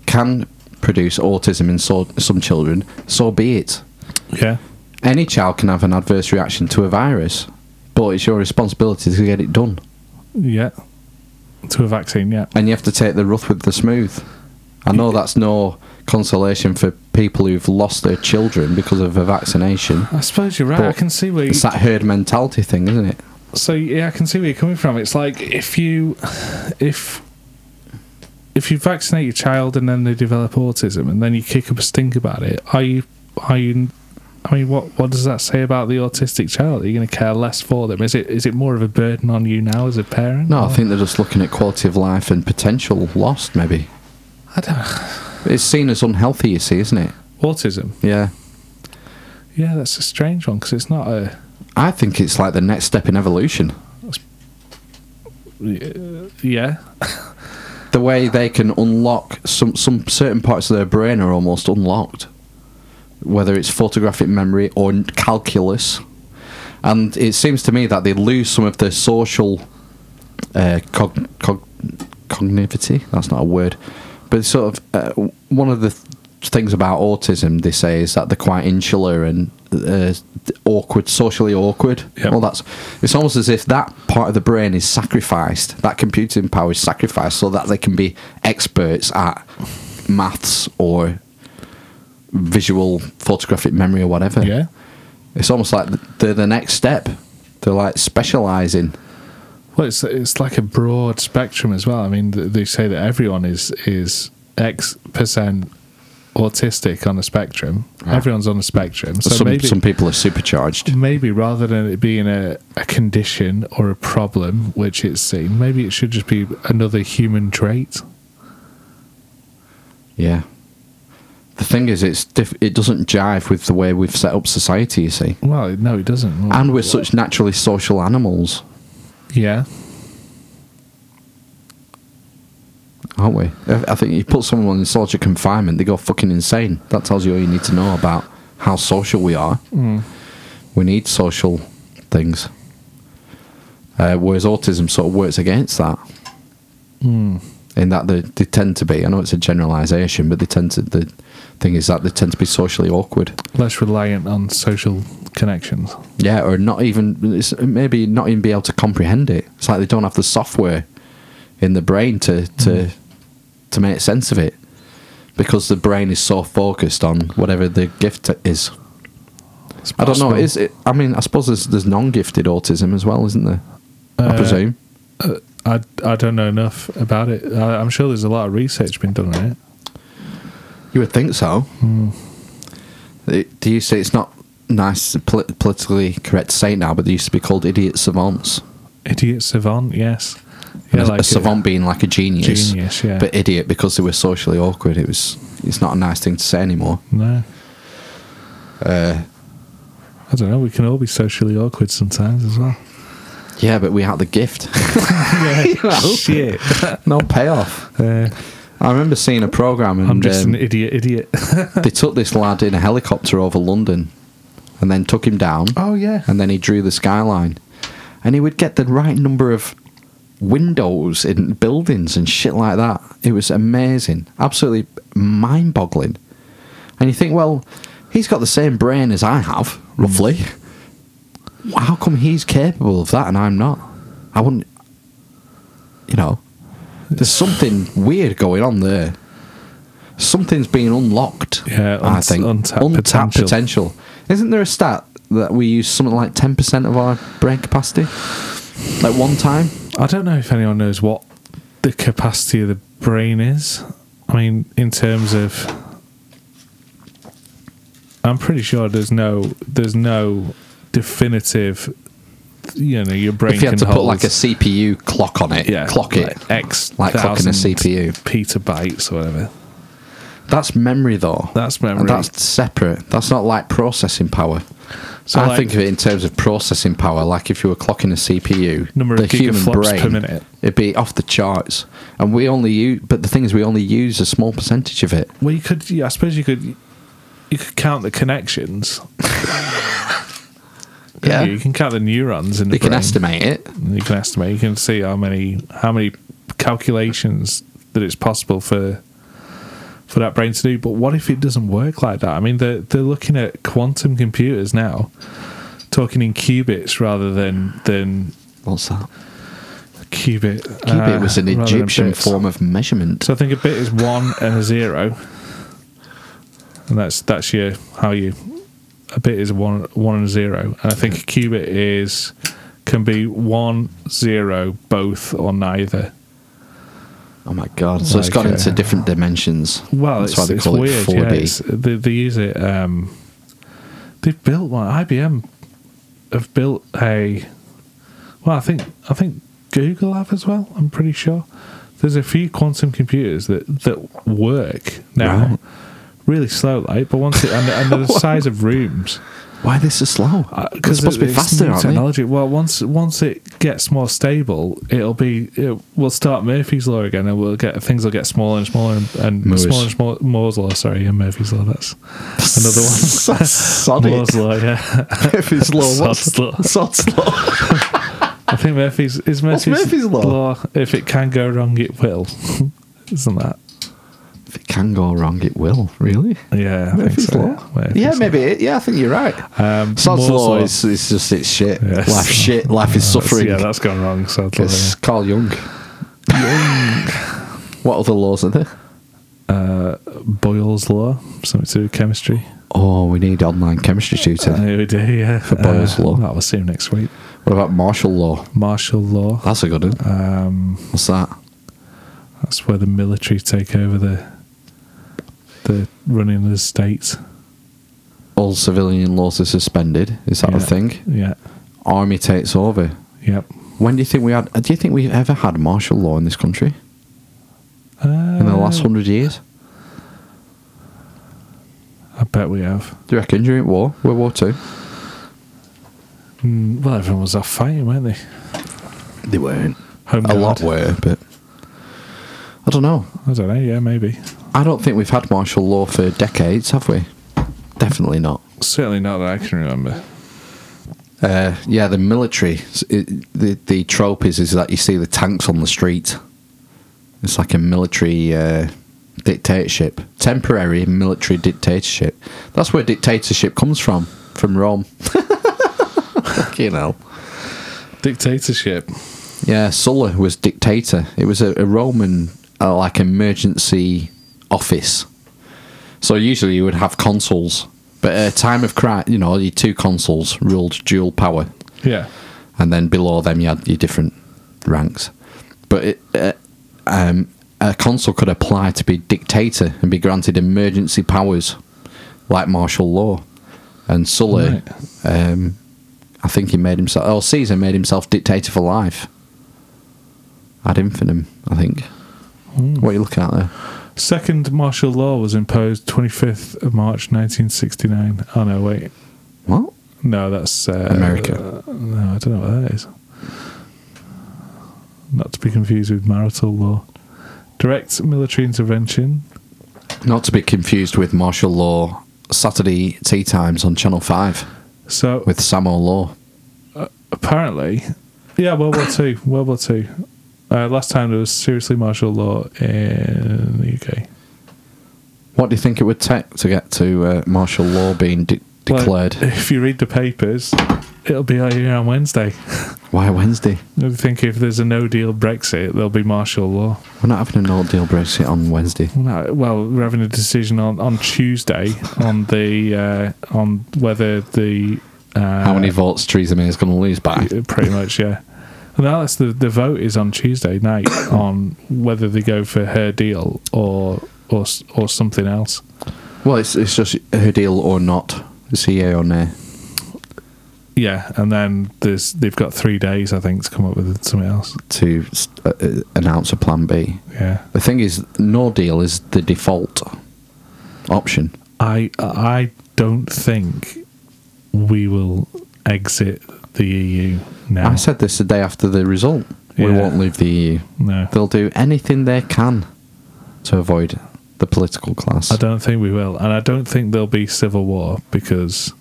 Speaker 6: can produce autism in so, some children, so be it.
Speaker 4: Yeah.
Speaker 6: Any child can have an adverse reaction to a virus, but it's your responsibility to get it done.
Speaker 4: Yeah. To a vaccine. Yeah.
Speaker 6: And you have to take the rough with the smooth. I know that's no consolation for people who've lost their children because of a vaccination.
Speaker 4: I suppose you're right.
Speaker 6: But
Speaker 4: I can see where you,
Speaker 6: It's that herd mentality thing, isn't it?
Speaker 4: so yeah, I can see where you're coming from. It's like if you if if you vaccinate your child and then they develop autism and then you kick up a stink about it, are you are you I mean what what does that say about the autistic child? Are you gonna care less for them? Is it is it more of a burden on you now as a parent?
Speaker 6: No, I
Speaker 4: Or-
Speaker 6: think they're just looking at quality of life and potential lost, maybe.
Speaker 4: I don't
Speaker 6: It's seen as unhealthy, you see, isn't it?
Speaker 4: autism.
Speaker 6: Yeah.
Speaker 4: Yeah, that's a strange one because it's not a
Speaker 6: I think it's like the next step in evolution.
Speaker 4: yeah.
Speaker 6: The way they can unlock some, some certain parts of their brain are almost unlocked, whether it's photographic memory or n- calculus. And it seems to me that they lose some of their social uh, cog- cog- cognitivity. That's not a word, but sort of uh, w- one of the th- things about autism they say is that they're quite insular and uh, awkward, socially awkward.
Speaker 4: Yep.
Speaker 6: Well, that's it's almost as if that part of the brain is sacrificed. That computing power is sacrificed so that they can be experts at maths or visual photographic memory or whatever
Speaker 4: Yeah.
Speaker 6: it's almost like they're the next step. They're like specialising.
Speaker 4: Well, it's it's like a broad spectrum as well. I mean, th- they say that everyone is is X percent autistic on a spectrum. Everyone's on a spectrum. So
Speaker 6: Ah. some
Speaker 4: maybe
Speaker 6: some people are supercharged.
Speaker 4: maybe rather than it being a, a condition or a problem, which it's seen, maybe it should just be another human trait.
Speaker 6: Yeah. The thing is, it's diff- it doesn't jive with the way we've set up society. You see,
Speaker 4: Well, no, it doesn't. Well,
Speaker 6: and we're such naturally social animals,
Speaker 4: yeah,
Speaker 6: aren't we? I I think you put someone in solitary confinement, they go fucking insane. That tells you all you need to know about how social we are. We need social things. Uh, whereas autism sort of works against that. in that they, they tend to be. I know it's a generalisation, but they tend to. The thing is that they tend to be socially awkward.
Speaker 4: less reliant on social connections.
Speaker 6: Yeah, or not even it's uh, maybe not even be able to comprehend it. It's like they don't have the software in the brain to to to make sense of it because the brain is so focused on whatever the gift is.
Speaker 4: It's
Speaker 6: I don't know.
Speaker 4: possible.
Speaker 6: Is it? I mean, I suppose there's, there's non-gifted autism as well, isn't there? I presume.
Speaker 4: I, I don't know enough about it. I, I'm sure there's a lot of research been done on it.
Speaker 6: You would think so. It- do you say it's not nice, pol- politically correct to say it now, but they used to be called idiot savants.
Speaker 4: Idiot savant, yes.
Speaker 6: a, a
Speaker 4: it.
Speaker 6: savant being like a genius,
Speaker 4: Genius, yeah.
Speaker 6: but idiot because they were socially awkward. It was. It's not a nice thing to say anymore.
Speaker 4: No,
Speaker 6: Uh,
Speaker 4: I don't know. We can all be socially awkward sometimes as well.
Speaker 6: yeah, but we had the gift. Oh,
Speaker 4: Shit.
Speaker 6: no payoff.
Speaker 4: Oh, Uh,
Speaker 6: I remember seeing a program and
Speaker 4: I'm just
Speaker 6: um,
Speaker 4: an idiot, idiot.
Speaker 6: they took this lad in a helicopter over London, and then took him down.
Speaker 4: oh, yeah.
Speaker 6: and then he drew the skyline. And he would get the right number of windows in buildings and shit like that. It was amazing, absolutely mind boggling. And you think, well, he's got the same brain as I have, roughly. How come he's capable of that and I'm not? I wouldn't, you know, there's something weird going on there. Something's being unlocked.
Speaker 4: Yeah,
Speaker 6: I
Speaker 4: unta-
Speaker 6: think
Speaker 4: untapped potential.
Speaker 6: potential. Isn't there a stat that we use something like ten percent of our brain capacity at one time?
Speaker 4: I don't know if anyone knows what the capacity of the brain is. I mean, in terms of I'm pretty sure there's no there's no definitive. You know, your brain
Speaker 6: if you had
Speaker 4: can
Speaker 6: to put
Speaker 4: hold
Speaker 6: like a CPU clock on it,
Speaker 4: yeah,
Speaker 6: clock it.
Speaker 4: like X
Speaker 6: Like clocking a
Speaker 4: thousand
Speaker 6: CPU.
Speaker 4: petabytes or whatever.
Speaker 6: That's memory though.
Speaker 4: That's memory.
Speaker 6: And that's separate. That's not like processing power.
Speaker 4: So
Speaker 6: I
Speaker 4: like-
Speaker 6: think of it in terms of processing power. Like if you were clocking a CPU,
Speaker 4: Number
Speaker 6: the
Speaker 4: of
Speaker 6: human
Speaker 4: gigaflops
Speaker 6: brain,
Speaker 4: per minute.
Speaker 6: it'd be off the charts. And we only use, but the thing is, we only use a small percentage of it.
Speaker 4: Well, you could. Yeah, I suppose you could. You could count the connections. couldn't you? you can count the neurons in the
Speaker 6: you can
Speaker 4: brain.
Speaker 6: estimate it.
Speaker 4: You can estimate. You can see how many how many calculations that it's possible for for that brain to do. But what if it doesn't work like that? I mean, they're they're looking at quantum computers now, talking in qubits rather than than
Speaker 6: What's that?
Speaker 4: qubit.
Speaker 6: Cubit
Speaker 4: uh,
Speaker 6: was an
Speaker 4: rather than
Speaker 6: Egyptian
Speaker 4: bits.
Speaker 6: form of measurement.
Speaker 4: So I think a bit is one and a zero, and that's that's your how you a bit is one one and a zero, and I think a qubit is can be one zero both or neither.
Speaker 6: Oh my god! So it's
Speaker 4: Like,
Speaker 6: gone
Speaker 4: uh,
Speaker 6: into different dimensions.
Speaker 4: Well,
Speaker 6: that's
Speaker 4: it's,
Speaker 6: why they
Speaker 4: it's
Speaker 6: call
Speaker 4: weird.
Speaker 6: it
Speaker 4: yeah,
Speaker 6: 4D.
Speaker 4: it's- they, they use it. Um, they've built one. IBM have built a. Well, I think I think Google have as well. I'm pretty sure. There's a few quantum computers that that work now,
Speaker 6: Right.
Speaker 4: really slow, like. But once it, and, and they're the size of rooms Uh,
Speaker 6: why this is slow? It's supposed to be
Speaker 4: it's new
Speaker 6: faster, aren't they?
Speaker 4: technology. Well, once once it gets more stable, it'll be it, we'll start Murphy's law again, and we'll get things will get smaller and smaller and, and
Speaker 6: Moore's.
Speaker 4: smaller and smaller. Moore's law, sorry, yeah, Murphy's law. That's another one.
Speaker 6: Sod
Speaker 4: Moore's law, yeah.
Speaker 6: Murphy's law. What's
Speaker 4: Sod's law.
Speaker 6: Sod's law?
Speaker 4: I think Murphy's is Murphy's,
Speaker 6: Murphy's law?
Speaker 4: If it can go wrong, it will. Isn't that?
Speaker 6: If it can go wrong, it will. Really?
Speaker 4: Yeah, I think
Speaker 6: Murphy's
Speaker 4: so,
Speaker 6: law.
Speaker 4: Murphy's
Speaker 6: yeah,
Speaker 4: law.
Speaker 6: maybe. It, yeah, I think you're right.
Speaker 4: Um,
Speaker 6: Sod's
Speaker 4: Moore's
Speaker 6: law is it's just it's shit.
Speaker 4: Yes.
Speaker 6: Life shit. Life is
Speaker 4: That's-
Speaker 6: suffering.
Speaker 4: Yeah, that's gone wrong. Sod's law.
Speaker 6: It's
Speaker 4: yeah.
Speaker 6: Carl Jung. what other laws are there?
Speaker 4: Boyle's law, something to do with chemistry.
Speaker 6: Oh, we need online chemistry tutor.
Speaker 4: Uh, we do, yeah. For
Speaker 6: Boyle's law.
Speaker 4: That will see him next week.
Speaker 6: what about martial law?
Speaker 4: martial law.
Speaker 6: That's a good one.
Speaker 4: Um,
Speaker 6: What's that?
Speaker 4: that's where the military take over the the running of the state.
Speaker 6: All civilian laws are suspended. Is that
Speaker 4: yeah.
Speaker 6: a thing?
Speaker 4: Yeah.
Speaker 6: Army takes over.
Speaker 4: Yep.
Speaker 6: When do you think we had? Do you think we've ever had martial law in this country
Speaker 4: Uh,
Speaker 6: in the last hundred years?
Speaker 4: I bet we have.
Speaker 6: Do you reckon during war, World War Two?
Speaker 4: Mm, well, everyone was off fighting, weren't they?
Speaker 6: They weren't.
Speaker 4: Home
Speaker 6: A lot
Speaker 4: guard.
Speaker 6: were, but I don't know.
Speaker 4: I don't know. Yeah, maybe.
Speaker 6: I don't think we've had martial law for decades, have we? Definitely not.
Speaker 4: Certainly not that I can remember.
Speaker 6: Uh, yeah, the military. s- It, the the trope is is that you see the tanks on the street. It's like a military uh, dictatorship, temporary military dictatorship. That's where dictatorship comes from, from Rome. you know.
Speaker 4: Dictatorship.
Speaker 6: Yeah, Sulla was dictator. It was a, a Roman uh, like emergency office. So usually you would have consuls, but at a time of crime, you know, your two consuls ruled dual power,
Speaker 4: Yeah.
Speaker 6: and then below them you had your different ranks. But it, uh, um, a consul could apply to be dictator and be granted emergency powers, like martial law. And Sulla,
Speaker 4: Right.
Speaker 6: um, I think he made himself. Oh, Caesar made himself dictator for life. Ad infinitum, I think.
Speaker 4: Hmm.
Speaker 6: What are you looking at there?
Speaker 4: Second martial law was imposed 25th of March 1969. Oh, no, wait.
Speaker 6: What?
Speaker 4: No, that's uh,
Speaker 6: America.
Speaker 4: uh, no, I don't know what that is. Not to be confused with marital law. Direct military intervention.
Speaker 6: Not to be confused with martial law. Saturday tea times on Channel Five
Speaker 4: So
Speaker 6: with Samo Law.
Speaker 4: apparently, yeah, World War Two. World War Two. Uh, last time there was seriously martial law in the UK.
Speaker 6: What do you think it would take to get to uh, martial law being de-
Speaker 4: Well,
Speaker 6: declared?
Speaker 4: if you read the papers, it'll be out here on Wednesday.
Speaker 6: Why Wednesday?
Speaker 4: I think if there's a no deal Brexit, there'll be martial law.
Speaker 6: We're not having a no deal Brexit on Wednesday.
Speaker 4: No, well, we're having a decision on, on Tuesday on the uh, on whether the uh,
Speaker 6: How many votes Theresa May is going to lose by?
Speaker 4: pretty much yeah. No, that's the the vote is on Tuesday night on whether they go for her deal or or s- or something else.
Speaker 2: Well, it's it's just her deal or not. It's yay or nay.
Speaker 4: Yeah, and then there's they've got three days, I think, to come up with something else.
Speaker 2: to s- uh, uh, announce a plan B.
Speaker 4: Yeah,
Speaker 2: The thing is, no deal is the default option.
Speaker 4: I I don't think we will exit the EU now.
Speaker 2: I said this the day after the result. We
Speaker 4: Yeah.
Speaker 2: won't leave the EU.
Speaker 4: no,
Speaker 2: They'll do anything they can to avoid the political class.
Speaker 4: I don't think we will, and I don't think there'll be civil war because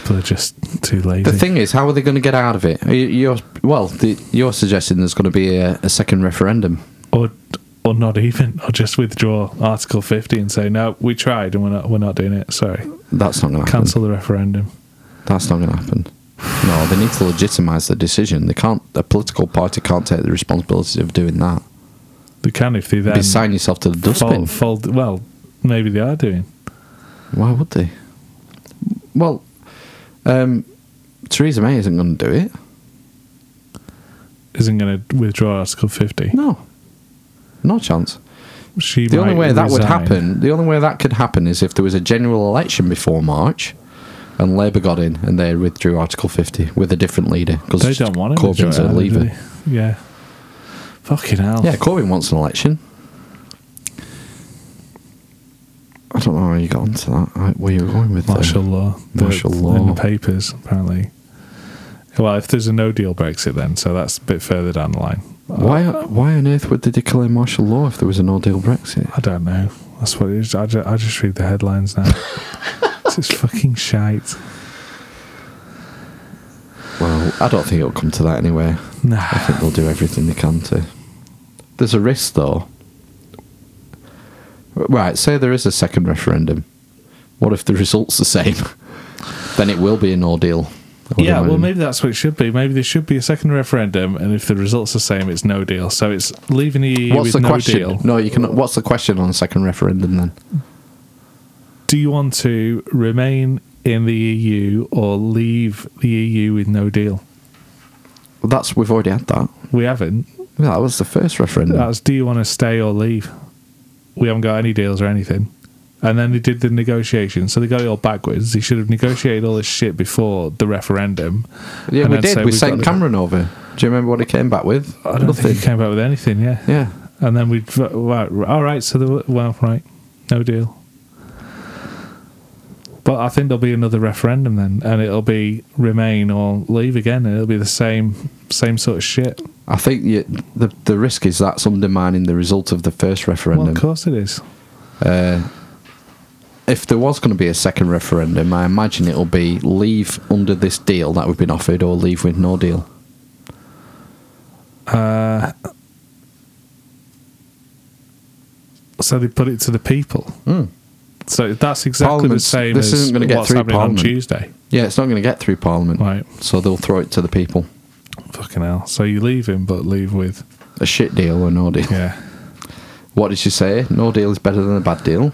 Speaker 4: people are just too lazy.
Speaker 2: The thing is, how are they going to get out of it? You- You're well. The, you're suggesting there's going to be a, a second referendum.
Speaker 4: or or not even, or just withdraw Article 50 and say no, we tried and we're not we're not doing it. Sorry,
Speaker 2: That's not going to happen.
Speaker 4: cancel the referendum.
Speaker 2: That's not going to happen. No, they need to legitimise the decision. They can't. A political party can't take the responsibility of doing that.
Speaker 4: They can if they then
Speaker 2: Be sign yourself to the dustbin.
Speaker 4: fold, fold. Well, maybe they are doing.
Speaker 2: Why would they? Well, um, Theresa May isn't going to do it.
Speaker 4: Isn't going to withdraw Article 50.
Speaker 2: No, no chance.
Speaker 4: She
Speaker 2: The only
Speaker 4: might
Speaker 2: way that would
Speaker 4: resign.
Speaker 2: happen, the only way that could happen, is if there was a general election before March, and Labour got in and they withdrew Article 50 with a different leader because
Speaker 4: They don't want to
Speaker 2: Corbyn's
Speaker 4: withdraw
Speaker 2: a
Speaker 4: either, do
Speaker 2: leader.
Speaker 4: they? Yeah. Fucking hell.
Speaker 2: Yeah, Corbyn wants an election. I don't know how you got onto that. I- Where you were going with that?
Speaker 4: Martial law. The-
Speaker 2: Martial
Speaker 4: In
Speaker 2: law.
Speaker 4: the papers, apparently. Well, if there's a no deal Brexit, then, so that's a bit further down the line.
Speaker 2: Why? Why on earth would they declare martial law if there was a No Deal Brexit?
Speaker 4: I don't know. That's what it is. I just, I just read the headlines now. this is fucking shite.
Speaker 2: Well, I don't think it'll come to that anyway. I
Speaker 4: Nah.
Speaker 2: think they'll do everything they can to. There's a risk, though. Right, say there is a second referendum. What if the result's the same? then it will be an ordeal. I would
Speaker 4: Yeah, well,
Speaker 2: imagine.
Speaker 4: maybe that's what it should be. Maybe there should be a second referendum, and if the results are the same, it's no deal. So it's leaving the EU
Speaker 2: What's
Speaker 4: with
Speaker 2: the
Speaker 4: no
Speaker 2: question?
Speaker 4: deal.
Speaker 2: No, you can. What's the question on a second referendum then?
Speaker 4: Do you want to remain in the EU or leave the EU with no deal?
Speaker 2: Well, that's we've already had that.
Speaker 4: We haven't.
Speaker 2: That was the first referendum.
Speaker 4: That's do you want to stay or leave? We haven't got any deals or anything. And then they did the negotiations, so they got it all backwards. They should have negotiated all this shit before the referendum.
Speaker 2: yeah,
Speaker 4: and
Speaker 2: we
Speaker 4: then
Speaker 2: did.
Speaker 4: say
Speaker 2: We
Speaker 4: we've
Speaker 2: sent
Speaker 4: got-
Speaker 2: Cameron over. Do you remember what he came back with?
Speaker 4: I don't think he came back with anything. Yeah,
Speaker 2: Yeah.
Speaker 4: and then we'd v- right, r- all right. So the well, right, no deal. But I think there'll be another referendum then, and it'll be Remain or Leave again, and it'll be the same same sort of shit.
Speaker 2: I think you, the the risk is that's undermining the result of the first referendum.
Speaker 4: Well, of course it is.
Speaker 2: if there was going to be a second referendum, I imagine it'll be leave under this deal that we've been offered or leave with no deal.
Speaker 4: So they put it to the people. So that's exactly
Speaker 2: Hmm. Parliament's-
Speaker 4: the same
Speaker 2: this
Speaker 4: as
Speaker 2: isn't gonna get
Speaker 4: what's
Speaker 2: through
Speaker 4: happening
Speaker 2: Parliament.
Speaker 4: on Tuesday.
Speaker 2: Yeah, it's not going to get through Parliament.
Speaker 4: Right.
Speaker 2: So they'll throw it to the people.
Speaker 4: Fucking hell. So you leave him, but leave with
Speaker 2: A shit deal or no deal.
Speaker 4: yeah.
Speaker 2: What did she say? No deal is better than a bad deal.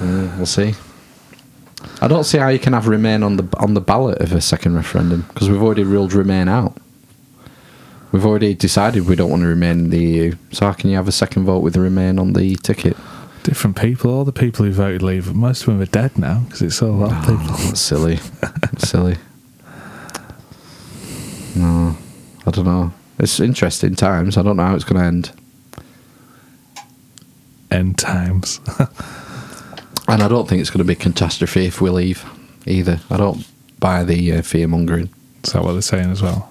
Speaker 2: Uh, we'll see. I don't see how you can have Remain on the on the ballot of a second referendum because we've already ruled Remain out. We've already decided we don't want to remain in the EU. So how can you have a second vote with Remain on the ticket?
Speaker 4: Different people. All the people who voted leave, most of them are dead now because it's all old people.
Speaker 2: Oh, that's silly. That's silly. No, I don't know. It's interesting times. I don't know how it's going to end.
Speaker 4: End times.
Speaker 2: And I don't think it's going to be a catastrophe if we leave either. I don't buy the uh, fear mongering.
Speaker 4: Is that what they're saying as well?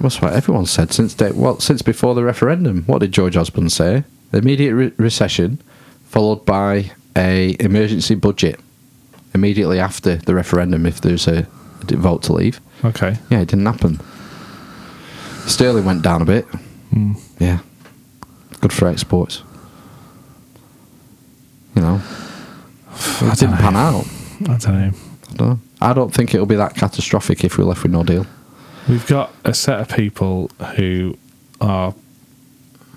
Speaker 2: That's what everyone said since day, well, since before the referendum. What did George Osborne say? Immediate re- recession, followed by a emergency budget immediately after the referendum if there's a d- vote to leave.
Speaker 4: Okay.
Speaker 2: Yeah, it didn't happen. Sterling went down a bit. Yeah. Good for exports. You know. It didn't pan out.
Speaker 4: I don't know.
Speaker 2: I don't, know. I don't think it'll be that catastrophic if we're left with no deal.
Speaker 4: We've got a set of people who are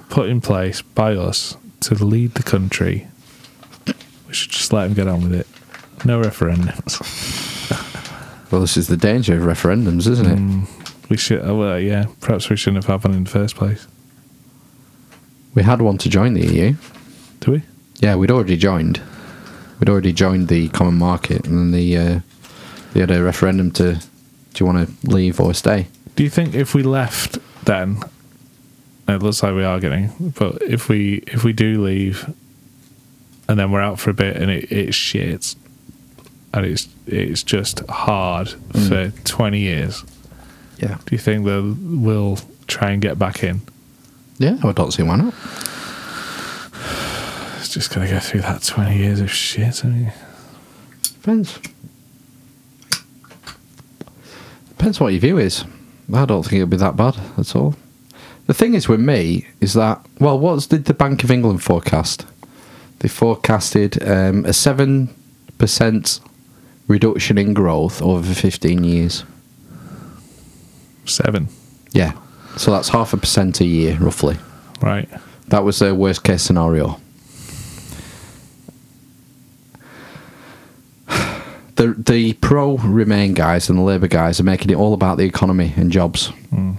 Speaker 4: put in place by us to lead the country. We should just let them get on with it. No referendums.
Speaker 2: Well, this is the danger of referendums, isn't it?
Speaker 4: We should, uh, well, yeah, perhaps we shouldn't have had one in the first place.
Speaker 2: We had one to join the EU.
Speaker 4: Do we?
Speaker 2: E Yeah, we'd already joined. We'd already joined the common market, and then the uh, they had a referendum to do you want to leave or stay?
Speaker 4: Do you think if we left then it looks like we are getting but if we if we do leave and then we're out for a bit and it, it's shit and it's it's just hard for twenty years,
Speaker 2: Yeah,
Speaker 4: do you think that we'll try and get back in?
Speaker 2: yeah. I don't see why not.
Speaker 4: It's just gotta go through that twenty years of shit, haven't you?
Speaker 2: Depends. Depends what your view is. I don't think it'll be that bad at all. The thing is with me is that well, what did the Bank of England forecast? They forecasted um, a seven percent reduction in growth over fifteen years.
Speaker 4: Seven.
Speaker 2: Yeah, so that's half a percent a year, roughly.
Speaker 4: Right.
Speaker 2: That was their worst case scenario. The the pro Remain guys and the Labour guys are making it all about the economy and jobs,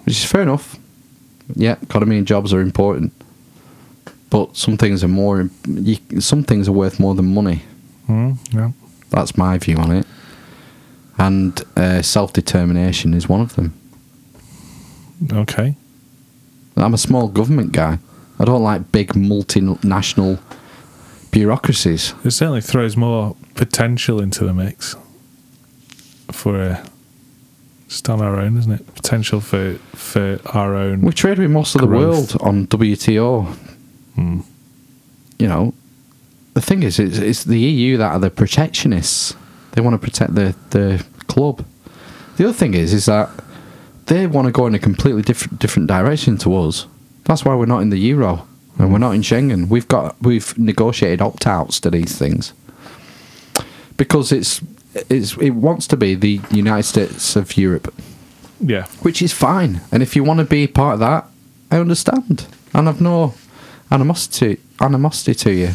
Speaker 2: which is fair enough. Yeah, economy and jobs are important, but some things are more. You, some things are worth more than money.
Speaker 4: Mm, yeah.
Speaker 2: That's my view on it. And uh, self determination is one of them.
Speaker 4: Okay.
Speaker 2: I'm a small government guy. I don't like big multinational bureaucracies.
Speaker 4: It certainly throws more potential into the mix for uh, just on our own, isn't it? Potential for for our own.
Speaker 2: We trade with most of the
Speaker 4: Growth.
Speaker 2: world on WTO.
Speaker 4: Hmm.
Speaker 2: You know, the thing is, it's, it's the EU that are the protectionists. They want to protect the the club. The other thing is, is that they want to go in a completely different different direction to us. That's why we're not in the euro and we're not in Schengen. We've got we've negotiated opt outs to these things because it's it's it wants to be the United States of Europe
Speaker 4: yeah,
Speaker 2: which is fine. And if you want to be part of that, I understand, and I've no animosity animosity to you.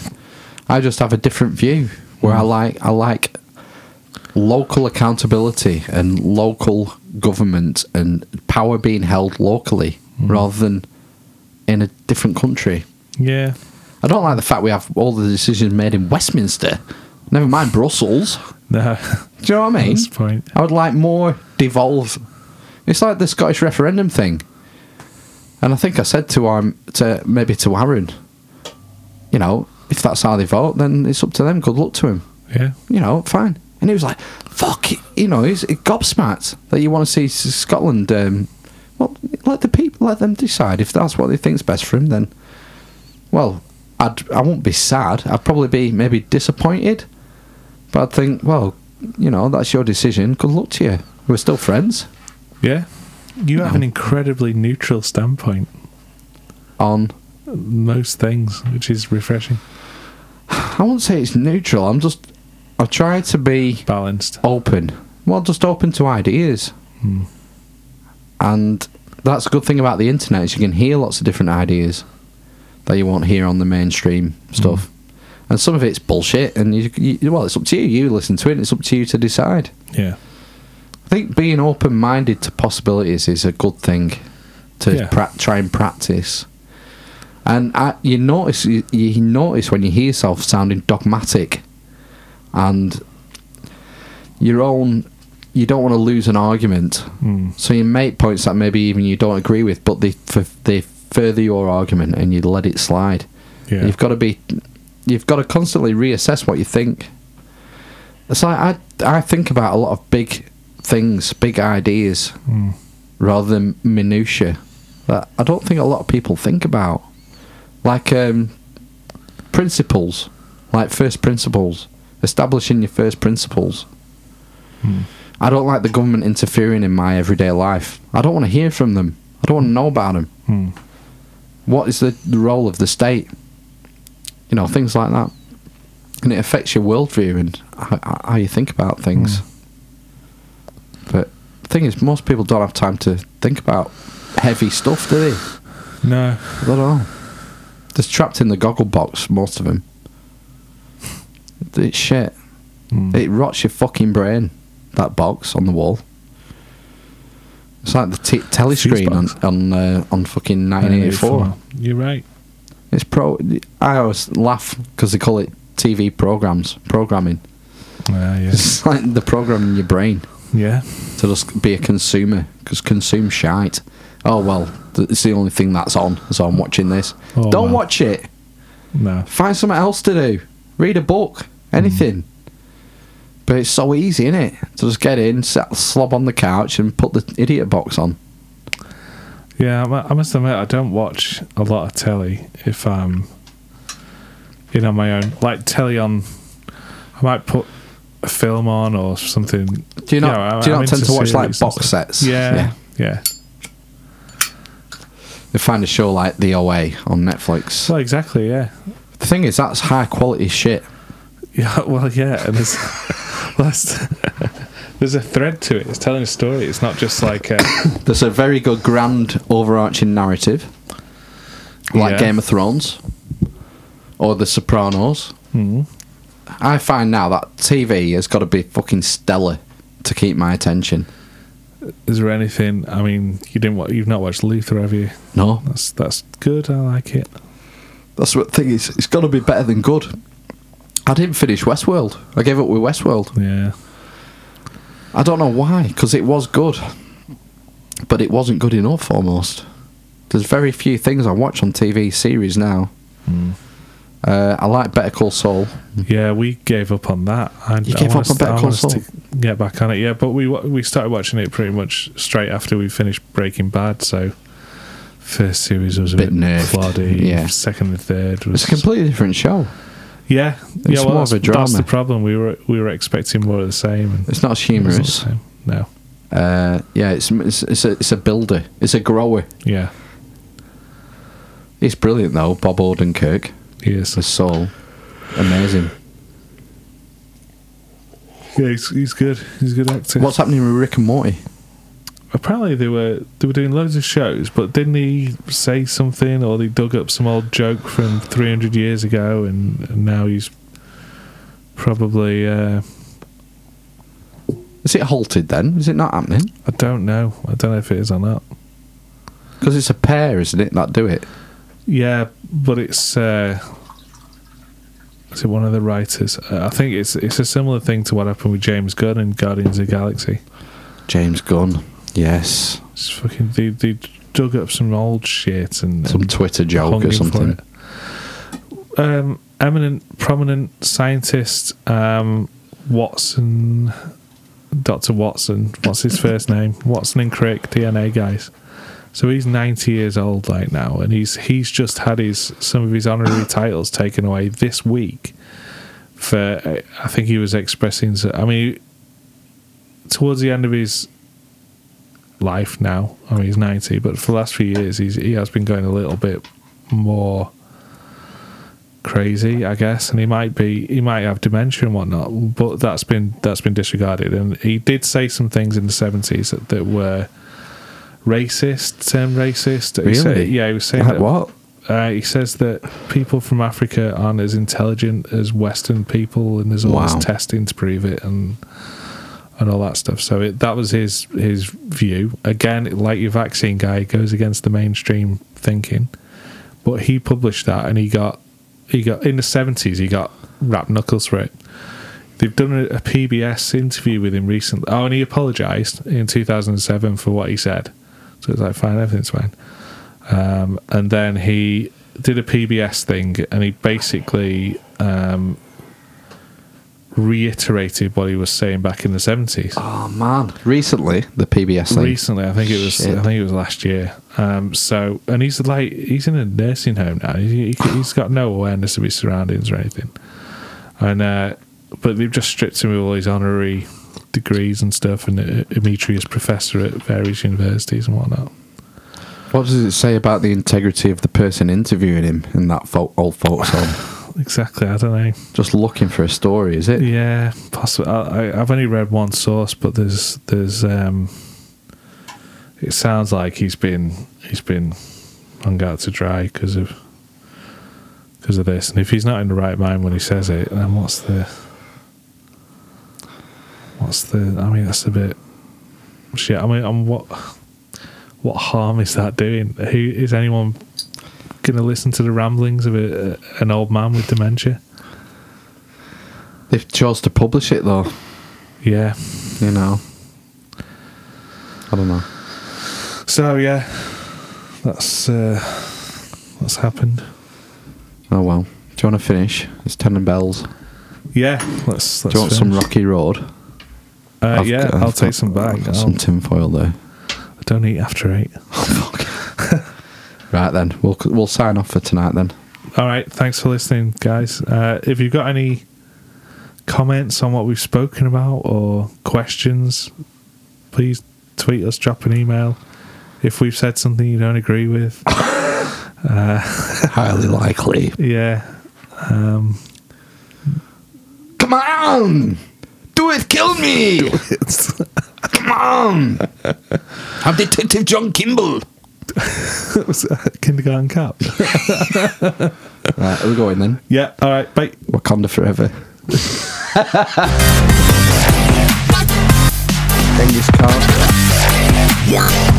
Speaker 2: I just have a different view where I like I like local accountability and local government and power being held locally rather than in a different country.
Speaker 4: yeah.
Speaker 2: I don't like the fact we have all the decisions made in Westminster. Never mind Brussels.
Speaker 4: No,
Speaker 2: Do you know what I mean?
Speaker 4: That's the point.
Speaker 2: I would like more devolve. It's like the Scottish referendum thing. And I think I said to um, to maybe to Aaron, you know, if that's how they vote, then it's up to them. Good luck to him.
Speaker 4: yeah.
Speaker 2: You know, fine. And he was like, "Fuck," it," you know, he's gobsmacked that you want to see S- Scotland. Um, well, let the people let them decide if that's what they think's best for him. Then, well, I'd I won't be sad. I'd probably be maybe disappointed, but I'd think, well, you know, that's your decision. Good luck to you. We're still friends
Speaker 4: Yeah. You have an incredibly neutral standpoint
Speaker 2: on
Speaker 4: on most things, which is refreshing.
Speaker 2: I wouldn't say it's neutral. I'm just. I try to be
Speaker 4: Balanced.
Speaker 2: open. Well, just open to ideas. And that's a good thing about the internet is you can hear lots of different ideas that you won't hear on the mainstream stuff. And some of it's bullshit. And you, you, well, it's up to you. You listen to it. And it's up to you to decide.
Speaker 4: Yeah.
Speaker 2: I think being open minded to possibilities is a good thing to
Speaker 4: Yeah.
Speaker 2: prac- try and practice. And I, you notice you, you notice when you hear yourself sounding dogmatic, and your own you don't want to lose an argument,
Speaker 4: Mm.
Speaker 2: so you make points that maybe even you don't agree with, but they f- they further your argument and you let it slide.
Speaker 4: Yeah.
Speaker 2: You've got to be, you've got to constantly reassess what you think. It's like I I think about a lot of big things, big ideas, rather than minutia that I don't think a lot of people think about, like um, principles, like first principles, establishing your first principles. I don't like the government interfering in my everyday life. I don't want to hear from them. I don't want to know about them.
Speaker 4: Hmm.
Speaker 2: What is the, the role of the state? You know, things like that. And it affects your worldview and how, how you think about things. But the thing is, most people don't have time to think about heavy stuff, do they?
Speaker 4: No.
Speaker 2: I don't know. Just trapped in the goggle box, most of them. It's shit.
Speaker 4: Mm.
Speaker 2: It rots your fucking brain. That box on the wall. It's like the t- telescreen on
Speaker 4: box.
Speaker 2: on, uh, on fucking 1984.
Speaker 4: You're right.
Speaker 2: It's pro. I always laugh because they call it TV programs, programming.
Speaker 4: Yeah, yeah.
Speaker 2: It's like the program in your brain
Speaker 4: yeah.
Speaker 2: to just be a consumer because consume shite. Oh well, th- it's the only thing that's on, so I'm watching this.
Speaker 4: Oh,
Speaker 2: Don't
Speaker 4: man.
Speaker 2: watch it.
Speaker 4: No.
Speaker 2: Find something else to do. Read a book. Anything.
Speaker 4: Mm.
Speaker 2: But it's so easy, isn't it? To just get in, sat, slob on the couch, and put the idiot box on.
Speaker 4: Yeah, I mu- I must admit, I don't watch a lot of telly if I'm, you know, my own. Like, telly on, I might put a film on or something.
Speaker 2: Do you not?
Speaker 4: know, I-
Speaker 2: do you
Speaker 4: I'm
Speaker 2: not tend
Speaker 4: into
Speaker 2: to watch like
Speaker 4: series and
Speaker 2: box
Speaker 4: stuff.
Speaker 2: sets?
Speaker 4: Yeah, yeah.
Speaker 2: They find a show like The OA on Netflix.
Speaker 4: Well, exactly, yeah.
Speaker 2: The thing is, that's high quality shit.
Speaker 4: Yeah, well, yeah. And there's, well, that's- there's a thread to it. It's telling a story. It's not just like, uh,
Speaker 2: There's a very good grand overarching narrative, like
Speaker 4: Yeah.
Speaker 2: Game of Thrones or The Sopranos.
Speaker 4: mm,
Speaker 2: I find now that TV has got to be fucking stellar to keep my attention.
Speaker 4: is there anything? I mean, you didn't. wa- You've not watched Luther, have you?
Speaker 2: No,
Speaker 4: That's that's good. I like it.
Speaker 2: that's what thing is. It's got to be better than good. I didn't finish Westworld. I gave up with Westworld.
Speaker 4: Yeah.
Speaker 2: I don't know why, because it was good, but it wasn't good enough. Almost. There's very few things I watch on TV series now. Uh, I like Better Call Saul.
Speaker 4: Yeah, we gave up on that. I,
Speaker 2: You
Speaker 4: I
Speaker 2: gave
Speaker 4: want us-
Speaker 2: up on Better
Speaker 4: I want
Speaker 2: Call
Speaker 4: us to
Speaker 2: Saul?
Speaker 4: Get back on it, yeah. But we wa- we started watching it pretty much straight after we finished Breaking Bad. So first series was a
Speaker 2: Bit
Speaker 4: bit,
Speaker 2: nerfed,
Speaker 4: ploddy.
Speaker 2: yeah.
Speaker 4: Second and third was
Speaker 2: It's a completely different show.
Speaker 4: yeah.
Speaker 2: it's
Speaker 4: yeah, well,
Speaker 2: more
Speaker 4: that's,
Speaker 2: of a
Speaker 4: that's
Speaker 2: drama.
Speaker 4: the problem. We were we were expecting more of the same. And
Speaker 2: It's not as
Speaker 4: it wasn't
Speaker 2: humorous.
Speaker 4: the same. No.
Speaker 2: Uh, yeah, it's it's it's a, it's a builder. It's a grower.
Speaker 4: Yeah.
Speaker 2: It's brilliant though. Bob Odenkirk
Speaker 4: Yes.
Speaker 2: as Saul, amazing.
Speaker 4: Yeah, he's, he's good. He's a good actor.
Speaker 2: What's happening with Rick and Morty?
Speaker 4: Apparently they were they were doing loads of shows, but didn't he say something or they dug up some old joke from three hundred years ago, and, and now he's probably uh,
Speaker 2: Is it halted then? Is it not happening?
Speaker 4: I don't know. I don't know if it is or not.
Speaker 2: Because it's a pair, isn't it? That do it.
Speaker 4: Yeah, but it's uh, is it one of the writers? Uh, I think it's it's a similar thing to what happened with James Gunn and Guardians of the Galaxy.
Speaker 2: James Gunn. Yes.
Speaker 4: It's fucking they they dug up some old shit and
Speaker 2: Some
Speaker 4: and
Speaker 2: Twitter joke
Speaker 4: hungry
Speaker 2: or
Speaker 4: for
Speaker 2: something.
Speaker 4: it. Um, eminent, prominent scientist um, Watson, Doctor Watson. What's his first name? Watson and Crick, DNA guys. So he's ninety years old, like now, and he's he's just had his some of his honorary titles taken away this week. For I think he was expressing. I mean, towards the end of his life now. I mean, he's 90, but for the last few years, he's, he has been going a little bit more crazy, I guess, and he might be he might have dementia and whatnot. But that's been that's been disregarded, and he did say some things in the 70s that, that were racist, term racist. He said-
Speaker 2: Really?
Speaker 4: yeah, he was saying
Speaker 2: Like
Speaker 4: that-
Speaker 2: what?
Speaker 4: uh, he says that people from Africa aren't as intelligent as Western people, and there's all
Speaker 2: Wow.
Speaker 4: this testing to prove it, and and all that stuff. So it, that was his his view. Again, like your vaccine guy, it goes against the mainstream thinking. But he published that, and he got he got in the seventies. He got rap knuckles for it. They've done a, a PBS interview with him recently. Oh, and he apologised in 2007 for what he said. So it's like, fine, everything's fine. Um, and then he did a PBS thing, and he basically um, reiterated what he was saying back in the seventies.
Speaker 2: Oh man! Recently, the PBS thing.
Speaker 4: Recently, I think it was.
Speaker 2: Shit.
Speaker 4: I think it was last year. Um, so, and he's like, he's in a nursing home now. He, he, he's got no awareness of his surroundings or anything. And uh, but they've just stripped him of all his honorary degrees and stuff, and uh, Demetrius professor at various universities and whatnot.
Speaker 2: What does it say about the integrity of the person interviewing him in that fo- old folks home?
Speaker 4: Exactly. I don't know.
Speaker 2: Just looking for a story, is it?
Speaker 4: Yeah, possibly. I, I- I've only read one source, but there's there's um, it sounds like he's been he's been hung out to dry because of because of this. And if he's not in the right mind when he says it, then what's the what's the? I mean, that's a bit shit. I mean, i what what harm is that doing? Who is anyone going to listen to the ramblings of a, an old man with dementia.
Speaker 2: They chose to publish it though,
Speaker 4: Yeah.
Speaker 2: you know. I don't know.
Speaker 4: So yeah, that's uh, what's happened.
Speaker 2: Oh well. Do you want to finish? It's ten and bells.
Speaker 4: Yeah, let's. let's
Speaker 2: Do you want some
Speaker 4: finish.
Speaker 2: Rocky Road?
Speaker 4: Uh,
Speaker 2: I've
Speaker 4: yeah,
Speaker 2: got-
Speaker 4: I'll
Speaker 2: I've
Speaker 4: take
Speaker 2: got-
Speaker 4: some
Speaker 2: I've
Speaker 4: back.
Speaker 2: got
Speaker 4: I'll-
Speaker 2: some tinfoil there.
Speaker 4: I don't eat after eight.
Speaker 2: Right then, we'll we'll sign off for tonight then.
Speaker 4: All right, thanks for listening, guys. Uh, if you've got any comments on what we've spoken about or questions, please tweet us, drop an email. If we've said something you don't agree with,
Speaker 2: Highly likely.
Speaker 4: yeah,
Speaker 2: Come on! Do it, kill me! Come on!
Speaker 5: I'm Detective John Kimball.
Speaker 4: kindergarten cap.
Speaker 2: Right, are we going then?
Speaker 4: yeah, all right, bye.
Speaker 2: Wakanda forever.
Speaker 3: Genghis Khan.